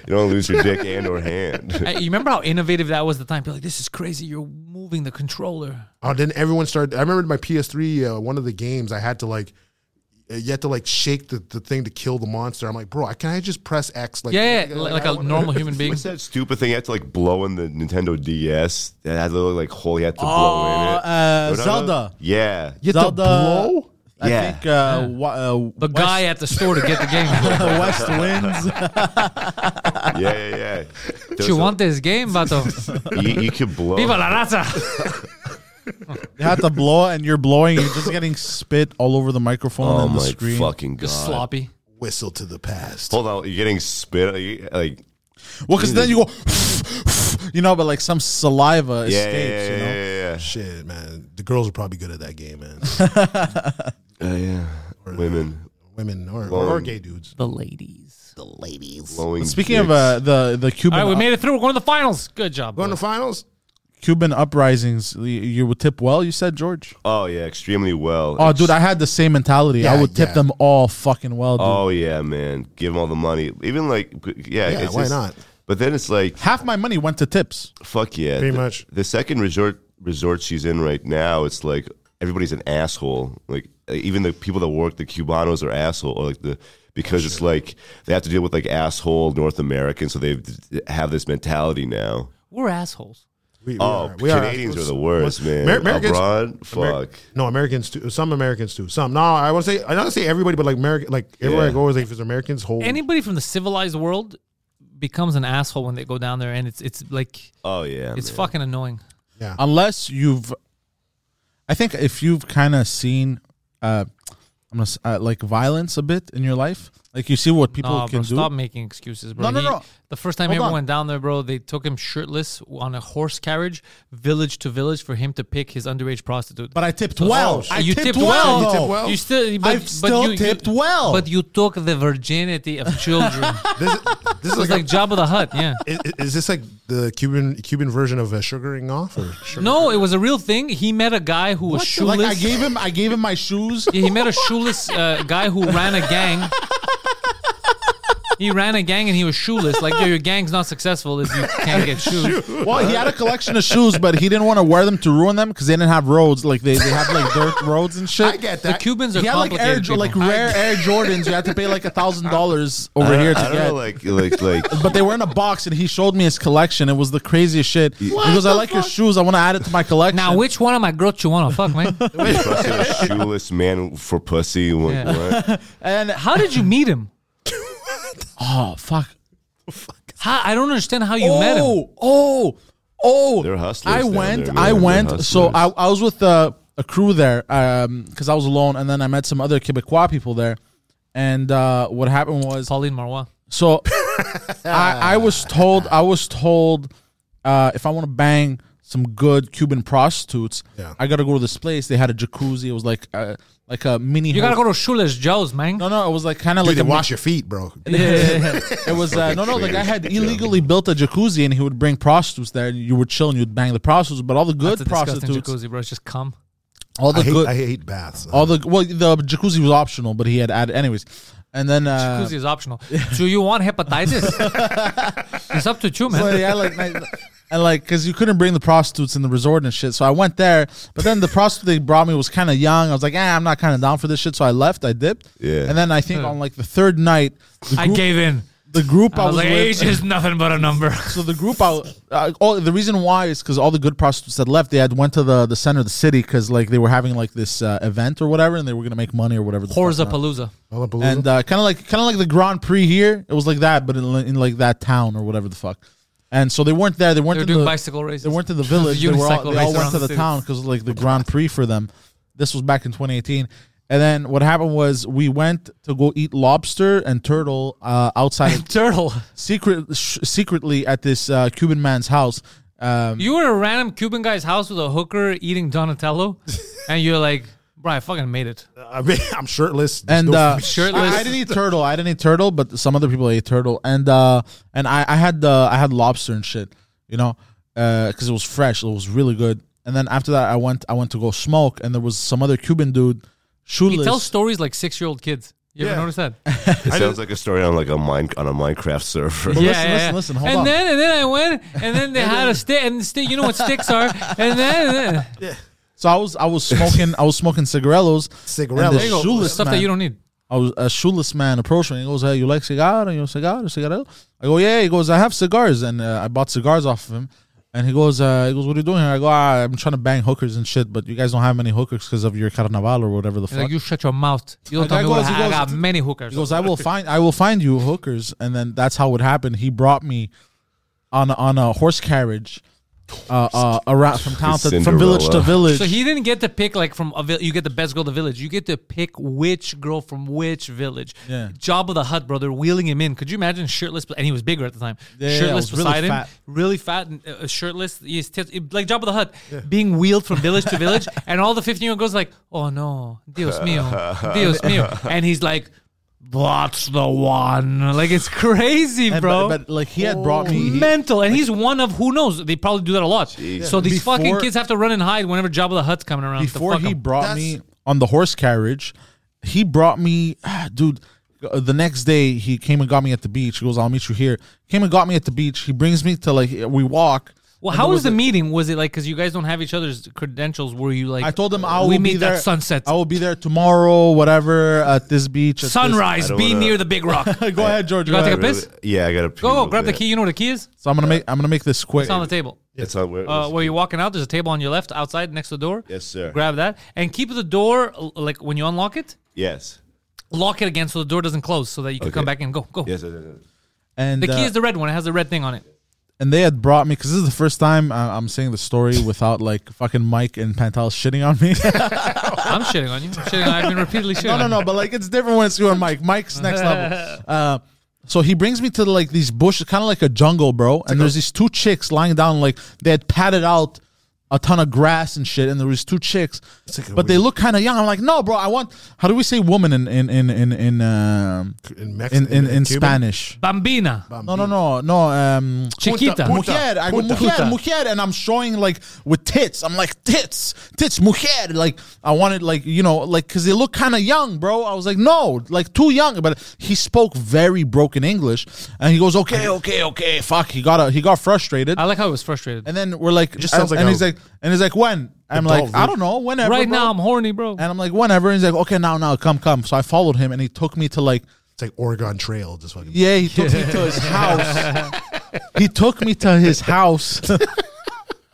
[SPEAKER 2] You don't lose your dick and or hand.
[SPEAKER 3] Hey, you remember how innovative that was at the time? People were like, this is crazy. You're moving the controller.
[SPEAKER 4] oh then everyone started I remember my PS3 uh, one of the games I had to like uh, you had to like shake the, the thing to kill the monster I'm like bro I can I just press X like
[SPEAKER 3] Yeah, yeah, like,
[SPEAKER 4] I
[SPEAKER 3] like a
[SPEAKER 4] wanna-
[SPEAKER 3] normal human being.
[SPEAKER 2] What's that stupid thing you had to like blow in the Nintendo DS? That had a little like hole you had to blow in it.
[SPEAKER 5] uh,
[SPEAKER 2] No, no, no.
[SPEAKER 5] Zelda.
[SPEAKER 2] Yeah.
[SPEAKER 4] you have to
[SPEAKER 5] Zelda-
[SPEAKER 4] blow
[SPEAKER 5] I
[SPEAKER 2] Yeah.
[SPEAKER 5] think uh, wa- uh,
[SPEAKER 3] The
[SPEAKER 5] (laughs)
[SPEAKER 3] guy at the store to get the game.
[SPEAKER 5] West, West wins.
[SPEAKER 2] Yeah, yeah, yeah. There
[SPEAKER 3] you
[SPEAKER 2] was
[SPEAKER 3] want this game, Bato?
[SPEAKER 2] a- you, you could blow.
[SPEAKER 3] Viva la raza.
[SPEAKER 5] (laughs) you have to blow, and you're blowing. You're just getting spit all over the microphone
[SPEAKER 2] oh
[SPEAKER 5] and the
[SPEAKER 2] my
[SPEAKER 5] screen.
[SPEAKER 2] fucking god.
[SPEAKER 3] Just sloppy.
[SPEAKER 4] (laughs) whistle to the past
[SPEAKER 2] Hold on, you're getting spit. Are you, like
[SPEAKER 5] Well, because then you go, (laughs) you know, but like some saliva
[SPEAKER 2] yeah,
[SPEAKER 5] escapes.
[SPEAKER 2] yeah,
[SPEAKER 5] you know?
[SPEAKER 2] yeah, yeah,
[SPEAKER 4] (laughs) shit man the girls are probably good at that game
[SPEAKER 3] (laughs)
[SPEAKER 4] man
[SPEAKER 2] yeah. Uh, yeah. Women
[SPEAKER 4] women or,
[SPEAKER 2] Long.
[SPEAKER 4] or gay dudes
[SPEAKER 3] The ladies.
[SPEAKER 2] blowing.
[SPEAKER 5] Speaking
[SPEAKER 2] dicks.
[SPEAKER 5] of uh, the the Cuban
[SPEAKER 3] All right, we
[SPEAKER 5] up-
[SPEAKER 3] made it through. We're going to the finals. Good job.
[SPEAKER 4] going
[SPEAKER 3] boys.
[SPEAKER 4] to finals
[SPEAKER 5] Cuban uprisings, y- you would tip well. You said George.
[SPEAKER 2] oh yeah, extremely well.
[SPEAKER 5] Oh, dude, I had the same mentality. I
[SPEAKER 4] Yeah,
[SPEAKER 5] would tip
[SPEAKER 4] yeah.
[SPEAKER 5] them all fucking well, dude.
[SPEAKER 2] oh yeah, man. Give them all the money. Even like, yeah.
[SPEAKER 4] Yeah,
[SPEAKER 2] it's
[SPEAKER 4] why
[SPEAKER 2] just-
[SPEAKER 4] not?
[SPEAKER 2] But then it's like,
[SPEAKER 5] Half my money went to tips.
[SPEAKER 2] fuck yeah.
[SPEAKER 4] Pretty
[SPEAKER 2] the,
[SPEAKER 4] much.
[SPEAKER 2] The second resort resort she's in right now, it's like everybody's an asshole. Like even the people that work, the Cubanos are asshole. Or like the because it's like they have to deal with like asshole North Americans, so they have this mentality now.
[SPEAKER 3] We're assholes.
[SPEAKER 4] We, we
[SPEAKER 2] Oh, Canadians are, the worst, man.
[SPEAKER 4] Amer- Americans,
[SPEAKER 2] Abroad, fuck.
[SPEAKER 4] Amer- no, Americans too. Some Americans too. Some. No, I want to say I don't say everybody, but like American, like everywhere
[SPEAKER 2] Yeah.
[SPEAKER 4] I go is like if it's Americans, whole.
[SPEAKER 3] Anybody from the civilized world becomes an asshole when they go down there, and it's it's like
[SPEAKER 2] oh yeah,
[SPEAKER 3] it's
[SPEAKER 2] man.
[SPEAKER 3] fucking annoying.
[SPEAKER 5] Unless you've, I think if you've kind of seen, uh, I'm gonna, s- uh, like violence a bit in your life, like you see what people
[SPEAKER 3] Nah,
[SPEAKER 5] can
[SPEAKER 3] bro,
[SPEAKER 5] do.
[SPEAKER 3] stop making excuses, bro.
[SPEAKER 5] No, no,
[SPEAKER 3] He-
[SPEAKER 5] no.
[SPEAKER 3] The first time
[SPEAKER 5] Hold
[SPEAKER 3] he ever
[SPEAKER 5] on.
[SPEAKER 3] went down there, bro, they took him shirtless on a horse carriage, village to village, for him to pick his underage prostitute.
[SPEAKER 6] But I tipped
[SPEAKER 3] So-
[SPEAKER 6] well. I
[SPEAKER 3] you
[SPEAKER 6] tipped well,
[SPEAKER 3] You
[SPEAKER 6] though.
[SPEAKER 3] tipped well. You still, but,
[SPEAKER 6] I've
[SPEAKER 3] but
[SPEAKER 6] still
[SPEAKER 3] you, you-
[SPEAKER 6] tipped well.
[SPEAKER 3] But you took the virginity of children.
[SPEAKER 4] This, this is
[SPEAKER 3] It
[SPEAKER 4] like,
[SPEAKER 3] was like Job of the Hut, yeah.
[SPEAKER 4] a- i- i- is this like the Cuban Cuban version of uh, sugaring off or sugar?
[SPEAKER 3] No, it was a real thing. He met a guy who was shoeless.
[SPEAKER 6] Like I gave him, I gave him my shoes.
[SPEAKER 3] Yeah, he met a shoeless uh, guy who ran a gang. He ran a gang and he was shoeless. Like, yo, your gang's not successful if you can't get shoes.
[SPEAKER 5] Well, he had a collection of shoes, but he didn't want to wear them to ruin them because they didn't have roads. Like they, they have like dirt roads and shit.
[SPEAKER 4] I get
[SPEAKER 3] The
[SPEAKER 4] that.
[SPEAKER 3] Cubans are
[SPEAKER 5] He had like air,
[SPEAKER 3] complicated.
[SPEAKER 5] Jo- like
[SPEAKER 3] people.
[SPEAKER 5] rare Air Jordans. You had to pay like a thousand dollars over here to
[SPEAKER 2] I don't
[SPEAKER 5] get.
[SPEAKER 2] know, like like
[SPEAKER 3] (laughs)
[SPEAKER 2] like.
[SPEAKER 5] but they were in a box, and he showed me his collection. It was the craziest shit. he goes, "I like your shoes. I want to add it to my collection."
[SPEAKER 3] now, which one of my girls you want to fuck, man?
[SPEAKER 2] trusting a shoeless man for pussy. Like,
[SPEAKER 3] (laughs)
[SPEAKER 2] what?
[SPEAKER 5] and
[SPEAKER 3] How did you meet him?
[SPEAKER 5] oh fuck,
[SPEAKER 3] How, I don't understand how you met him.
[SPEAKER 5] Oh, oh, oh!
[SPEAKER 2] They're hustlers
[SPEAKER 5] I
[SPEAKER 2] down
[SPEAKER 5] went.
[SPEAKER 2] there, man.
[SPEAKER 5] I
[SPEAKER 2] They're
[SPEAKER 5] went. So I,
[SPEAKER 2] hustlers.
[SPEAKER 5] I was with a, a crew there because I was alone, and then I met some other Quebecois people there. And uh, what happened was,
[SPEAKER 3] Pauline Marois.
[SPEAKER 5] so
[SPEAKER 2] (laughs)
[SPEAKER 5] I, I was told I was told uh, if I want to bang some good Cuban prostitutes,
[SPEAKER 4] Yeah.
[SPEAKER 5] I gotta go to this place. They had a jacuzzi. It was like a, like a mini.
[SPEAKER 3] You gotta
[SPEAKER 5] hotel-
[SPEAKER 3] go to shoeless Joe's, man.
[SPEAKER 5] No, no, it was like kind of
[SPEAKER 4] Dude,
[SPEAKER 5] like
[SPEAKER 4] they
[SPEAKER 5] a mi-
[SPEAKER 4] wash your feet, bro.
[SPEAKER 5] it was uh, no, no. The guy had illegally built a jacuzzi, and he would bring prostitutes there, and you would chill and you'd bang the prostitutes. But all the good
[SPEAKER 3] That's a disgusting
[SPEAKER 5] prostitutes,
[SPEAKER 3] jacuzzi, bro. It's just cum.
[SPEAKER 5] all the
[SPEAKER 4] I hate,
[SPEAKER 5] good,
[SPEAKER 4] I hate baths.
[SPEAKER 5] all the well, the jacuzzi was optional, but he had added anyways. And then uh,
[SPEAKER 3] Jacuzzi is optional. Do you want hepatitis?
[SPEAKER 5] (laughs)
[SPEAKER 3] it's up to you, man.
[SPEAKER 5] so yeah, like my-
[SPEAKER 3] (laughs)
[SPEAKER 5] and like because you couldn't bring the prostitutes in the resort and shit. So I went there, but then the prostitute they brought me was kind of young. I was like, eh, I'm not kind of down for this shit. So I left. I dipped.
[SPEAKER 2] Yeah.
[SPEAKER 5] And then I think on like the third night, the
[SPEAKER 3] I
[SPEAKER 5] group,
[SPEAKER 3] gave in.
[SPEAKER 5] the group I,
[SPEAKER 3] I was like,
[SPEAKER 5] with-
[SPEAKER 3] age is nothing but a number.
[SPEAKER 5] so the group out uh, all the reason why is because all the good prostitutes that left they had went to the the center of the city because like they were having like this uh, event or whatever and they were gonna make money or whatever the fuck
[SPEAKER 3] Horza
[SPEAKER 5] not.
[SPEAKER 3] Palooza.
[SPEAKER 5] and uh, kind of like kind of like the grand prix here it was like that but in, in like that town or whatever the fuck and so they weren't there they weren't
[SPEAKER 3] They were
[SPEAKER 5] in
[SPEAKER 3] doing
[SPEAKER 5] the-
[SPEAKER 3] bicycle races.
[SPEAKER 5] they weren't in the village they, were all,
[SPEAKER 3] (laughs) Unicycle
[SPEAKER 5] they all
[SPEAKER 3] races
[SPEAKER 5] went
[SPEAKER 3] around
[SPEAKER 5] to
[SPEAKER 3] the
[SPEAKER 5] the
[SPEAKER 3] city.
[SPEAKER 5] town because like the grand prix for them this was back in 2018 and then what happened was we went to go eat lobster and turtle uh,
[SPEAKER 3] (laughs)
[SPEAKER 5] outside of
[SPEAKER 3] Turtle.
[SPEAKER 5] secret sh- secretly at this uh, Cuban man's house. Um,
[SPEAKER 3] You were at a random Cuban guy's house with a hooker eating
[SPEAKER 5] (laughs)
[SPEAKER 3] Donatello, and you're like, bro, I fucking made it.
[SPEAKER 4] (laughs) I mean, I'm shirtless. There's
[SPEAKER 5] and
[SPEAKER 4] no- (laughs)
[SPEAKER 5] uh,
[SPEAKER 3] Shirtless.
[SPEAKER 5] I, I didn't eat turtle. I didn't eat turtle, but some other people ate turtle. And uh, and I, I had uh, I had lobster and shit, you know, because it was fresh. It was really good. And then after that, I went I went to go smoke, and there was some other Cuban dude
[SPEAKER 3] He
[SPEAKER 5] shoeless.
[SPEAKER 3] tells stories like six year old kids. You
[SPEAKER 4] Yeah.
[SPEAKER 3] ever notice that?
[SPEAKER 2] It sounds like a story on like a mine on a Minecraft server.
[SPEAKER 5] Well, listen, listen, listen, hold
[SPEAKER 3] and
[SPEAKER 5] on.
[SPEAKER 3] then and then I went, and
[SPEAKER 5] (laughs)
[SPEAKER 3] then they had a stick, and stick. You know what sticks are? And then, and then
[SPEAKER 5] so I was I was smoking I was smoking cigarillos.
[SPEAKER 4] Cigarillos.
[SPEAKER 5] and this
[SPEAKER 4] There you go.
[SPEAKER 5] Shoeless
[SPEAKER 3] stuff
[SPEAKER 5] man,
[SPEAKER 3] that you don't need.
[SPEAKER 5] I was a shoeless man approached me. He goes, "Hey, you like cigar? And you cigar, cigarette?" I go, "Yeah." He goes, "I have cigars," and uh, I bought cigars off of him. And he goes, uh, "He goes, what are you doing here?" I go, ah, "I'm trying to bang hookers and shit, but you guys don't have many hookers because of your carnival or whatever the
[SPEAKER 3] He's
[SPEAKER 5] fuck."
[SPEAKER 3] like, you shut your mouth. You don't
[SPEAKER 5] The guy
[SPEAKER 3] tell me what
[SPEAKER 5] goes- he
[SPEAKER 3] I, I
[SPEAKER 5] goes-
[SPEAKER 3] got many hookers.
[SPEAKER 5] he goes, "I will find, I will find you hookers," and then that's how it happened. He brought me on a- on a horse carriage. Uh, uh, around from town to, from village to
[SPEAKER 2] Cinderella.
[SPEAKER 5] village.
[SPEAKER 3] so he didn't get to pick like from a vil- you get the best girl of the village. You get to pick which girl from which village.
[SPEAKER 5] Yeah.
[SPEAKER 3] Job of the Hut, brother, wheeling him in. Could you imagine shirtless? And he was bigger at the time.
[SPEAKER 5] Yeah, yeah,
[SPEAKER 3] shirtless
[SPEAKER 5] I was really
[SPEAKER 3] beside him,
[SPEAKER 5] fat.
[SPEAKER 3] really fat, and, uh, shirtless. He's tits- it- like Job of the Hut, being wheeled from village
[SPEAKER 5] (laughs)
[SPEAKER 3] to village, and all the fifteen-year-old girls like, "Oh no, Dios mío, Dios
[SPEAKER 5] (laughs)
[SPEAKER 3] mío," and he's like. That's the one. Like it's crazy,
[SPEAKER 5] And-
[SPEAKER 3] bro.
[SPEAKER 5] but, but, like he had brought me. he-
[SPEAKER 3] mental, and he's one of who knows. They probably do that a lot. So these
[SPEAKER 5] Before-
[SPEAKER 3] fucking kids have to run and hide whenever Jabba the Hutt's coming around.
[SPEAKER 5] before
[SPEAKER 3] to fuck
[SPEAKER 5] he
[SPEAKER 3] 'em.
[SPEAKER 5] brought
[SPEAKER 4] That's-
[SPEAKER 5] me on the horse carriage, he brought me, ah, dude. uh, The next day, he came and got me at the beach. He goes, "I'll meet you here." Came and got me at the beach. He brings me to like we walk.
[SPEAKER 3] well,
[SPEAKER 5] and
[SPEAKER 3] how
[SPEAKER 5] there
[SPEAKER 3] was the
[SPEAKER 5] a-
[SPEAKER 3] meeting? Was it like because you guys don't have each other's credentials? Were you like?
[SPEAKER 5] I told him I will
[SPEAKER 3] we
[SPEAKER 5] be
[SPEAKER 3] meet
[SPEAKER 5] there
[SPEAKER 3] at sunset,
[SPEAKER 5] I will be there tomorrow, whatever, at this beach. At
[SPEAKER 3] sunrise.
[SPEAKER 2] don't
[SPEAKER 3] Be
[SPEAKER 2] wanna-
[SPEAKER 3] near the big rock.
[SPEAKER 5] This. (laughs) Go ahead, George.
[SPEAKER 3] You
[SPEAKER 5] go
[SPEAKER 3] gotta take a
[SPEAKER 5] ahead.
[SPEAKER 3] piss.
[SPEAKER 2] Yeah, I gotta pee
[SPEAKER 3] Go
[SPEAKER 2] real
[SPEAKER 3] go grab the
[SPEAKER 2] quick.
[SPEAKER 3] key. You know what a key is?
[SPEAKER 5] So I'm gonna make. I'm gonna make this quick.
[SPEAKER 3] It's on the table.
[SPEAKER 2] It's on where.
[SPEAKER 3] Uh, where you're walking out, there's a table on your left outside next to the door.
[SPEAKER 2] Yes, sir.
[SPEAKER 3] Grab that and keep the door l- like when you unlock it,
[SPEAKER 2] yes.
[SPEAKER 3] lock it again so the door doesn't close so that you can
[SPEAKER 2] Okay.
[SPEAKER 3] come back and go go.
[SPEAKER 2] Yes. yes, yes, yes.
[SPEAKER 5] And
[SPEAKER 3] The key
[SPEAKER 5] uh,
[SPEAKER 3] is the red one. It has the red thing on it.
[SPEAKER 5] and they had brought me because this is the first time I- I'm saying the story without like fucking Mike and Pantel shitting on me. (laughs)
[SPEAKER 3] I'm shitting on you. I'm shitting on, I've been repeatedly shitting.
[SPEAKER 5] no, no,
[SPEAKER 3] on
[SPEAKER 5] no.
[SPEAKER 3] you.
[SPEAKER 5] But like, it's different when it's you and Mike. Mike's next
[SPEAKER 4] (laughs)
[SPEAKER 5] level. Uh, so he brings me to like these bushes, kind of like a jungle, bro. and there's these two chicks lying down, like they had patted out a ton of grass and shit. And there was two chicks,
[SPEAKER 4] like a
[SPEAKER 5] but they look kind of young. I'm like, no, bro. I want. How do we say woman in in in in in um,
[SPEAKER 4] In Mex-
[SPEAKER 5] in, in,
[SPEAKER 4] in-
[SPEAKER 5] in,
[SPEAKER 4] in Cuban?
[SPEAKER 5] Spanish?
[SPEAKER 3] Bambina,
[SPEAKER 5] No, no, no, no. Um,
[SPEAKER 3] chiquita.
[SPEAKER 4] Punta.
[SPEAKER 5] Mujer, I go
[SPEAKER 4] Puta.
[SPEAKER 5] mujer,
[SPEAKER 3] Puta.
[SPEAKER 5] mujer, and I'm showing like with tits. I'm like tits, tits, mujer. Like I wanted, like you know, like because they look kind of young, bro. I was like, no, like too young. But he spoke very broken English, and he goes, okay, okay, okay, fuck. He got a, he got frustrated,
[SPEAKER 3] I like how he was frustrated.
[SPEAKER 5] and then we're like,
[SPEAKER 4] just sounds like
[SPEAKER 5] and
[SPEAKER 4] a-
[SPEAKER 5] he's like, and he's like, when? I'm like,
[SPEAKER 4] Adult,
[SPEAKER 5] I
[SPEAKER 4] dude.
[SPEAKER 5] don't know, whenever.
[SPEAKER 3] right
[SPEAKER 5] bro."
[SPEAKER 3] now, I'm horny, bro.
[SPEAKER 5] and I'm like, whenever. And he's like, okay, now, now, come, come. So I followed him, and he took me to like
[SPEAKER 4] It's like Oregon Trail. Just fucking.
[SPEAKER 5] yeah, he took me to (laughs) his house. he took me to his house. (laughs)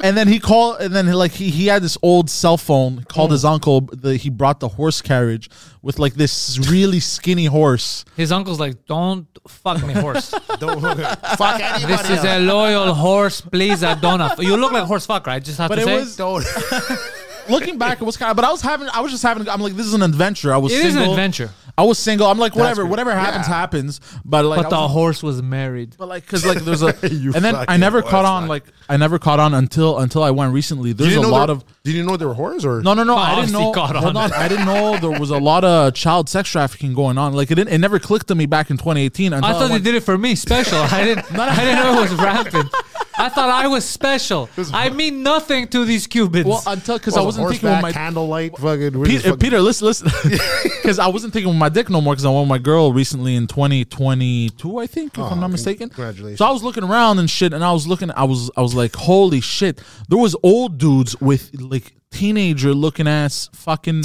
[SPEAKER 5] and then he called and then he, like he, he had this old cell phone, called his uncle, the, he brought the horse carriage with like this really skinny horse.
[SPEAKER 3] His uncle's like, "Don't fuck me,
[SPEAKER 5] (laughs)
[SPEAKER 3] horse.
[SPEAKER 4] Don't fuck anybody.
[SPEAKER 3] this is a loyal horse. Please, I don't. Have, you look like a horse fucker. I just have
[SPEAKER 5] But
[SPEAKER 3] to
[SPEAKER 5] it
[SPEAKER 3] say,
[SPEAKER 5] was (laughs) looking back it was kind of but I was having I was just having I'm like this is an adventure. I was
[SPEAKER 3] It is
[SPEAKER 5] single.
[SPEAKER 3] an adventure.
[SPEAKER 5] I was single. I'm like whatever
[SPEAKER 4] good.
[SPEAKER 5] whatever happens happens, but like
[SPEAKER 3] but
[SPEAKER 5] I
[SPEAKER 3] the
[SPEAKER 5] was-
[SPEAKER 3] horse was married.
[SPEAKER 5] but like cuz like (laughs) there's a
[SPEAKER 4] You
[SPEAKER 5] and then I
[SPEAKER 4] fucking
[SPEAKER 5] never caught
[SPEAKER 4] horse
[SPEAKER 5] on like I never caught on until until I went recently. There's a
[SPEAKER 4] know
[SPEAKER 5] lot
[SPEAKER 4] there-
[SPEAKER 5] of
[SPEAKER 4] Did you know there were horrors or
[SPEAKER 5] No, no, no.
[SPEAKER 3] Oh,
[SPEAKER 5] I didn't
[SPEAKER 3] obviously
[SPEAKER 5] know.
[SPEAKER 3] caught
[SPEAKER 5] Hold
[SPEAKER 3] on. (laughs)
[SPEAKER 5] on, I didn't know there was a lot of child sex trafficking going on. Like it didn't. It never clicked to me back in 2018. Until
[SPEAKER 3] I thought they
[SPEAKER 5] went-
[SPEAKER 3] did it for me, special. I
[SPEAKER 5] (laughs)
[SPEAKER 3] didn't. I didn't know it was rampant. I thought I was special. I mean nothing to these Cubans.
[SPEAKER 5] Well, until because I wasn't thinking with
[SPEAKER 4] Oh, horseback,
[SPEAKER 5] my
[SPEAKER 4] candlelight. Fucking, we're
[SPEAKER 5] Peter,
[SPEAKER 4] just fucking-
[SPEAKER 5] Peter, listen, listen,
[SPEAKER 3] (laughs)
[SPEAKER 5] because I wasn't thinking with my dick no more because I won my girl recently in 2022, I think,
[SPEAKER 3] Oh,
[SPEAKER 5] if I'm not mistaken.
[SPEAKER 4] congratulations.
[SPEAKER 5] So I was looking around and shit, and I was looking, I was, I was like, holy shit, there was old dudes with like teenager looking ass
[SPEAKER 3] (laughs)
[SPEAKER 5] fucking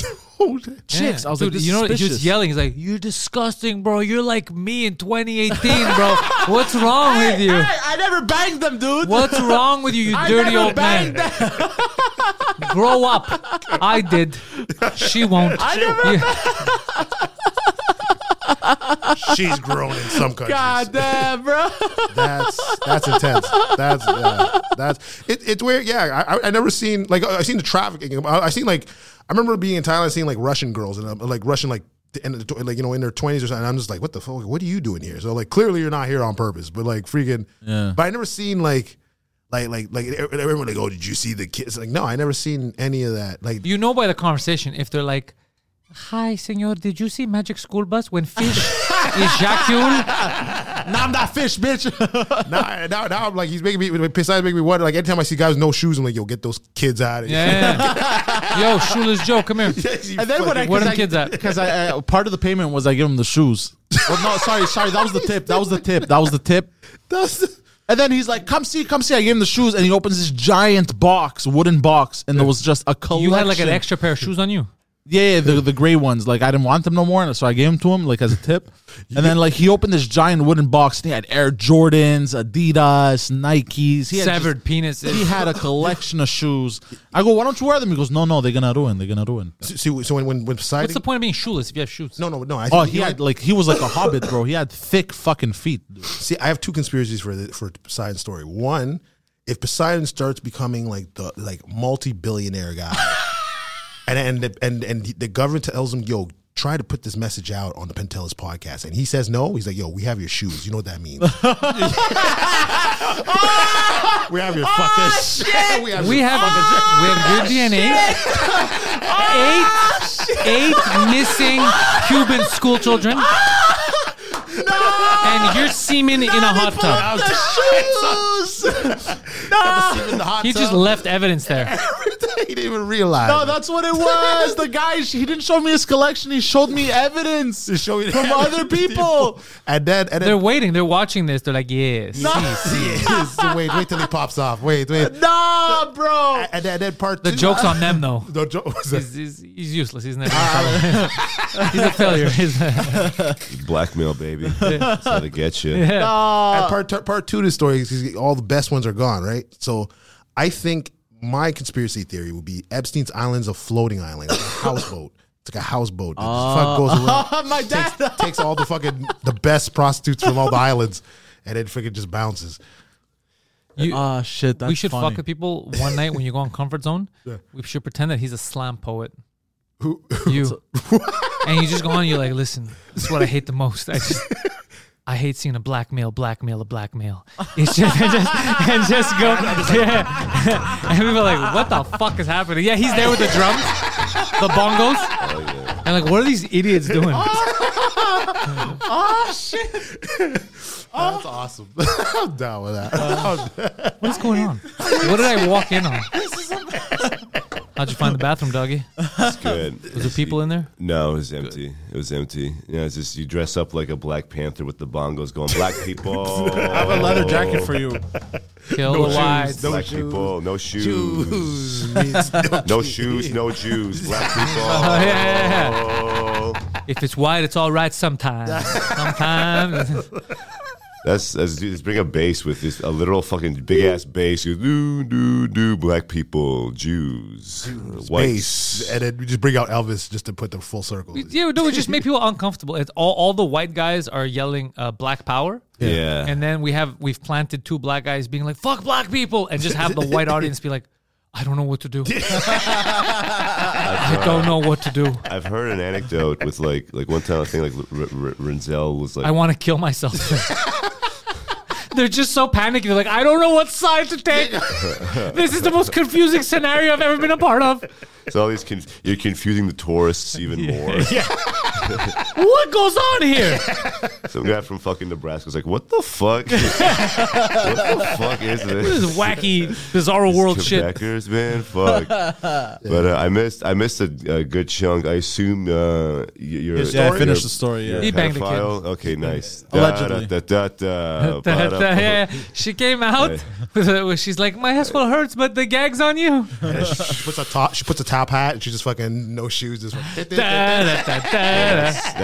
[SPEAKER 5] chicks. I was
[SPEAKER 3] Dude,
[SPEAKER 5] like, this
[SPEAKER 3] you
[SPEAKER 5] is
[SPEAKER 3] know, what? he
[SPEAKER 5] suspicious.
[SPEAKER 3] was yelling. He's like, "You're disgusting, bro. You're like me in 2018, bro. What's wrong with you?
[SPEAKER 5] (laughs) Hey, I never banged them, dude. (laughs)
[SPEAKER 3] What's wrong with you, you
[SPEAKER 5] I
[SPEAKER 3] dirty
[SPEAKER 5] never
[SPEAKER 3] old man?
[SPEAKER 5] banged them.
[SPEAKER 3] (laughs) Grow up. I did. She won't. I
[SPEAKER 5] never
[SPEAKER 4] (laughs) she's grown in (laughs) some countries.
[SPEAKER 5] God damn, bro.
[SPEAKER 4] That's that's intense. That's yeah, that's it, it's weird. Yeah, I, I I never seen like I I seen the trafficking. I, I seen like I remember being in Thailand, seeing like Russian girls and uh, like Russian like and the tw- like you know in their twenties or something. And I'm just like, what the fuck? What are you doing here? So like clearly you're not here on purpose. But like freaking. Yeah. But I never seen like. Like, like, like, everyone like, oh, did you see the kids? Like, no, I never seen any of that. Like,
[SPEAKER 3] You know by the conversation if they're like, "Hi, senor. Did you see Magic School Bus when
[SPEAKER 5] (laughs)
[SPEAKER 3] fish ejaculate?"
[SPEAKER 5] Nah, I'm not fish, bitch.
[SPEAKER 4] (laughs) now, now, now I'm like, he's making me, besides making me wonder, like, anytime I see guys with no shoes, I'm like, yo, get those kids out of here.
[SPEAKER 3] Yeah. Yo, shoeless Joe, come
[SPEAKER 5] (laughs)
[SPEAKER 3] here.
[SPEAKER 4] You
[SPEAKER 5] and then when I,
[SPEAKER 4] fucking-
[SPEAKER 3] Where them
[SPEAKER 5] I-
[SPEAKER 3] kids at?
[SPEAKER 5] Because I, I, part of the payment was I give him the shoes. well, no, sorry, sorry. That was the tip. That was the tip. That was the tip.
[SPEAKER 4] (laughs) That's-
[SPEAKER 5] And then he's like, "Come see, come see." I gave him the shoes, and he opens this giant box, wooden box, and there was just a collection.
[SPEAKER 3] You had like an extra pair of shoes on you.
[SPEAKER 5] Yeah, yeah, the the gray ones. Like I didn't want them no more, and so I gave them to him like as a
[SPEAKER 3] (laughs)
[SPEAKER 5] tip. And then like he opened this giant wooden box, and he had Air Jordans, Adidas, Nikes. He had just-
[SPEAKER 3] Severed penises.
[SPEAKER 5] he had a collection of shoes. I go, why don't you wear them? He goes, no, no, they're gonna ruin. They're gonna ruin.
[SPEAKER 4] so, so when, when, when Poseidon,
[SPEAKER 3] What's the point of being shoeless if you have shoes?
[SPEAKER 4] No, no, no. I
[SPEAKER 5] Oh,
[SPEAKER 4] think-
[SPEAKER 5] he had like he was like a hobbit, bro. He had thick fucking feet. Dude.
[SPEAKER 4] see, I have two conspiracies for the, for Poseidon's story. One, if Poseidon starts becoming like the like multi billionaire
[SPEAKER 5] (laughs)
[SPEAKER 4] guy, and and the, and and the government tells him, "Yo, try to put this message out on the Pentelis podcast," and he says no, he's like, "Yo, we have your shoes. You know what that
[SPEAKER 5] (laughs)
[SPEAKER 4] means." (laughs) we have your
[SPEAKER 3] Ah,
[SPEAKER 4] fucking shit. We have
[SPEAKER 3] We
[SPEAKER 4] your
[SPEAKER 3] have we have good DNA. Eight, eight missing Cuban school children. And your semen in a hot (laughs) tub.
[SPEAKER 4] fucking hot
[SPEAKER 3] He just
[SPEAKER 4] tub.
[SPEAKER 3] left evidence there.
[SPEAKER 4] he didn't even realize.
[SPEAKER 5] No, that's what it was. the guy he didn't show me his collection. He showed me evidence
[SPEAKER 4] To show you
[SPEAKER 5] from
[SPEAKER 4] (laughs)
[SPEAKER 5] other people.
[SPEAKER 4] and then and then
[SPEAKER 3] They're waiting. They're watching this. They're like, yes.
[SPEAKER 4] (laughs) Yes.
[SPEAKER 5] (laughs)
[SPEAKER 4] wait, wait till he pops off. Wait, wait.
[SPEAKER 5] Nah, bro.
[SPEAKER 4] And then, then part
[SPEAKER 3] The
[SPEAKER 4] two.
[SPEAKER 3] joke's on them, though.
[SPEAKER 4] (laughs) The joke (laughs) was that-
[SPEAKER 3] He's, he's, he's useless. He's never. (laughs) he's a failure. He's
[SPEAKER 2] Blackmail, baby. That's how they get you. Yeah.
[SPEAKER 4] and part t- part two of the story is all the best ones are gone, right? So I think my conspiracy theory would be Epstein's Island's a floating island, like a houseboat. It's like a houseboat. It just fuck goes
[SPEAKER 5] (laughs)
[SPEAKER 4] around.
[SPEAKER 5] My dad.
[SPEAKER 4] takes, takes all the fucking the best prostitutes from all the islands, and then freaking just bounces.
[SPEAKER 3] You,
[SPEAKER 5] Ah, shit. That's
[SPEAKER 3] we should
[SPEAKER 5] funny.
[SPEAKER 3] fuck with people one night when you go on comfort
[SPEAKER 4] (laughs)
[SPEAKER 3] zone. We should pretend that he's a slam poet.
[SPEAKER 4] Who-
[SPEAKER 3] You.
[SPEAKER 4] (laughs)
[SPEAKER 3] and you just go on. You're like, listen, this is what I hate the most. I just. I hate seeing a black male blackmail a black male. (laughs) It's just, and just, and just go,
[SPEAKER 4] (laughs)
[SPEAKER 3] yeah. (laughs) and people are like, what the fuck is happening? Yeah, he's there with the drums, the bongos. And like, what are these idiots doing?
[SPEAKER 4] That's awesome. (laughs) I'm down with that.
[SPEAKER 3] What's going on? What did I
[SPEAKER 4] (laughs)
[SPEAKER 3] walk in on? How'd you find the bathroom, doggy?
[SPEAKER 2] It's good.
[SPEAKER 3] Was there people in there?
[SPEAKER 2] No, it was empty. It was empty. Yeah, it's just you dress up like a Black Panther with the bongos going, black people. I have
[SPEAKER 5] a leather jacket for you.
[SPEAKER 3] Kill the whites.
[SPEAKER 4] no
[SPEAKER 2] black
[SPEAKER 4] shoes.
[SPEAKER 2] people, no shoes. no shoes, no Jews. Black people.
[SPEAKER 3] Oh, yeah, yeah, yeah. (laughs) If it's white, it's all right (laughs) sometimes. Sometimes.
[SPEAKER 2] That's, that's dude, just bring a bass with this a literal fucking big ass bass. You do do do black people, Jews, whites.
[SPEAKER 4] Bass, and then we just bring out Elvis just to put the full circle.
[SPEAKER 3] (laughs) yeah, no, it just make people uncomfortable. It's all, all the white guys are yelling uh, black power.
[SPEAKER 2] Yeah.
[SPEAKER 3] And then we have we've planted two black guys being like, fuck black people, and just have the white audience be like, I don't know what to do. I don't know what to do.
[SPEAKER 2] I've heard an anecdote with like like one time I think like R- R- Renzel was like
[SPEAKER 3] I want to kill myself. (laughs) They're just so panicky. They're like, I don't know what side to take. this is the most confusing scenario I've ever been a part of.
[SPEAKER 2] so all these conf- you're confusing the tourists even
[SPEAKER 3] (laughs)
[SPEAKER 2] more.
[SPEAKER 3] What goes on here?
[SPEAKER 2] Some guy from fucking Nebraska was like, "What the fuck? (laughs) what the fuck is
[SPEAKER 3] This
[SPEAKER 2] this?"
[SPEAKER 3] is wacky, bizarro world shit.
[SPEAKER 2] Quebecers, man,
[SPEAKER 3] (laughs)
[SPEAKER 2] fuck. But uh, I missed, I missed a, a good chunk. I assume uh, y- you're.
[SPEAKER 5] Yeah, story? finish the story, yeah.
[SPEAKER 2] you're a
[SPEAKER 3] He banged a kid.
[SPEAKER 2] pedophile? Okay, nice.
[SPEAKER 5] Allegedly.
[SPEAKER 2] Da,
[SPEAKER 3] (laughs)
[SPEAKER 2] da, da, da,
[SPEAKER 3] That,
[SPEAKER 2] ba,
[SPEAKER 3] uh,
[SPEAKER 2] da,
[SPEAKER 3] yeah, she came out. (laughs) with a- She's like, my ass will hurts, but the gag's on you.
[SPEAKER 4] She puts a top. She puts a top hat, and she just fucking no shoes. Just
[SPEAKER 3] Da, da, da, da, da.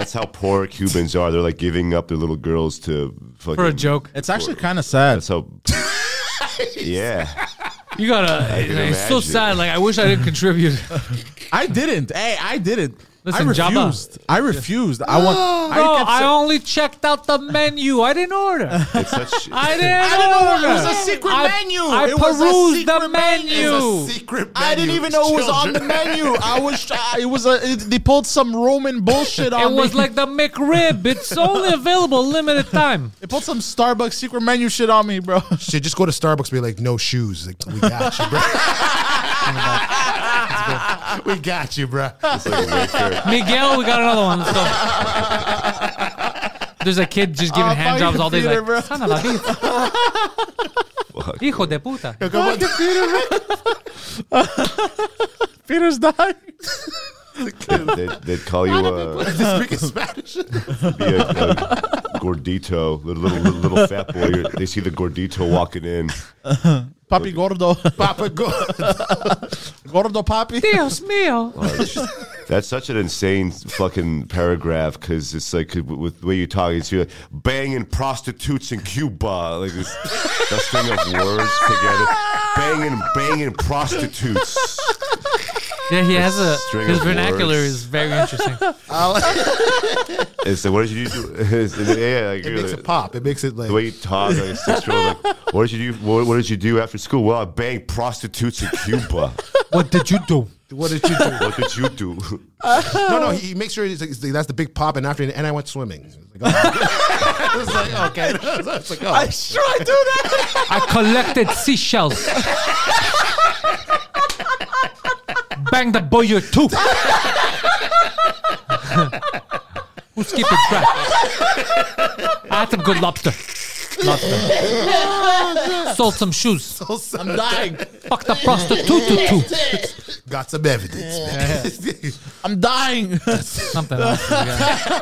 [SPEAKER 2] That's how poor Cubans are. They're like giving up their little girls to fucking.
[SPEAKER 3] For a joke,
[SPEAKER 5] It's actually kind of sad.
[SPEAKER 2] That's how. yeah.
[SPEAKER 3] you gotta.
[SPEAKER 2] can
[SPEAKER 3] It's so
[SPEAKER 2] imagine.
[SPEAKER 3] sad. Like I wish I
[SPEAKER 5] (laughs)
[SPEAKER 3] didn't contribute.
[SPEAKER 5] I didn't. Hey, I didn't.
[SPEAKER 3] Listen,
[SPEAKER 5] I
[SPEAKER 3] Jabba.
[SPEAKER 5] refused. I refused. I
[SPEAKER 3] (gasps)
[SPEAKER 5] want.
[SPEAKER 3] No,
[SPEAKER 5] kept
[SPEAKER 3] I
[SPEAKER 5] sa-
[SPEAKER 3] only checked out the menu. I didn't
[SPEAKER 5] (laughs)
[SPEAKER 3] order.
[SPEAKER 2] It's such.
[SPEAKER 3] (laughs) I didn't.
[SPEAKER 5] I didn't know
[SPEAKER 3] order.
[SPEAKER 5] it was a secret
[SPEAKER 3] I-
[SPEAKER 5] menu.
[SPEAKER 3] I
[SPEAKER 5] It was a
[SPEAKER 3] perused the
[SPEAKER 5] secret menu.
[SPEAKER 3] menu.
[SPEAKER 4] secret.
[SPEAKER 5] I didn't even know it was on the menu. I was. I- It was a. It, they pulled some Roman bullshit on
[SPEAKER 3] It was
[SPEAKER 5] me.
[SPEAKER 3] like the McRib. It's only available limited time.
[SPEAKER 5] they pulled some Starbucks secret menu shit on me, bro.
[SPEAKER 4] She just go to Starbucks, and be like, no shoes. Like we got you, bro. (laughs) we got you, bro.
[SPEAKER 2] It's like a Wayfair.
[SPEAKER 3] Miguel, we got another one. Let's go. There's a kid just giving
[SPEAKER 5] I'm
[SPEAKER 3] hand jobs
[SPEAKER 5] fucking
[SPEAKER 3] all day.
[SPEAKER 5] Peter,
[SPEAKER 3] Like,
[SPEAKER 5] bro.
[SPEAKER 3] Son of a bitch. Hijo de puta. Oh,
[SPEAKER 5] (laughs) Peter's dying.
[SPEAKER 2] They, they, they'd call you a.
[SPEAKER 4] Just speaking Spanish.
[SPEAKER 2] (laughs) be a, a gordito, little, little little little fat boy. You're- They see the gordito walking in.
[SPEAKER 5] Papi gordo. Papa gordo. (laughs) gordo papi.
[SPEAKER 3] Dios mío.
[SPEAKER 2] That's such an insane fucking paragraph because it's like 'cause with the way you talk, it's you're like banging prostitutes in Cuba, like this, this thing of words together, banging banging prostitutes.
[SPEAKER 3] Yeah, he has a
[SPEAKER 2] String
[SPEAKER 3] his
[SPEAKER 2] of
[SPEAKER 3] vernacular
[SPEAKER 2] words.
[SPEAKER 3] is very interesting.
[SPEAKER 2] And so what did you do? (laughs) It's- it's- yeah, like,
[SPEAKER 4] It
[SPEAKER 2] you're
[SPEAKER 4] makes
[SPEAKER 2] like-
[SPEAKER 4] it pop. It makes it like.
[SPEAKER 2] the way you talk, like a six year old, like, what did you do? What, what did you do after school? Well, I banged prostitutes in Cuba.
[SPEAKER 3] What did you do?
[SPEAKER 4] what did you do?
[SPEAKER 2] What did you do? (laughs)
[SPEAKER 4] No, no. He, he makes sure he's like, he's like, that's the big pop. And after, and I went swimming. It was like, oh. It was like, okay. It's like, oh.
[SPEAKER 5] Sure, I do that.
[SPEAKER 3] I collected seashells. Bang the boy your too. Who's keeping track? I had some good lobster.
[SPEAKER 5] (laughs)
[SPEAKER 3] Lobster. Sold some shoes.
[SPEAKER 5] I'm dying.
[SPEAKER 3] Fuck the prostitute too, too.
[SPEAKER 4] Got some evidence. man. (laughs)
[SPEAKER 5] I'm dying. (laughs)
[SPEAKER 3] Something else. Yeah.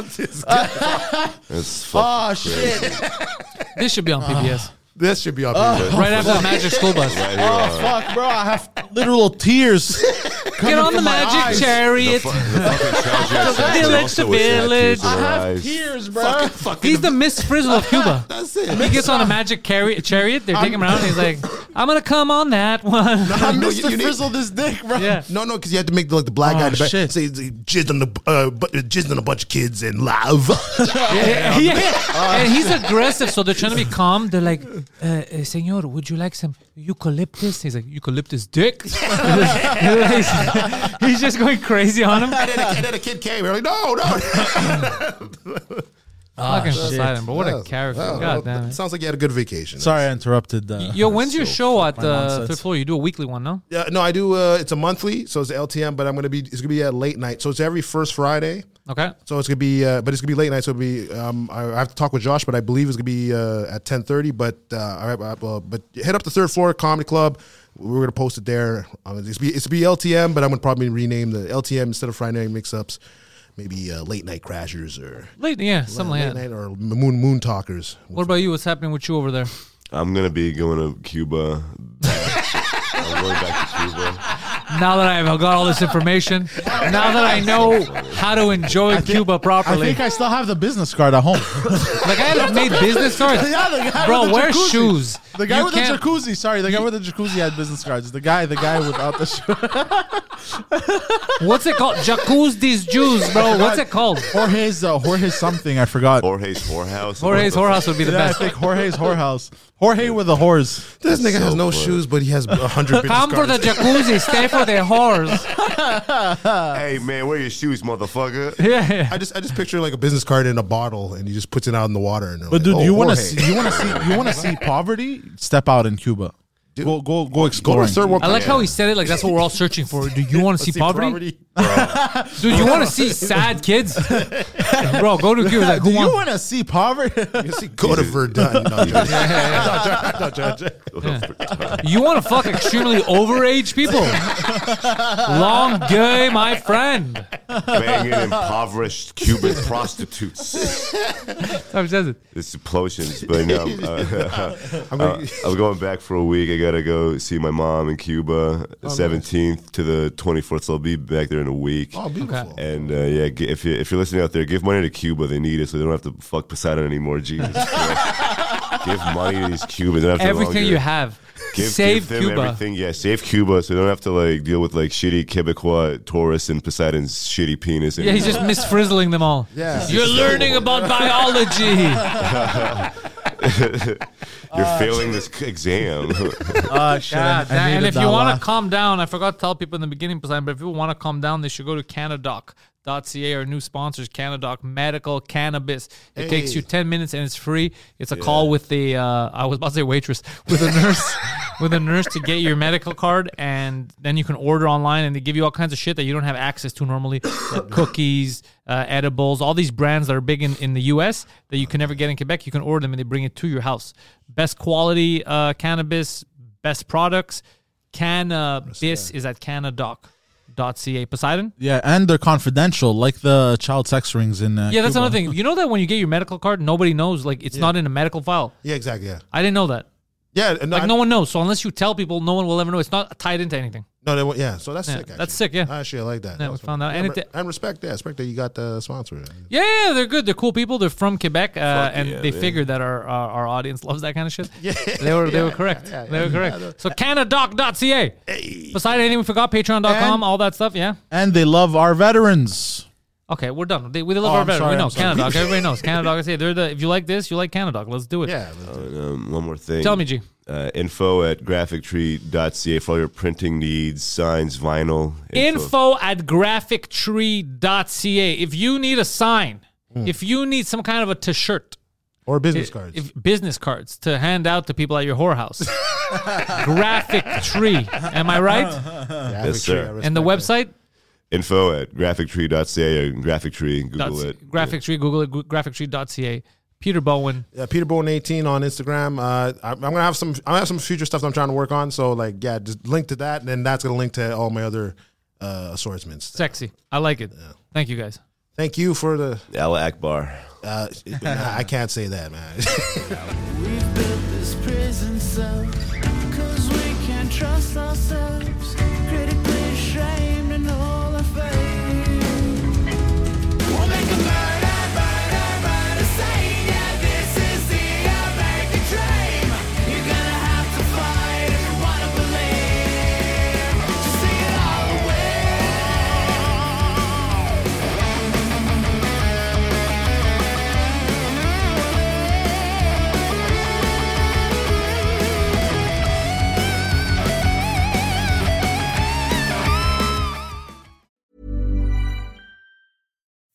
[SPEAKER 2] That's fucking
[SPEAKER 5] oh shit.
[SPEAKER 3] This should be on PBS.
[SPEAKER 4] this should be on.
[SPEAKER 3] (laughs)
[SPEAKER 5] Oh,
[SPEAKER 3] Right after the Magic School Bus.
[SPEAKER 2] uh, right here.
[SPEAKER 4] (laughs)
[SPEAKER 5] Fuck, bro. I have literal tears.
[SPEAKER 3] Get on the magic chariot.
[SPEAKER 2] fu- the fucking tragic sex
[SPEAKER 3] village
[SPEAKER 2] also
[SPEAKER 3] to
[SPEAKER 2] with tattoos
[SPEAKER 3] village.
[SPEAKER 2] on her eyes.
[SPEAKER 6] Tears, bro.
[SPEAKER 3] He's the Miss Frizzle of Cuba.
[SPEAKER 6] That's it.
[SPEAKER 3] He (laughs) gets on a magic chariot. chariot they're taking him around. And he's like, "I'm gonna come on that one."
[SPEAKER 6] I
[SPEAKER 4] No,
[SPEAKER 6] missed
[SPEAKER 4] you- you
[SPEAKER 6] to
[SPEAKER 4] need-
[SPEAKER 6] frizzle this dick, bro.
[SPEAKER 3] (laughs) Yeah.
[SPEAKER 4] No, no, because you had to make the, like the black
[SPEAKER 5] Oh,
[SPEAKER 4] guy in the back,
[SPEAKER 5] shit.
[SPEAKER 4] say he jizzed on the uh, bu- jizzed on a bunch of kids and love. (laughs)
[SPEAKER 3] (laughs) Yeah, and he's aggressive, so they're trying to be calm. They're like, uh, uh, "Senor, would you like some eucalyptus?" He's like, "Eucalyptus dick." (laughs) he's just going crazy on him.
[SPEAKER 4] and, then a, and then a kid came. We're like, no, no.
[SPEAKER 3] Fucking Poseidon, but what a character!
[SPEAKER 4] Wow,
[SPEAKER 3] God
[SPEAKER 4] well,
[SPEAKER 3] damn it.
[SPEAKER 4] Sounds like you had a good vacation.
[SPEAKER 5] Sorry, I interrupted. Uh,
[SPEAKER 3] Yo, when's your show at
[SPEAKER 5] my
[SPEAKER 3] the
[SPEAKER 5] nonsense.
[SPEAKER 3] third floor? You do a weekly one, no?
[SPEAKER 4] Uh, no, I do. Uh, it's a monthly, so it's LTM. But I'm gonna be. It's gonna be at late night, so it's every first Friday.
[SPEAKER 3] Okay.
[SPEAKER 4] So it's gonna be, uh, but it's gonna be late night. So it'll be. Um, I, I have to talk with Josh, but I believe it's gonna be uh, at 10:30. But uh, I, I, well, but hit up the third floor comedy club. We're gonna post it there. Um, it's be it's be LTM, but I'm gonna probably rename the LTM instead of Friday night mix ups. Maybe uh, late night crashers or
[SPEAKER 3] Late, yeah, something
[SPEAKER 4] late
[SPEAKER 3] like that.
[SPEAKER 4] night or moon moon talkers.
[SPEAKER 3] What about you? What's happening with you over there?
[SPEAKER 2] I'm gonna be going to Cuba. I'm going back to Cuba.
[SPEAKER 3] Now that I've got all this
[SPEAKER 5] (laughs)
[SPEAKER 3] information, now that I know how to enjoy Cuba
[SPEAKER 5] I
[SPEAKER 3] properly,
[SPEAKER 5] think I still have the business card at home.
[SPEAKER 3] like I have (laughs) made
[SPEAKER 5] (laughs)
[SPEAKER 3] business cards.
[SPEAKER 5] yeah, the guy
[SPEAKER 3] Bro,
[SPEAKER 5] with the
[SPEAKER 3] wear
[SPEAKER 5] jacuzzi.
[SPEAKER 3] shoes.
[SPEAKER 5] The guy
[SPEAKER 3] You
[SPEAKER 5] with
[SPEAKER 3] can't-
[SPEAKER 5] the jacuzzi. Sorry, the guy with the jacuzzi had business cards. The guy, the guy without the
[SPEAKER 4] (laughs)
[SPEAKER 5] shoe.
[SPEAKER 3] What's it called? Jacuzzi these Jews,
[SPEAKER 5] (laughs)
[SPEAKER 3] bro. What's it called?
[SPEAKER 5] Jorge's, uh, Jorge's something. I forgot.
[SPEAKER 2] Jorge's whorehouse.
[SPEAKER 3] Jorge's Whorehouse would be the
[SPEAKER 5] yeah, I
[SPEAKER 3] best.
[SPEAKER 5] think Jorge's whorehouse. Jorge with the whores.
[SPEAKER 4] This nigga has no shoes, but he has a hundred.
[SPEAKER 3] Come for the jacuzzi, stay for the
[SPEAKER 5] (laughs)
[SPEAKER 3] whores.
[SPEAKER 2] Hey man, wear your shoes, motherfucker.
[SPEAKER 3] Yeah, yeah.
[SPEAKER 4] I just I just picture like a business card in a bottle, and he just puts it out in the water. And "Oh,
[SPEAKER 5] But dude, you want to see,
[SPEAKER 4] (laughs)
[SPEAKER 3] (laughs)
[SPEAKER 5] you want to see, you want to see poverty? Step out in Cuba. Go, go, go
[SPEAKER 4] go to
[SPEAKER 5] exploring.
[SPEAKER 4] third world?
[SPEAKER 3] I like how he said it like that's what we're all searching for. Do you want to see poverty? Dude, you
[SPEAKER 5] (laughs)
[SPEAKER 3] want to see sad kids? Bro, go to Cuba. Like,
[SPEAKER 5] Uh,
[SPEAKER 3] who
[SPEAKER 5] Do you
[SPEAKER 3] wants?
[SPEAKER 5] want to see (laughs) poverty?
[SPEAKER 3] (laughs)
[SPEAKER 4] You see, go to Verdun. No, I'm joking. No, I'm joking.
[SPEAKER 3] You want to fuck extremely overage people? Long gay, my friend.
[SPEAKER 2] Banging impoverished Cuban prostitutes.
[SPEAKER 3] Sorry, it says it.
[SPEAKER 2] It's explosions, but no.
[SPEAKER 4] (laughs)
[SPEAKER 2] I'm, uh, (laughs)
[SPEAKER 4] I'm
[SPEAKER 2] uh,
[SPEAKER 4] gonna-
[SPEAKER 2] I'm going back for a week. I gotta go see my mom in Cuba,
[SPEAKER 4] Oh,
[SPEAKER 2] seventeenth to the twenty fourth. So I'll be back there in a week.
[SPEAKER 4] Oh, beautiful.
[SPEAKER 2] And uh, yeah, g- if you if you're listening out there, give money to Cuba. They need it, so they don't have to fuck Poseidon anymore.
[SPEAKER 4] (laughs)
[SPEAKER 2] Jesus. Christ. give money to these Cubans. They don't have to
[SPEAKER 3] Everything
[SPEAKER 2] longer-
[SPEAKER 3] you have.
[SPEAKER 2] Give,
[SPEAKER 3] Save
[SPEAKER 2] give them
[SPEAKER 3] Cuba.
[SPEAKER 2] Everything. Yeah, save Cuba, so they don't have to like deal with like shitty Quebecois tourists and Poseidon's shitty penis.
[SPEAKER 3] Yeah, he's just misfrizzling them all.
[SPEAKER 4] Yeah.
[SPEAKER 3] You're learning about (laughs) biology.
[SPEAKER 2] you're
[SPEAKER 4] Uh,
[SPEAKER 2] failing this c- exam. (laughs)
[SPEAKER 5] Uh, shit, I- I
[SPEAKER 3] That- and
[SPEAKER 5] needed
[SPEAKER 3] if you
[SPEAKER 5] that
[SPEAKER 3] want
[SPEAKER 5] laugh.
[SPEAKER 3] to calm down, I forgot to tell people in the beginning, Poseidon, but if people want to calm down, they should go to canadoc.ca or new sponsors, Canadoc Medical Cannabis. It takes you 10 minutes and it's free. It's a call with the, uh, I was about to say waitress, with a nurse, (laughs) with a nurse to get your medical card. And then you can order online and they give you all kinds of shit that you don't have access to normally (coughs) like cookies, uh, edibles, all these brands that are big in, in the US that you can never get in Quebec. You can order them and they bring it to your house. Best quality uh, cannabis, best products. Cannabis uh, is at canadoc.ca. Poseidon?
[SPEAKER 5] yeah, and they're confidential, like the child sex rings in. Uh,
[SPEAKER 3] Yeah, that's
[SPEAKER 5] Cuba.
[SPEAKER 3] another thing. You know that when you get your medical card, nobody knows. Like, it's not in a medical file.
[SPEAKER 4] Yeah, exactly. Yeah,
[SPEAKER 3] I didn't know that.
[SPEAKER 4] yeah. and
[SPEAKER 3] Like,
[SPEAKER 4] I-
[SPEAKER 3] no one knows. So, unless you tell people, no one will ever know. It's not tied into anything.
[SPEAKER 4] no, they won't- yeah. So that's
[SPEAKER 3] Yeah,
[SPEAKER 4] sick. Actually.
[SPEAKER 3] that's sick, yeah.
[SPEAKER 4] actually, I like that.
[SPEAKER 3] Yeah,
[SPEAKER 4] That
[SPEAKER 3] we
[SPEAKER 4] was
[SPEAKER 3] found
[SPEAKER 4] fun.
[SPEAKER 3] out.
[SPEAKER 4] Yeah,
[SPEAKER 3] And
[SPEAKER 4] re-
[SPEAKER 3] it- Uh,
[SPEAKER 4] and respect that. Respect that you got the sponsor.
[SPEAKER 3] Yeah, yeah, they're good. They're cool people. They're from Quebec, uh, and
[SPEAKER 2] yeah,
[SPEAKER 3] they
[SPEAKER 2] man.
[SPEAKER 3] figured that our, our our audience loves that kind of shit. Yeah, (laughs) they were they were correct. they were correct. so canadoc.ca. Besides anything we forgot, Patreon.com,
[SPEAKER 5] And-
[SPEAKER 3] all that stuff. Yeah.
[SPEAKER 5] And they love our veterans.
[SPEAKER 3] Okay, we're done. They, we love
[SPEAKER 5] Oh,
[SPEAKER 3] our
[SPEAKER 5] I'm
[SPEAKER 3] veterans.
[SPEAKER 5] sorry,
[SPEAKER 3] We know
[SPEAKER 5] I'm sorry.
[SPEAKER 3] Canadoc. Everybody knows Canadoc. Say they're the. If you like this, you like Canadoc. Let's do it.
[SPEAKER 4] Yeah.
[SPEAKER 2] um, one more thing.
[SPEAKER 3] Tell me, G.
[SPEAKER 2] Uh, info at graphictree.ca for all your printing needs, signs, vinyl.
[SPEAKER 3] info at graphictree.ca. If you need a sign,
[SPEAKER 2] Hmm.
[SPEAKER 3] if you need some kind of a t shirt,
[SPEAKER 4] Or business cards.
[SPEAKER 3] if business cards to hand out to people at
[SPEAKER 2] (laughs)
[SPEAKER 3] your whorehouse, Graphic Tree. Am I right?
[SPEAKER 4] Yeah,
[SPEAKER 2] Yes,
[SPEAKER 4] actually,
[SPEAKER 2] sir.
[SPEAKER 4] I respect
[SPEAKER 3] uh, And the
[SPEAKER 4] that.
[SPEAKER 3] website?
[SPEAKER 2] Info at graphictree.ca or graphictree. Google
[SPEAKER 3] Dots-
[SPEAKER 2] it.
[SPEAKER 3] Graphic Tree. Google it. Gu- Graphictree.ca. Peter Bowen.
[SPEAKER 4] uh, Peter Bowen eighteen on Instagram. Uh, I, I'm gonna have some. I have some future stuff that I'm trying to work on. So like, yeah, just link to that, and then that's gonna link to all my other uh, assortments.
[SPEAKER 3] Sexy. I like it. Thank you guys.
[SPEAKER 4] Thank you for the.
[SPEAKER 2] Allah Akbar.
[SPEAKER 4] Uh,
[SPEAKER 3] (laughs)
[SPEAKER 4] I can't say that, man.
[SPEAKER 1] We built this prison cell 'cause we can't trust ourselves. Critically ashamed